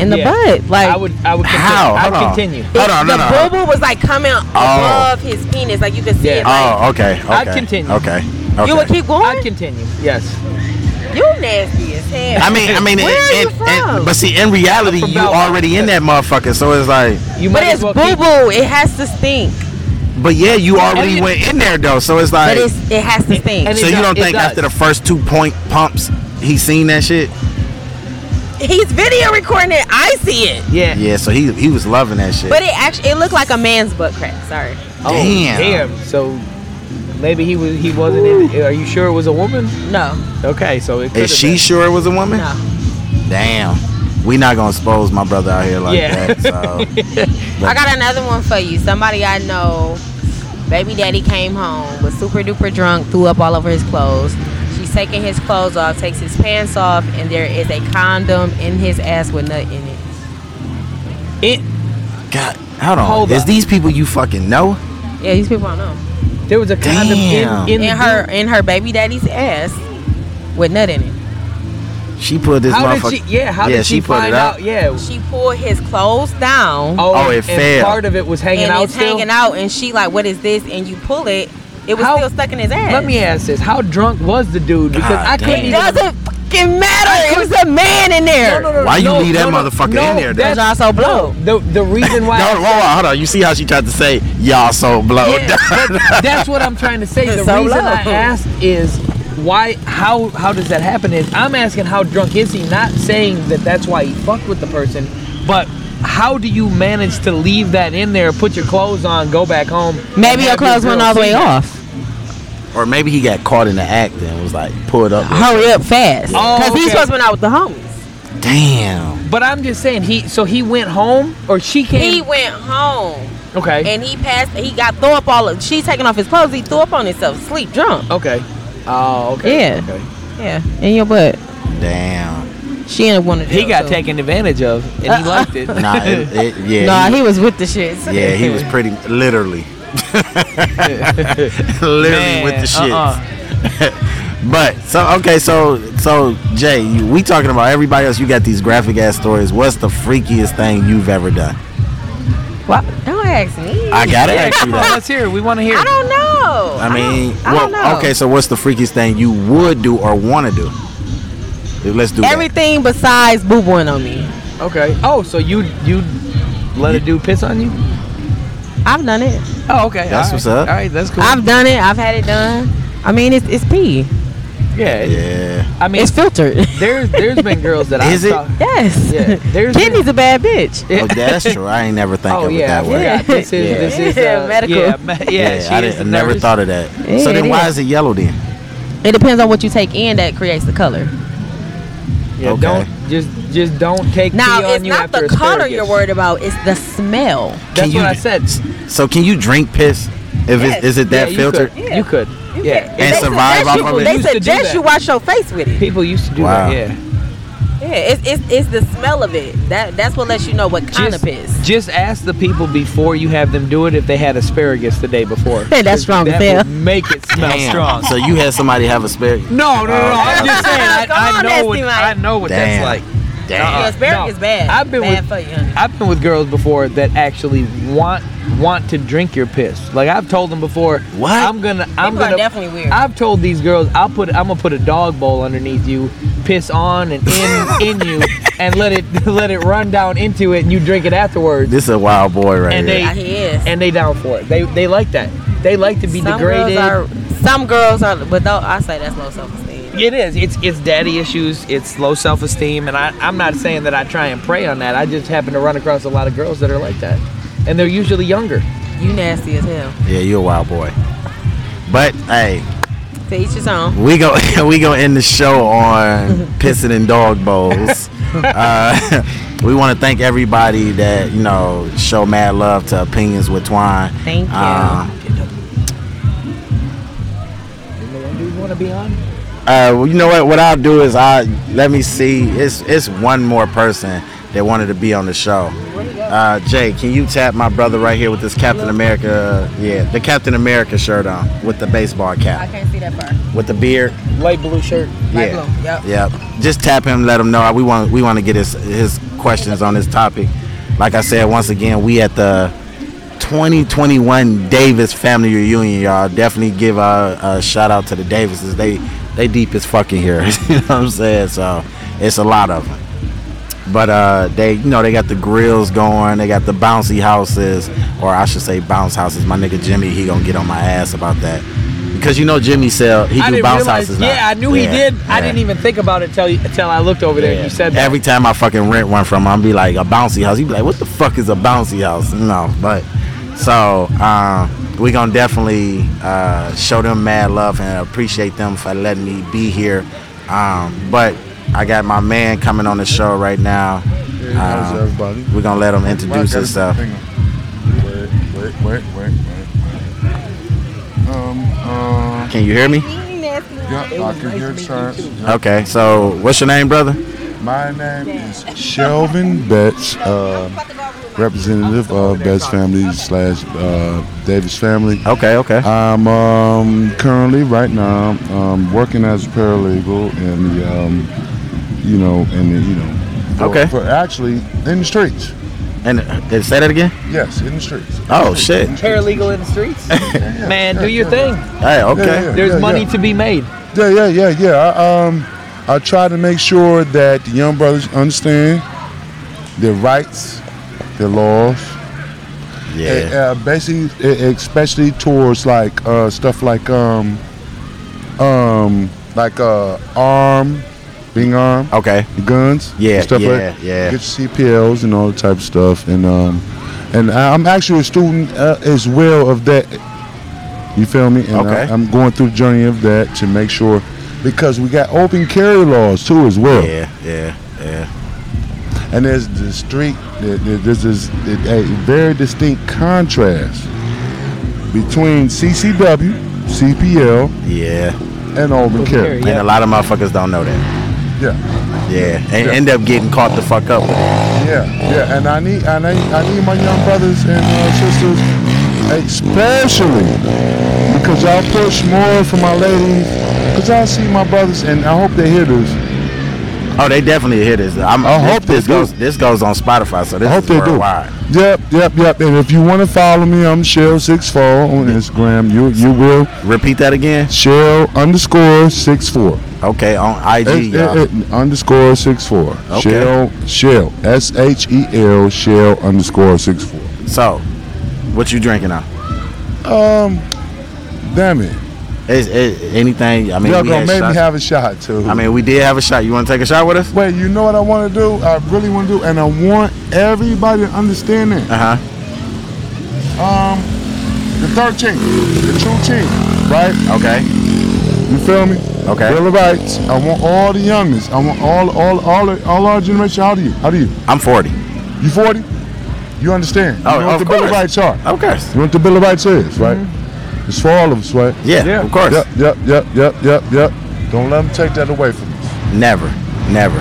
Speaker 5: in the
Speaker 2: Yeah.
Speaker 5: butt. Like
Speaker 2: I would, I would continue.
Speaker 1: How?
Speaker 2: I
Speaker 1: Hold
Speaker 2: would
Speaker 1: on.
Speaker 2: continue.
Speaker 5: the,
Speaker 1: Hold on, no,
Speaker 5: the
Speaker 1: no.
Speaker 5: boo boo was like coming above his penis, like you could see
Speaker 2: Yeah.
Speaker 5: it. Like,
Speaker 1: Oh, okay. okay.
Speaker 2: I'd continue.
Speaker 1: Okay. Oh, okay.
Speaker 5: You would keep
Speaker 2: I'd
Speaker 5: going.
Speaker 2: continue. Yes.
Speaker 5: you nasty as hell.
Speaker 1: I mean, I mean,
Speaker 5: Where
Speaker 1: and-
Speaker 5: are you
Speaker 1: and-
Speaker 5: from?
Speaker 1: and- but see, in reality,
Speaker 2: I'm from
Speaker 1: you
Speaker 2: Belmont.
Speaker 1: already in that motherfucker, so it's like,
Speaker 2: You
Speaker 5: but
Speaker 2: might as
Speaker 5: it's
Speaker 2: well
Speaker 5: boo
Speaker 2: keep.
Speaker 5: boo. It has to stink.
Speaker 1: but yeah, you already
Speaker 2: And it-
Speaker 1: went in there though, so it's like,
Speaker 5: But it's it has to stink.
Speaker 2: and it-
Speaker 1: so you
Speaker 2: does-
Speaker 1: don't
Speaker 2: it
Speaker 1: think
Speaker 2: does.
Speaker 1: after the first two point pumps, he seen that shit?
Speaker 5: he's video recording it. I see it.
Speaker 2: Yeah.
Speaker 1: Yeah, so he he was loving that shit.
Speaker 5: But it actually it looked like a man's butt crack. Sorry.
Speaker 2: Oh,
Speaker 1: Damn.
Speaker 2: damn. So maybe he was he wasn't in. Are you sure it was a woman?
Speaker 5: No.
Speaker 2: Okay, so it. could've
Speaker 1: Is she
Speaker 2: been.
Speaker 1: sure it was a woman?
Speaker 5: No.
Speaker 1: Damn. We not gonna expose my brother out here like
Speaker 2: Yeah.
Speaker 1: that. So
Speaker 5: I got another one for you. Somebody I know, baby daddy came home, was super duper drunk, threw up all over his clothes. She's taking his clothes off, takes his pants off, and there is a condom in his ass with nut in it.
Speaker 2: It,
Speaker 1: God hold on.
Speaker 2: Hold
Speaker 1: Is
Speaker 2: up.
Speaker 1: these people you fucking know?
Speaker 5: Yeah, these people I know.
Speaker 2: there was a condom
Speaker 1: Damn.
Speaker 2: in, in, the
Speaker 5: In her in her baby daddy's ass with nut in it.
Speaker 1: She put this
Speaker 2: How
Speaker 1: motherfucker.
Speaker 2: did she? Yeah. How
Speaker 1: yeah,
Speaker 2: did she,
Speaker 1: put
Speaker 2: find
Speaker 1: it up.
Speaker 2: out? Yeah.
Speaker 5: She pulled his clothes down
Speaker 1: Oh, it
Speaker 2: and
Speaker 1: fell.
Speaker 2: Part of it was hanging
Speaker 5: and
Speaker 2: out.
Speaker 5: it's
Speaker 2: still?
Speaker 5: hanging out and she like, What is this? And you pull it, it was
Speaker 2: How-
Speaker 5: still stuck in his ass.
Speaker 2: Let me ask this: How drunk was the dude? Because
Speaker 1: God
Speaker 2: I couldn't
Speaker 1: damn.
Speaker 5: It
Speaker 2: even.
Speaker 5: doesn't fucking matter. It was a man in there.
Speaker 2: No, no, no,
Speaker 1: Why you
Speaker 2: no,
Speaker 1: leave that
Speaker 2: no, no,
Speaker 1: motherfucker
Speaker 2: no,
Speaker 1: in there, though?
Speaker 2: that's-
Speaker 5: Y'all so blow.
Speaker 2: The the reason
Speaker 1: No,
Speaker 2: why.
Speaker 1: hold on, hold on. You see how she tried to say y'all so blowed.
Speaker 2: Yeah, but that's what I'm trying to say. The
Speaker 5: It's so
Speaker 2: reason
Speaker 5: low.
Speaker 2: I asked is why how how does that happen is I'm asking how drunk is he not saying that that's why he fucked with the person but how do you manage to leave that in there put your clothes on go back home and
Speaker 5: Maybe your
Speaker 2: have
Speaker 5: clothes
Speaker 2: girl
Speaker 5: went all the
Speaker 2: see
Speaker 5: way
Speaker 2: that?
Speaker 5: off.
Speaker 1: or maybe he got caught in the act and was like pulled up.
Speaker 5: Hurry up fast.
Speaker 2: Oh,
Speaker 5: Because
Speaker 2: okay.
Speaker 5: he's supposed to been out with the homies.
Speaker 1: Damn.
Speaker 2: but I'm just saying he so he went home or she
Speaker 5: He
Speaker 2: came
Speaker 5: went home
Speaker 2: okay
Speaker 5: and he passed he got throw up all of she taking off his clothes, he threw up on himself, sleep drunk.
Speaker 2: okay oh okay
Speaker 5: Yeah.
Speaker 2: okay.
Speaker 5: Yeah. In your butt.
Speaker 1: Damn.
Speaker 5: She ended up one of
Speaker 2: he got
Speaker 5: so.
Speaker 2: taken advantage of and
Speaker 5: Uh,
Speaker 2: he liked it
Speaker 1: Nah. It, it, yeah.
Speaker 5: Nah, he was with the shits.
Speaker 1: yeah. He was pretty literally. literally with
Speaker 2: Man,
Speaker 1: the shit.
Speaker 2: uh-uh.
Speaker 1: But so okay, so so Jay, you, we talking about everybody else. You got these graphic ass stories. What's the freakiest thing you've ever done?
Speaker 2: Wha-
Speaker 5: Don't ask me.
Speaker 1: I gotta
Speaker 2: yeah
Speaker 1: ask you
Speaker 2: come on
Speaker 1: that.
Speaker 2: let's hear it. we want to hear
Speaker 5: I
Speaker 2: it.
Speaker 5: don't know.
Speaker 1: I mean,
Speaker 5: I don't
Speaker 1: well,
Speaker 5: know.
Speaker 1: okay. So what's the freakiest thing you would do or want to do? Let's do that.
Speaker 5: Everything besides boo booing on me.
Speaker 2: okay oh so you you let a dude piss on you
Speaker 5: I've done it.
Speaker 2: Oh, okay.
Speaker 1: That's
Speaker 2: All
Speaker 1: what's
Speaker 2: right.
Speaker 1: up.
Speaker 2: All right, that's cool.
Speaker 5: I've done it. I've had it done. I mean, it's it's pee.
Speaker 2: yeah, it-
Speaker 1: Yeah. Oh,
Speaker 2: I mean,
Speaker 5: It's filtered.
Speaker 2: there's there's been girls that
Speaker 1: Is
Speaker 2: I
Speaker 1: it?
Speaker 2: saw.
Speaker 5: yes.
Speaker 2: Yeah, there's
Speaker 5: Kidney's a bad bitch.
Speaker 1: Oh, that's true. I ain't never think
Speaker 2: Oh
Speaker 1: of
Speaker 2: yeah,
Speaker 1: it that
Speaker 2: I
Speaker 1: way.
Speaker 2: forgot. This is
Speaker 1: Yeah.
Speaker 2: this is
Speaker 5: Yeah,
Speaker 2: uh,
Speaker 5: medical.
Speaker 2: Yeah, me- yeah, she
Speaker 1: I
Speaker 2: is
Speaker 1: didn't-
Speaker 2: the
Speaker 1: never
Speaker 2: nurse.
Speaker 1: thought of that.
Speaker 5: Yeah,
Speaker 1: so then,
Speaker 5: it
Speaker 1: why
Speaker 5: is.
Speaker 1: is it yellow then?
Speaker 5: It depends on what you take in that creates the color.
Speaker 2: Yeah,
Speaker 1: Okay.
Speaker 2: Don't just just don't take pee
Speaker 5: Now,
Speaker 2: on
Speaker 5: it's
Speaker 2: you
Speaker 5: not the
Speaker 2: after
Speaker 5: color
Speaker 2: asparagus.
Speaker 5: you're worried about. It's the smell.
Speaker 2: That's
Speaker 1: Can
Speaker 2: what
Speaker 1: you-
Speaker 2: I said.
Speaker 1: So can you drink piss? If
Speaker 5: Yes.
Speaker 1: it's, is it that
Speaker 2: yeah,
Speaker 1: filtered?
Speaker 2: You could. You could. Yeah.
Speaker 1: And
Speaker 5: They
Speaker 1: survive
Speaker 5: suggest
Speaker 1: off
Speaker 5: you-
Speaker 1: of it?
Speaker 5: They
Speaker 2: Used to do
Speaker 5: suggest
Speaker 2: that.
Speaker 5: you wash your face with it.
Speaker 2: People used to do
Speaker 1: Wow.
Speaker 2: that. Yeah.
Speaker 5: Yeah, it's, it's, it's the smell of it. That that's what lets you know what kind
Speaker 2: Just,
Speaker 5: of piss.
Speaker 2: just ask the people before you have them do it if they had asparagus the day before.
Speaker 5: Hey, that's strong as
Speaker 2: that
Speaker 5: hell.
Speaker 2: Would make it smell
Speaker 1: Damn.
Speaker 2: strong.
Speaker 1: So you had somebody have a spare.
Speaker 2: No, no, no. no. I'm just saying. I,
Speaker 5: Oh. Come
Speaker 2: I
Speaker 5: on,
Speaker 2: know what
Speaker 5: Nasty Mike.
Speaker 2: I know what
Speaker 1: Damn.
Speaker 2: that's like.
Speaker 1: Damn.
Speaker 5: Yeah, asparagus
Speaker 2: no.
Speaker 5: bad.
Speaker 2: I've been with-
Speaker 5: bad for you. honey.
Speaker 2: I've been with girls before that actually want want to drink your piss. Like I've told them before,
Speaker 1: What?
Speaker 2: I'm gonna I'm
Speaker 5: People are
Speaker 2: gonna
Speaker 5: definitely weird.
Speaker 2: I've told these girls I'll put I'm gonna put a dog bowl underneath you, piss on and in in you, and let it let it run down into it, and you drink it afterwards.
Speaker 1: This is a wild boy right
Speaker 2: And
Speaker 1: here.
Speaker 2: they-
Speaker 5: Yeah, he is.
Speaker 2: and they down for it. They they like that. They like to be degraded.
Speaker 5: Girls are, some girls are, but though I say that's low self esteem.
Speaker 2: it is. It's it's daddy issues. It's low self esteem, and I I'm not saying that I try and prey on that. I just happen to run across a lot of girls that are like that, and they're usually younger.
Speaker 5: You nasty as hell.
Speaker 1: yeah, you a wild boy. But hey,
Speaker 5: To each his own.
Speaker 1: we go we go end the show on pissing in dog bowls. uh, we want to thank everybody that you know show mad love to opinions with Twine.
Speaker 5: Thank you.
Speaker 1: Um,
Speaker 2: Do you want to be on?
Speaker 1: Uh, well, you know what? What I'll do is I let me see. It's it's one more person that wanted to be on the show. Uh, Jay, can you tap my brother right here with this Captain America? Yeah, the Captain America shirt on with the baseball
Speaker 5: I
Speaker 1: cap,
Speaker 5: can't see that far.
Speaker 1: with the beard.
Speaker 2: Light blue shirt.
Speaker 5: Light
Speaker 1: Yeah,
Speaker 5: blue, yep.
Speaker 1: yep. Just tap him. Let him know we want we want to get his his questions on this topic. Like I said, once again, we at the 2021 Davis family reunion, y'all. Definitely give a, a shout out to the Davises. They they deep as fucking here. you know what I'm saying? So it's a lot of them. But uh, they, you know, they got the grills going. They got the bouncy houses, or I should say bounce houses. My nigga Jimmy, he gonna get on my ass about that. Because you know Jimmy sell he
Speaker 2: I
Speaker 1: do
Speaker 2: didn't
Speaker 1: bounce
Speaker 2: realize-
Speaker 1: houses now.
Speaker 2: Yeah, I knew he
Speaker 1: Yeah,
Speaker 2: did. I
Speaker 1: yeah.
Speaker 2: didn't even think about it till you, till I looked over there and you said that.
Speaker 1: Every time I fucking rent one from him, I'm be like a bouncy house. He be like, "What the fuck is a bouncy house?" No, but so um, we gonna definitely uh, show them mad love and appreciate them for letting me be here. Um, but I got my man coming on the show right now.
Speaker 8: Hey, how's
Speaker 1: Um,
Speaker 8: everybody?
Speaker 1: we gonna let him introduce uh, himself.
Speaker 8: Wait, hang on. Wait, wait, wait, wait, wait. Um, uh,
Speaker 1: Can you hear me?
Speaker 8: yeah, I can hear church.
Speaker 1: Okay, so what's your name, brother?
Speaker 8: My name is Shelvin Betts, uh, representative of Betts family slash uh, Davis family.
Speaker 1: Okay, okay.
Speaker 8: I'm um, currently right now um, working as a paralegal in the, um, you know, in the, you know, for,
Speaker 1: Okay.
Speaker 8: for actually in the streets.
Speaker 1: And uh, did it say that again?
Speaker 8: Yes, in the streets.
Speaker 1: Oh shit!
Speaker 2: Paralegal in the streets, man. Do your thing.
Speaker 1: Hey, okay.
Speaker 8: yeah.
Speaker 2: There's money
Speaker 8: yeah.
Speaker 2: to be made.
Speaker 8: Yeah, yeah, yeah, yeah. I, um, I try to make sure that the young brothers understand their rights, their laws,
Speaker 1: Yeah.
Speaker 8: Uh, basically, e- especially towards like uh, stuff like um, um, like uh, arm, being armed,
Speaker 1: Okay.
Speaker 8: guns,
Speaker 1: Yeah,
Speaker 8: and stuff
Speaker 1: yeah,
Speaker 8: like that.
Speaker 1: yeah.
Speaker 8: Get your CPLs and all that type of stuff, and um, and I- I'm actually a student uh, as well of that. You feel me? And
Speaker 1: Okay.
Speaker 8: I, am going through the journey of that to make sure, because we got open carry laws too as well.
Speaker 1: Yeah, yeah, yeah.
Speaker 8: And there's the street. there- there- There's this a very distinct contrast between CCW, CPL,
Speaker 1: Yeah.
Speaker 8: and open carry.
Speaker 1: And a lot of motherfuckers don't know that.
Speaker 8: Yeah,
Speaker 1: Yeah. And
Speaker 8: Yeah.
Speaker 1: end up getting caught the fuck up with it.
Speaker 8: yeah, yeah. And I need, I need, I need my young brothers and uh, sisters, especially because I push more for my ladies. Because I see my brothers, and I hope they hear this.
Speaker 1: Oh, they definitely hit this. I'm,
Speaker 8: I
Speaker 1: this,
Speaker 8: hope they
Speaker 1: this
Speaker 8: do.
Speaker 1: goes this goes on Spotify, so this
Speaker 8: I hope
Speaker 1: is
Speaker 8: they do.
Speaker 1: worldwide.
Speaker 8: Yep, yep, yep. And if you want to follow me, I'm Shell Six Four on Instagram. You, you will.
Speaker 1: Repeat that again.
Speaker 8: Shell underscore six four.
Speaker 1: Okay, on IG, y'all.
Speaker 8: underscore six four.
Speaker 1: Okay.
Speaker 8: Shell Shell S H E L Shell underscore six four.
Speaker 1: So, what you drinking on?
Speaker 8: Um, damn it,
Speaker 1: Is, is anything? I mean,
Speaker 8: y'all
Speaker 1: we
Speaker 8: gonna
Speaker 1: had
Speaker 8: make me
Speaker 1: shots.
Speaker 8: have a shot too.
Speaker 1: I mean, we did have a shot. You want to take a shot with us?
Speaker 8: wait, you know what I want to do? I really want to do, and I want everybody to understand that.
Speaker 1: Uh huh.
Speaker 8: Um, the thirteenth, the true team, right?
Speaker 1: Okay.
Speaker 8: You feel me?
Speaker 1: Okay.
Speaker 8: Bill of Rights. I want all the youngest. I want all, all, all, all our generation. How do you? How do you?
Speaker 1: I'm 40.
Speaker 8: You forty? You understand?
Speaker 1: Oh,
Speaker 8: you know what
Speaker 1: of
Speaker 8: the Bill of
Speaker 1: course.
Speaker 8: Rights are?
Speaker 1: Of course.
Speaker 8: You know what the Bill of Rights is, right? It's for all of us, right?
Speaker 1: Yeah.
Speaker 2: Yeah.
Speaker 1: Of course.
Speaker 8: Yep, yep, yep, yep, yep, yep. Don't let them take that away from us.
Speaker 1: Never. Never.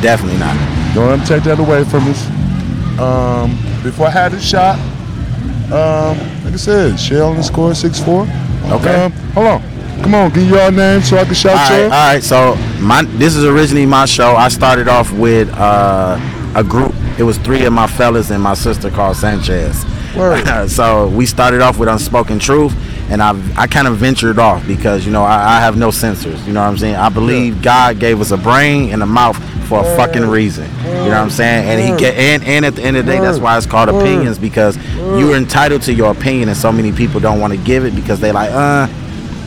Speaker 1: Definitely not.
Speaker 8: Don't let them take that away from us. Um, before I had this shot, um, like I said, Shell underscore six four.
Speaker 1: Okay.
Speaker 8: Um, hold on. Come on, give y'all names so I can shout
Speaker 1: All right,
Speaker 8: y'all.
Speaker 1: all right. So my this is originally my show. I started off with uh, a group. It was three of my fellas and my sister called Sanchez.
Speaker 8: Word.
Speaker 1: so we started off with unspoken truth, and I I kind of ventured off because you know I, I have no censors. You know what I'm saying? I believe God gave us a brain and a mouth for a fucking reason. You know what I'm saying? And he
Speaker 8: Word.
Speaker 1: get and, and at the end of the day, that's
Speaker 8: Word.
Speaker 1: why it's called
Speaker 8: Word.
Speaker 1: opinions because you're entitled to your opinion, and so many people don't want to give it because they like uh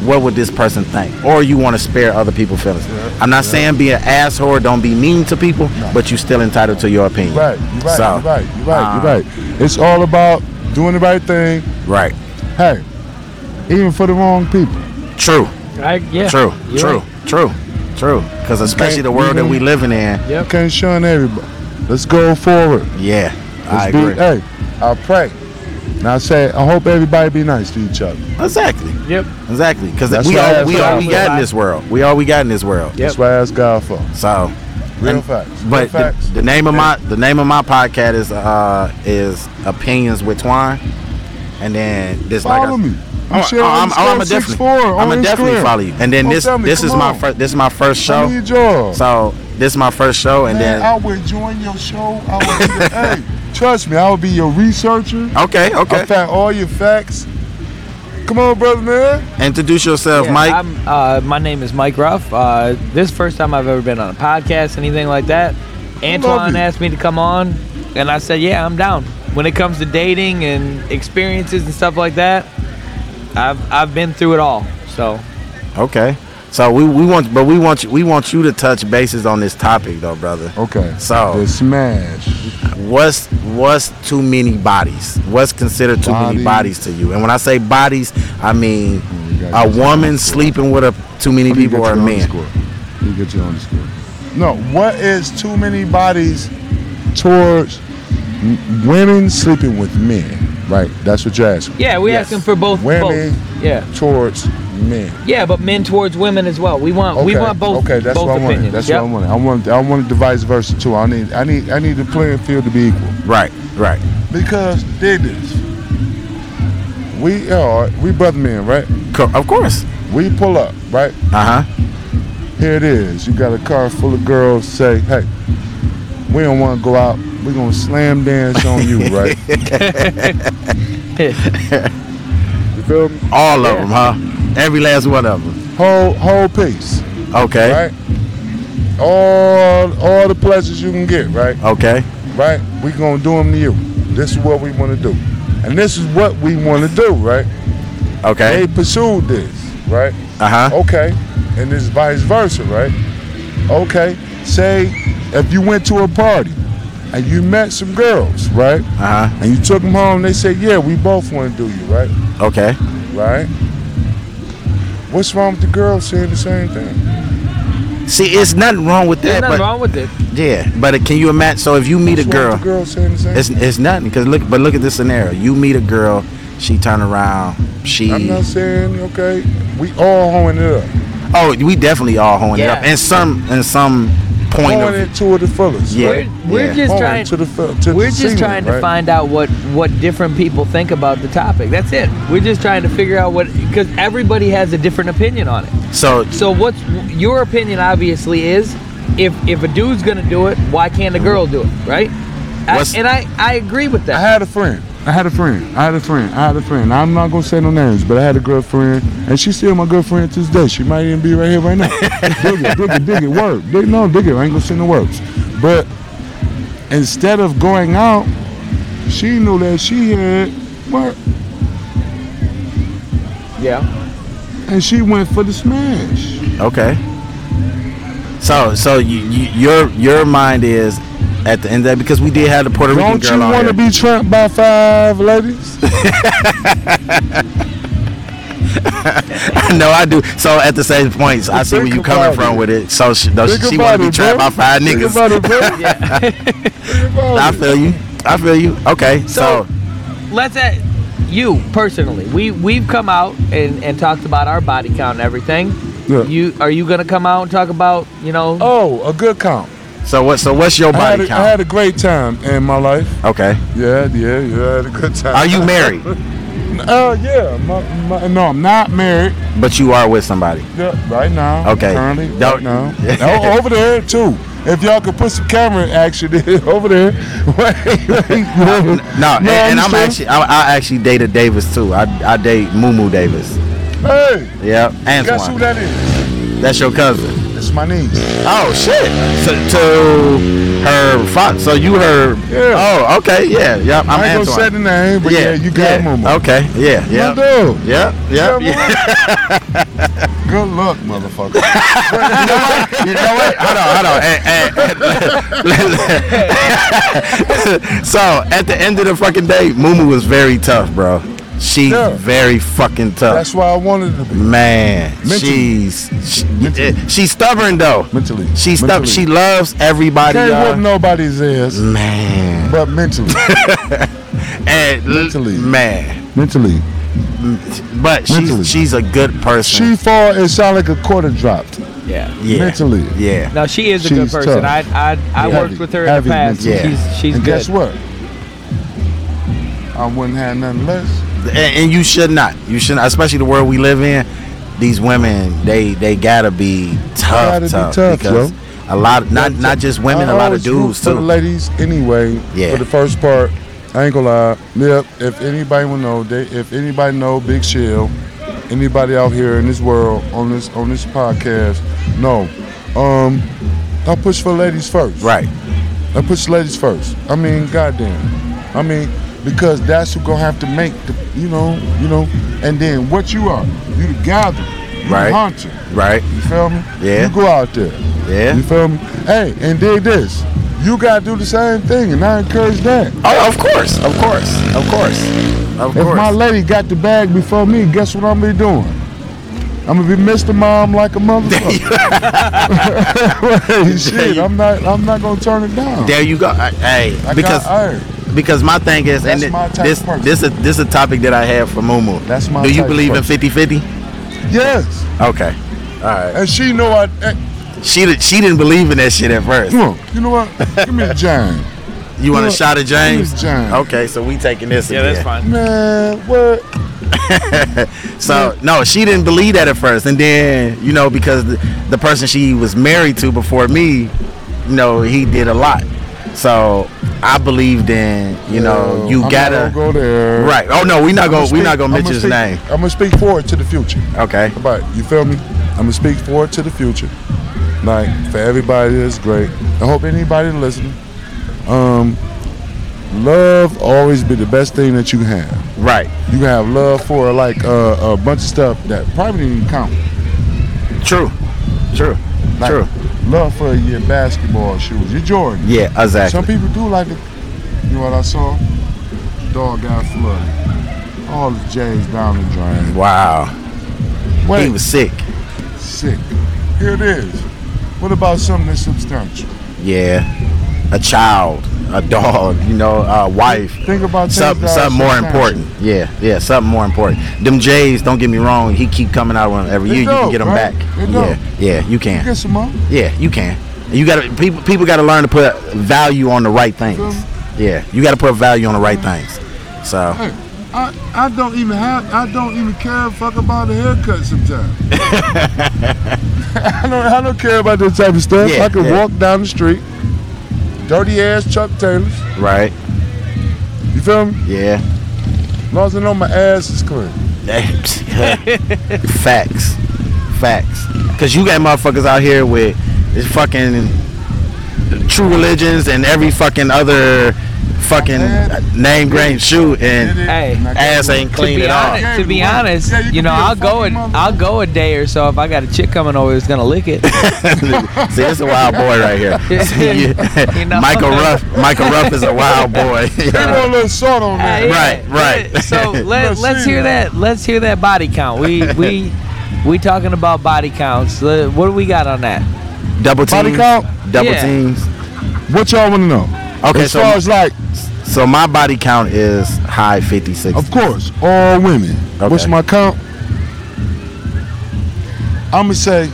Speaker 1: what would this person think? Or you want to spare other people feelings. I'm not saying be an asshole, or don't be mean to people, but you still entitled to your opinion.
Speaker 8: Right, you're right,
Speaker 1: So,
Speaker 8: you're right, you're right,
Speaker 1: uh,
Speaker 8: you're right. It's all about doing the right thing.
Speaker 1: Right.
Speaker 8: Hey, even for the wrong people.
Speaker 1: True.
Speaker 2: I, yeah.
Speaker 1: True.
Speaker 2: You're
Speaker 1: True.
Speaker 2: right.
Speaker 1: True. True. Because especially
Speaker 8: can't-
Speaker 1: the world that
Speaker 8: mhm.
Speaker 1: we living in.
Speaker 8: You can't shun everybody. Let's go forward.
Speaker 1: Yeah.
Speaker 8: Let's
Speaker 1: I
Speaker 8: be,
Speaker 1: agree.
Speaker 8: Hey, I pray. And I say, I hope everybody be nice to each other.
Speaker 1: Exactly.
Speaker 2: Yep.
Speaker 1: Exactly. Because
Speaker 8: That's
Speaker 1: we
Speaker 8: what I
Speaker 1: all
Speaker 8: asked
Speaker 1: we all we
Speaker 8: about.
Speaker 1: got in this world. We all we got in this world.
Speaker 2: Yep.
Speaker 8: That's what I ask God for.
Speaker 1: So.
Speaker 8: Real
Speaker 1: and-
Speaker 8: facts. Real
Speaker 1: But the,
Speaker 8: facts.
Speaker 1: the name of my the name of my podcast is uh is opinions with Twine, and then this like I-
Speaker 8: Follow me.
Speaker 1: Oh,
Speaker 8: I'm sure
Speaker 1: oh, I'm,
Speaker 8: I'm,
Speaker 1: oh, I'ma definitely, I'm
Speaker 8: going
Speaker 1: gonna
Speaker 8: to
Speaker 1: definitely follow you. And then
Speaker 8: Oh,
Speaker 1: this, this is my first, this is my first
Speaker 8: I
Speaker 1: show.
Speaker 8: need y'all.
Speaker 1: So this is my first show, and
Speaker 8: Man, I
Speaker 1: then
Speaker 8: will join your show. I will be your- hey, trust me, I will be your researcher.
Speaker 1: okay,
Speaker 8: I
Speaker 1: okay.
Speaker 8: found all your facts. Come on, brother, man.
Speaker 1: Introduce yourself,
Speaker 2: Yeah,
Speaker 1: Mike.
Speaker 2: I'm, uh, my name is Mike Ruff. Uh, this is the first time I've ever been on a podcast, anything like that. Antoine
Speaker 8: it.
Speaker 2: asked me to come on, and I said, "Yeah, I'm down." When it comes to dating and experiences and stuff like that, I've I've been through it all. So
Speaker 1: Okay. So we, we want, but we want you, we want you to touch bases on this topic though, brother.
Speaker 8: Okay.
Speaker 1: So-
Speaker 8: the smash.
Speaker 1: What's what's too many bodies? What's considered too many
Speaker 8: Bodies.
Speaker 1: bodies to you? And when I say bodies, I mean
Speaker 8: we gotta
Speaker 1: a
Speaker 8: get
Speaker 1: woman sleeping with a too many
Speaker 8: Let me
Speaker 1: people
Speaker 8: get
Speaker 1: or a
Speaker 8: your
Speaker 1: man.
Speaker 8: underscore. Let me get your underscore. No, what is too many bodies towards m- women sleeping with men? Right, that's what you're asking.
Speaker 2: yeah, we
Speaker 1: Yes.
Speaker 2: asking for both.
Speaker 8: Women
Speaker 2: both. Yeah.
Speaker 8: towards men.
Speaker 2: Yeah, but men towards women as well. We want we
Speaker 8: Okay,
Speaker 2: want both.
Speaker 8: Okay, that's
Speaker 2: both
Speaker 8: what I
Speaker 2: opinions.
Speaker 8: wanted. That's
Speaker 2: Yep.
Speaker 8: what I wanted. I want I wanted the vice versa too. I need I need I need the playing field to be equal.
Speaker 1: Right, right.
Speaker 8: Because dig this. We are we brother men, right?
Speaker 1: Co- of course.
Speaker 8: We pull up, right?
Speaker 1: Uh huh.
Speaker 8: Here it is. You got a car full of girls. Say, hey, we don't want to go out. We're gonna slam dance on you, right? you feel me?
Speaker 1: All of them, huh? Every last one of them.
Speaker 8: Whole whole piece,
Speaker 1: Okay.
Speaker 8: right? All all the pleasures you can get, right?
Speaker 1: Okay.
Speaker 8: Right? We gonna do them to you. This is what we want to do, and this is what we want to do, right?
Speaker 1: Okay.
Speaker 8: They pursued this, right?
Speaker 1: Uh huh.
Speaker 8: Okay. And it's vice versa, right? Okay. Say if you went to a party and you met some girls, right?
Speaker 1: Uh huh.
Speaker 8: And you took them home, they said, yeah, we both want to do you, right?
Speaker 1: Okay.
Speaker 8: Right? What's wrong with the girls saying the same thing?
Speaker 1: See, it's nothing wrong with
Speaker 2: There's
Speaker 1: that,
Speaker 2: nothing
Speaker 1: but
Speaker 2: wrong with it.
Speaker 1: yeah. But uh, can you imagine? So if you meet
Speaker 8: What's
Speaker 1: a
Speaker 8: wrong
Speaker 1: girl,
Speaker 8: with the girls saying the same
Speaker 1: it's
Speaker 8: thing?
Speaker 1: it's nothing. Cause look, but look at this scenario. You meet a girl, she turn around, she.
Speaker 8: I'm not saying, okay, we all hoeing it up.
Speaker 1: Oh, we definitely all hoeing it up,
Speaker 2: Yeah.
Speaker 1: and some and some point of
Speaker 8: Hoeing it to the fullest.
Speaker 1: Yeah.
Speaker 8: Right?
Speaker 2: We're, we're
Speaker 1: Yeah.
Speaker 2: just
Speaker 8: Hoeing
Speaker 2: trying
Speaker 8: to the fu- to the
Speaker 2: We're just
Speaker 8: ceiling,
Speaker 2: trying to
Speaker 8: right?
Speaker 2: find out what what different people think about the topic. That's it. We're just trying to figure out what because everybody has a different opinion on it.
Speaker 1: so
Speaker 2: So what's your opinion? Obviously, is if if a dude's gonna do it, why can't a girl do it? Right? I,
Speaker 1: What's-
Speaker 2: and I I agree with
Speaker 8: I
Speaker 2: that.
Speaker 8: had a friend. I had a friend. I had a friend. I had a friend. I'm not gonna say no names, but I had a girlfriend, and she's still my girlfriend to this day. She might even be right here right now. dig it, dig it, dig it. Work. Dig, no, dig it. I ain't gonna say no words. But instead of going out, she knew that she had work,
Speaker 2: Yeah.
Speaker 8: and she went for the smash.
Speaker 1: okay. So so you, you, your your mind is at the end of that because we did have the Puerto Rican
Speaker 8: Don't
Speaker 1: girl
Speaker 8: you
Speaker 1: on
Speaker 8: want to
Speaker 1: here.
Speaker 8: be trapped by five ladies?
Speaker 1: no, I do. So at the same points, I see where
Speaker 8: Think
Speaker 1: you coming
Speaker 8: about
Speaker 1: from
Speaker 8: it.
Speaker 1: with it. So she, though
Speaker 8: Think
Speaker 1: she
Speaker 8: about
Speaker 1: want to be
Speaker 8: it,
Speaker 1: trapped by
Speaker 8: bro.
Speaker 1: five
Speaker 8: Think
Speaker 1: niggas.
Speaker 8: about it, bro. Think about
Speaker 1: I
Speaker 8: it.
Speaker 1: feel you. I feel you. Okay.
Speaker 2: So,
Speaker 1: So,
Speaker 2: let's at you personally. We we've come out and and talked about our body count and everything.
Speaker 8: Yeah.
Speaker 2: You are you gonna come out and talk about you know?
Speaker 8: Oh, a good count.
Speaker 1: so, what? So what's your
Speaker 8: I had,
Speaker 1: body
Speaker 8: a, I had
Speaker 1: count?
Speaker 8: a great time in my life.
Speaker 1: okay.
Speaker 8: Yeah, yeah, yeah. I had a good time.
Speaker 1: Are you married?
Speaker 8: Uh, yeah. My, my, no, I'm not married.
Speaker 1: but you are with somebody.
Speaker 8: Yeah, right now.
Speaker 1: Okay.
Speaker 8: Currently. Right
Speaker 1: Don't-
Speaker 8: now. Oh, over there too. If y'all could put some camera action in, over there. Wait, wait,
Speaker 1: No,
Speaker 8: wait.
Speaker 1: and, and I'm
Speaker 8: saying?
Speaker 1: actually I, I actually dated Davis too. I, I date Mumu Davis.
Speaker 8: Hey,
Speaker 1: Yeah, and
Speaker 8: guess who that is?
Speaker 1: That's your cousin.
Speaker 8: That's my niece.
Speaker 1: Oh shit. So, to her fa- So you her.
Speaker 8: Yeah.
Speaker 1: Oh, okay. Yeah. Yeah. I'm
Speaker 8: I ain't
Speaker 1: Antoine.
Speaker 8: gonna say the name, but yeah, you got
Speaker 1: yeah.
Speaker 8: Momo.
Speaker 1: Okay. Yeah.
Speaker 8: My
Speaker 1: Yeah.
Speaker 8: dude.
Speaker 1: Yeah. Yeah. yeah.
Speaker 8: Good luck, motherfucker.
Speaker 1: You know what? Hold on, hold on. Eh, eh, eh. so at the end of the fucking day, Mumu was very tough, bro. She's
Speaker 8: Yeah.
Speaker 1: very fucking tough.
Speaker 8: That's why I wanted to be.
Speaker 1: Man,
Speaker 8: Mentally.
Speaker 1: she's she, eh, she's stubborn though.
Speaker 8: Mentally.
Speaker 1: She's stubborn.
Speaker 8: Mentally.
Speaker 1: She loves everybody.
Speaker 8: Can't
Speaker 1: y'all.
Speaker 8: whip nobody's ass,
Speaker 1: Man,
Speaker 8: but mentally.
Speaker 1: and l-
Speaker 8: Mentally.
Speaker 1: man,
Speaker 8: mentally.
Speaker 1: but
Speaker 8: Mentally.
Speaker 1: she's she's a good person.
Speaker 8: She fall, it sound like a quarter dropped.
Speaker 2: Yeah.
Speaker 1: yeah.
Speaker 8: mentally.
Speaker 1: Yeah.
Speaker 2: No, she is a
Speaker 8: She's
Speaker 2: good person.
Speaker 8: tough.
Speaker 2: I I, I
Speaker 8: Yeah.
Speaker 2: worked with her in
Speaker 8: Heavy
Speaker 2: the past.
Speaker 1: mental. Yeah.
Speaker 2: She's she's
Speaker 8: and
Speaker 2: good.
Speaker 8: guess what? I wouldn't have nothing less.
Speaker 1: and, and you should not. You should not, especially the world we live in. These women, they they gotta be tough,
Speaker 8: Gotta be
Speaker 1: tough,
Speaker 8: tough,
Speaker 1: because
Speaker 8: yo.
Speaker 1: a lot, of- not not just women,
Speaker 8: I
Speaker 1: a lot of
Speaker 8: always root
Speaker 1: dudes
Speaker 8: For the
Speaker 1: too.
Speaker 8: ladies, anyway.
Speaker 1: Yeah.
Speaker 8: For the first part, I ain't gonna lie. Yep. If anybody will know, they, if anybody know Big Shell, anybody out here in this world on this on this podcast, no. Um, I push for ladies first.
Speaker 1: Right.
Speaker 8: I push ladies first. I mean, goddamn. I mean, because that's who gonna have to make the, you know, you know. And then what you are, you the gathering.
Speaker 1: Right.
Speaker 8: hunting.
Speaker 1: Right.
Speaker 8: You feel me?
Speaker 1: Yeah.
Speaker 8: You go out there.
Speaker 1: Yeah.
Speaker 8: You feel me? Hey, and dig this. You gotta do the same thing, and I encourage that.
Speaker 1: Oh, of course, of course, of course, of
Speaker 8: If
Speaker 1: course.
Speaker 8: my lady got the bag before me, guess what I'm gonna be doing? I'm gonna be Mr. Mom like a motherfucker. Hey, Shit,
Speaker 1: you-
Speaker 8: I'm not. I'm not gonna turn it down.
Speaker 1: there you go. I- Hey,
Speaker 8: I
Speaker 1: because
Speaker 8: got iron.
Speaker 1: because my thing is, and
Speaker 8: That's
Speaker 1: it-
Speaker 8: my type
Speaker 1: this
Speaker 8: of person.
Speaker 1: this a, this a topic that I have for Mumu.
Speaker 8: That's my
Speaker 1: Do you
Speaker 8: type of
Speaker 1: believe in
Speaker 8: person.
Speaker 1: 50-50?
Speaker 8: Yes,
Speaker 1: Okay. All right.
Speaker 8: and she know I. eh,
Speaker 1: She did, she didn't believe in that shit at first.
Speaker 8: come on, you know what? Give me a jam,
Speaker 1: You want a
Speaker 8: Yeah.
Speaker 1: shot of James?
Speaker 8: James.
Speaker 1: Okay, so we taking this
Speaker 2: Yeah,
Speaker 1: again.
Speaker 2: that's fine.
Speaker 8: man. What?
Speaker 1: So no, she didn't believe that at first, and then you know because the, the person she was married to before me, you know he did a lot. So I believed in you know you
Speaker 8: I'm not
Speaker 1: gotta
Speaker 8: gonna go there.
Speaker 1: right. Oh no, we not gonna we not gonna mention his name.
Speaker 8: I'm gonna speak forward to the future.
Speaker 1: Okay.
Speaker 8: But you feel me? I'm gonna speak forward to the future. Like for everybody that's great. I hope anybody listening. Um, love always be the best thing that you have.
Speaker 1: Right.
Speaker 8: You can have love for like uh, a bunch of stuff that probably didn't even count.
Speaker 1: True. True.
Speaker 8: Like
Speaker 1: True.
Speaker 8: love for your basketball shoes, your Jordan.
Speaker 1: Yeah.
Speaker 8: Some
Speaker 1: Exactly.
Speaker 8: people do like it. You know what I saw? Dog got flooded. All the J's down the drain.
Speaker 1: Wow. He
Speaker 8: Wait,
Speaker 1: was sick.
Speaker 8: sick. Here it is. What about something that's substantial?
Speaker 1: Yeah. A child. A dog. You know. A wife.
Speaker 8: Think about
Speaker 1: Something,
Speaker 8: things that are
Speaker 1: something more
Speaker 8: substantial.
Speaker 1: important. Yeah, yeah, something more important. Them Jays, don't get me wrong, he keep coming out on every
Speaker 8: They
Speaker 1: year. you can
Speaker 8: dope,
Speaker 1: get them
Speaker 8: right?
Speaker 1: back.
Speaker 8: They dope.
Speaker 1: yeah, yeah, you can.
Speaker 8: Get some more.
Speaker 1: Yeah, you can. You gotta people people gotta learn to put value on the right things. Yeah, you gotta put value on the right things. So
Speaker 8: Mm. Hey, I, I don't even have I don't even care a fuck about a haircut sometimes. I don't I don't care about that type of stuff.
Speaker 1: Yeah,
Speaker 8: I can
Speaker 1: yeah.
Speaker 8: walk down the street, dirty ass Chuck Taylors.
Speaker 1: right,
Speaker 8: You feel me?
Speaker 1: yeah.
Speaker 8: As long as I know my ass is clean.
Speaker 1: Facts. Facts. Cause you got motherfuckers out here with this fucking true religions and every fucking other
Speaker 8: Man.
Speaker 1: fucking name grain shoe and
Speaker 2: Hey,
Speaker 8: And I can't
Speaker 1: ass
Speaker 8: do it.
Speaker 1: ain't
Speaker 2: To
Speaker 1: clean
Speaker 2: be
Speaker 1: at all.
Speaker 2: honest, to be honest,
Speaker 8: Yeah, you
Speaker 2: you
Speaker 8: can
Speaker 2: know,
Speaker 8: be a
Speaker 2: I'll go
Speaker 8: fucking
Speaker 2: and
Speaker 8: mother-
Speaker 2: I'll go a day or so if I got a chick coming over that's gonna lick it.
Speaker 1: See, it's a wild boy right here. See, you-
Speaker 2: You know?
Speaker 1: Michael Ruff, Michael Ruff is a wild boy.
Speaker 8: They want a little salt on
Speaker 2: Uh,
Speaker 8: that.
Speaker 2: yeah.
Speaker 1: Right, right.
Speaker 2: Yeah, So let,
Speaker 8: Let's
Speaker 2: let's
Speaker 8: see
Speaker 2: hear
Speaker 8: that.
Speaker 2: that. Let's hear that body count. We we we talking about body counts. Le- What do we got on that?
Speaker 1: Double teams.
Speaker 8: Body count?
Speaker 1: Double
Speaker 2: Yeah.
Speaker 1: teams.
Speaker 8: What y'all want to know?
Speaker 1: Okay,
Speaker 8: as
Speaker 1: so-
Speaker 8: far as like,
Speaker 1: So my body count is high 56.
Speaker 8: of course, all women.
Speaker 1: Okay.
Speaker 8: What's my count? I'm gonna say.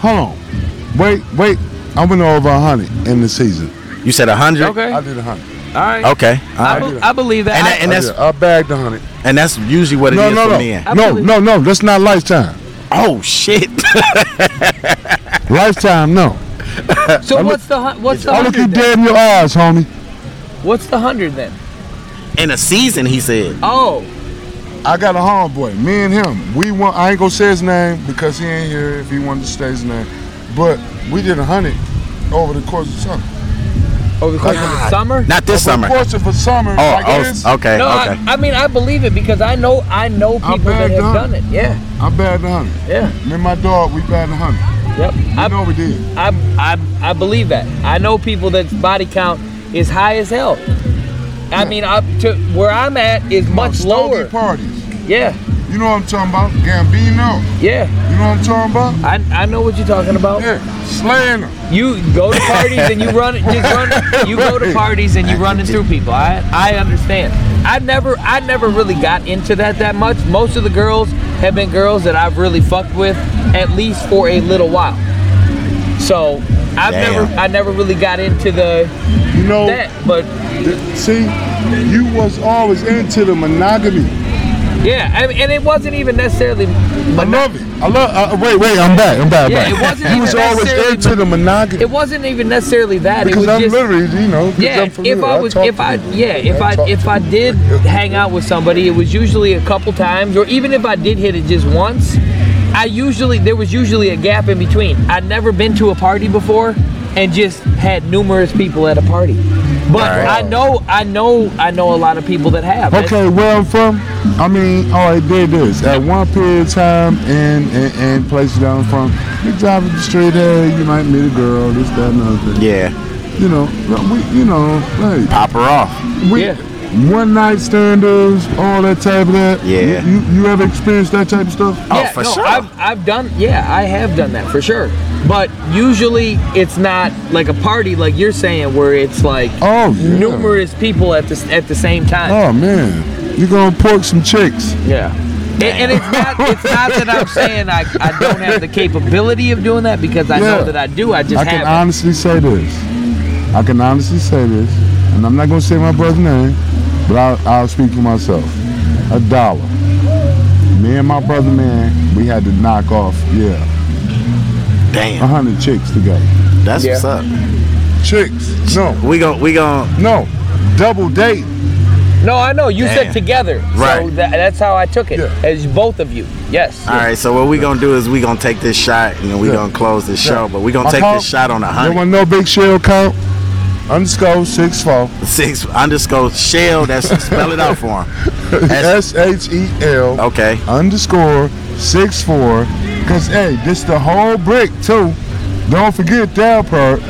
Speaker 8: Hold on. Wait, wait. I went over a hundred in the season.
Speaker 1: You said 100?
Speaker 2: Okay.
Speaker 8: I
Speaker 2: All
Speaker 8: did a hundred.
Speaker 2: right.
Speaker 1: Okay. All
Speaker 2: I,
Speaker 1: right.
Speaker 2: be- I believe that.
Speaker 1: And
Speaker 2: I-
Speaker 1: that- and
Speaker 8: I,
Speaker 1: that's
Speaker 8: did. I bagged a hundred.
Speaker 1: and that's usually what it is
Speaker 8: No, no,
Speaker 1: for
Speaker 8: no,
Speaker 1: men.
Speaker 8: no, no, no. That's not lifetime.
Speaker 1: Oh shit.
Speaker 8: lifetime, no.
Speaker 2: so what's the hun- what's the
Speaker 8: I look you
Speaker 2: hundred? then?
Speaker 8: dead in your eyes, homie.
Speaker 2: What's the hundred then?
Speaker 1: In a season, he said.
Speaker 2: Oh,
Speaker 8: I got a homeboy, me and him. We want I ain't gonna say his name because he ain't here if he wanted to say his name. But we did a hundred over the course of summer.
Speaker 2: over the course of the summer.
Speaker 1: Not this
Speaker 8: over
Speaker 1: summer.
Speaker 8: The course of a summer.
Speaker 1: Oh,
Speaker 8: like this,
Speaker 1: oh okay,
Speaker 2: no,
Speaker 1: okay.
Speaker 2: I, I mean I believe it because I know I know people that
Speaker 8: bagged
Speaker 2: have
Speaker 8: up.
Speaker 2: done it. Yeah,
Speaker 8: I bagged a hundred.
Speaker 2: yeah,
Speaker 8: Me and my dog, we bagged a hundred.
Speaker 2: yep.
Speaker 8: You
Speaker 2: I,
Speaker 8: know we did.
Speaker 2: I, I, I believe that. I know people that's body count is high as hell. I mean, up to where I'm at is much
Speaker 8: Uh, Stogie
Speaker 2: lower.
Speaker 8: parties.
Speaker 2: Yeah,
Speaker 8: You know what I'm talking about? Gambino.
Speaker 2: yeah.
Speaker 8: You know what I'm talking about?
Speaker 2: I, I know what you're talking about.
Speaker 8: Yeah, slaying them.
Speaker 2: You go to parties and you run, just run. You go to parties and you running through people. I I understand. I never I never really got into that that much. Most of the girls have been girls that I've really fucked with at least for a little while. So I've
Speaker 1: Damn.
Speaker 2: never I never really got into the
Speaker 8: You know,
Speaker 2: that. But
Speaker 8: th- see, you was always into the monogamy.
Speaker 2: yeah, I mean, and it wasn't even necessarily.
Speaker 8: I love it. I love. Uh, wait, wait. I'm back. I'm back. I'm
Speaker 2: Yeah,
Speaker 8: back.
Speaker 2: it wasn't
Speaker 8: you was
Speaker 2: even
Speaker 8: always
Speaker 2: necessarily
Speaker 8: into the monogamy.
Speaker 2: It wasn't even necessarily that. it
Speaker 8: because
Speaker 2: was
Speaker 8: I'm
Speaker 2: just,
Speaker 8: literally, you know. 'cause
Speaker 2: Yeah,
Speaker 8: I'm familiar.
Speaker 2: if I was,
Speaker 8: talk
Speaker 2: if
Speaker 8: to
Speaker 2: I,
Speaker 8: people.
Speaker 2: yeah, if I,
Speaker 8: talk
Speaker 2: if
Speaker 8: to
Speaker 2: I
Speaker 8: people.
Speaker 2: did hang out with somebody, it was usually a couple times, or even if I did hit it just once, I usually there was usually a gap in between. I'd never been to a party before, and just had numerous people at a party. But
Speaker 1: Right.
Speaker 2: I know, I know, I know a lot of people that have. That's-
Speaker 8: Okay, where I'm from, I mean, all I did this. At one period of time and and, and places that I'm from, you drive up the street, hey, you might meet a girl, this, that, and other thing.
Speaker 1: Yeah,
Speaker 8: You know, no, we, you know, like,
Speaker 1: pop her off.
Speaker 8: we,
Speaker 2: Yeah.
Speaker 8: one night standers, all that type of that.
Speaker 1: Yeah.
Speaker 8: You, you, you ever experienced that type of stuff?
Speaker 1: Oh,
Speaker 2: yeah,
Speaker 1: for
Speaker 2: no,
Speaker 1: sure.
Speaker 2: I've, I've done, yeah, I have done that for sure. But usually it's not like a party like you're saying where it's like
Speaker 8: Oh, yeah.
Speaker 2: numerous people at the, s- at the same time.
Speaker 8: Oh, man. you going to pork some chicks.
Speaker 2: Yeah. And, and it's not it's not that I'm saying I, I don't have the capability of doing that because I
Speaker 8: Yeah.
Speaker 2: know that I do. I just
Speaker 8: I can
Speaker 2: haven't.
Speaker 8: honestly say this. I can honestly say this, and I'm not gonna say my brother's name, but I'll, I'll speak for myself. A dollar. Me and my brother, man, we had to knock off, yeah, a
Speaker 1: Damn,
Speaker 8: hundred chicks together.
Speaker 1: that's what's up.
Speaker 8: Chicks? No,
Speaker 1: We gon' we gon'
Speaker 8: no, double date.
Speaker 2: no, I know. You
Speaker 1: Damn.
Speaker 2: said together. So
Speaker 1: Right.
Speaker 2: that, that's how I took it.
Speaker 8: Yeah.
Speaker 2: As both of you. Yes.
Speaker 1: All right, so what we gonna do is we gonna take this shot and then we
Speaker 8: Yeah.
Speaker 1: gonna close this show, but we gonna
Speaker 8: My
Speaker 1: take
Speaker 8: count,
Speaker 1: this shot on a
Speaker 8: There
Speaker 1: hundred
Speaker 8: want no big shell count. Underscore six four.
Speaker 1: six underscore shell. That's spell it out for him.
Speaker 8: S H E L.
Speaker 1: okay.
Speaker 8: underscore six four. Cause hey, this the whole brick too. Don't forget that part.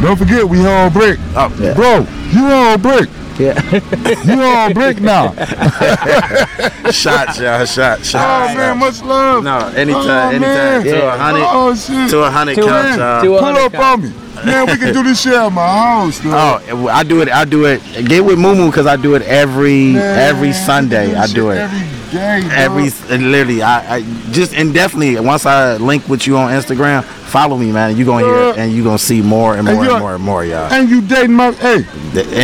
Speaker 8: Don't forget we whole brick. Uh,
Speaker 1: Oh, yeah.
Speaker 8: Bro, you whole brick. Yeah. you all brick now.
Speaker 1: Shots, y'all. Shots, shots.
Speaker 8: Oh man, much love.
Speaker 1: No, anytime,
Speaker 8: Oh,
Speaker 1: anytime.
Speaker 8: man.
Speaker 1: To a hundred.
Speaker 8: Oh shit.
Speaker 1: To a hundred
Speaker 8: Man,
Speaker 1: counts, y'all.
Speaker 2: To a
Speaker 8: Pull
Speaker 2: hundred
Speaker 8: up on me. Man, we can do this shit at my house, dude.
Speaker 1: Oh, I do it. I do it. Get with Moo because I do it every
Speaker 8: Man,
Speaker 1: every Sunday. I do it
Speaker 8: Every day. dog.
Speaker 1: every literally. I, I just and definitely once I link with you on Instagram, follow me, man. You gonna hear it, and you gonna see more Uh, and
Speaker 8: And
Speaker 1: more and
Speaker 8: you're-
Speaker 1: more and more, y'all.
Speaker 8: And you dating my hey,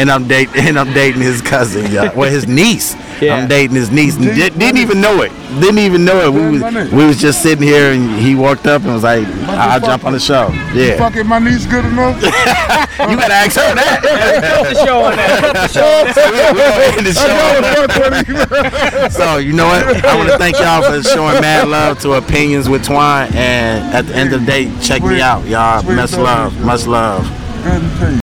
Speaker 1: And I'm dating and I'm dating his cousin, y'all. Well, his niece.
Speaker 2: Yeah.
Speaker 1: I'm dating his niece.
Speaker 8: Dude,
Speaker 1: Did,
Speaker 8: money.
Speaker 1: didn't even know it. Didn't even know it.
Speaker 8: Man,
Speaker 1: We
Speaker 8: money.
Speaker 1: was, we was just sitting here and he walked up and was like, "I'll jump on the show." Yeah,
Speaker 8: fucking my niece good enough?
Speaker 1: you gotta ask her that.
Speaker 2: Cut the show on that. Cut the show.
Speaker 1: We gonna end the show. So you know what? I want to thank y'all for showing mad love to opinions with Twine, and at the end of the day, check me out, y'all. Much love, much love.
Speaker 8: Good and peace.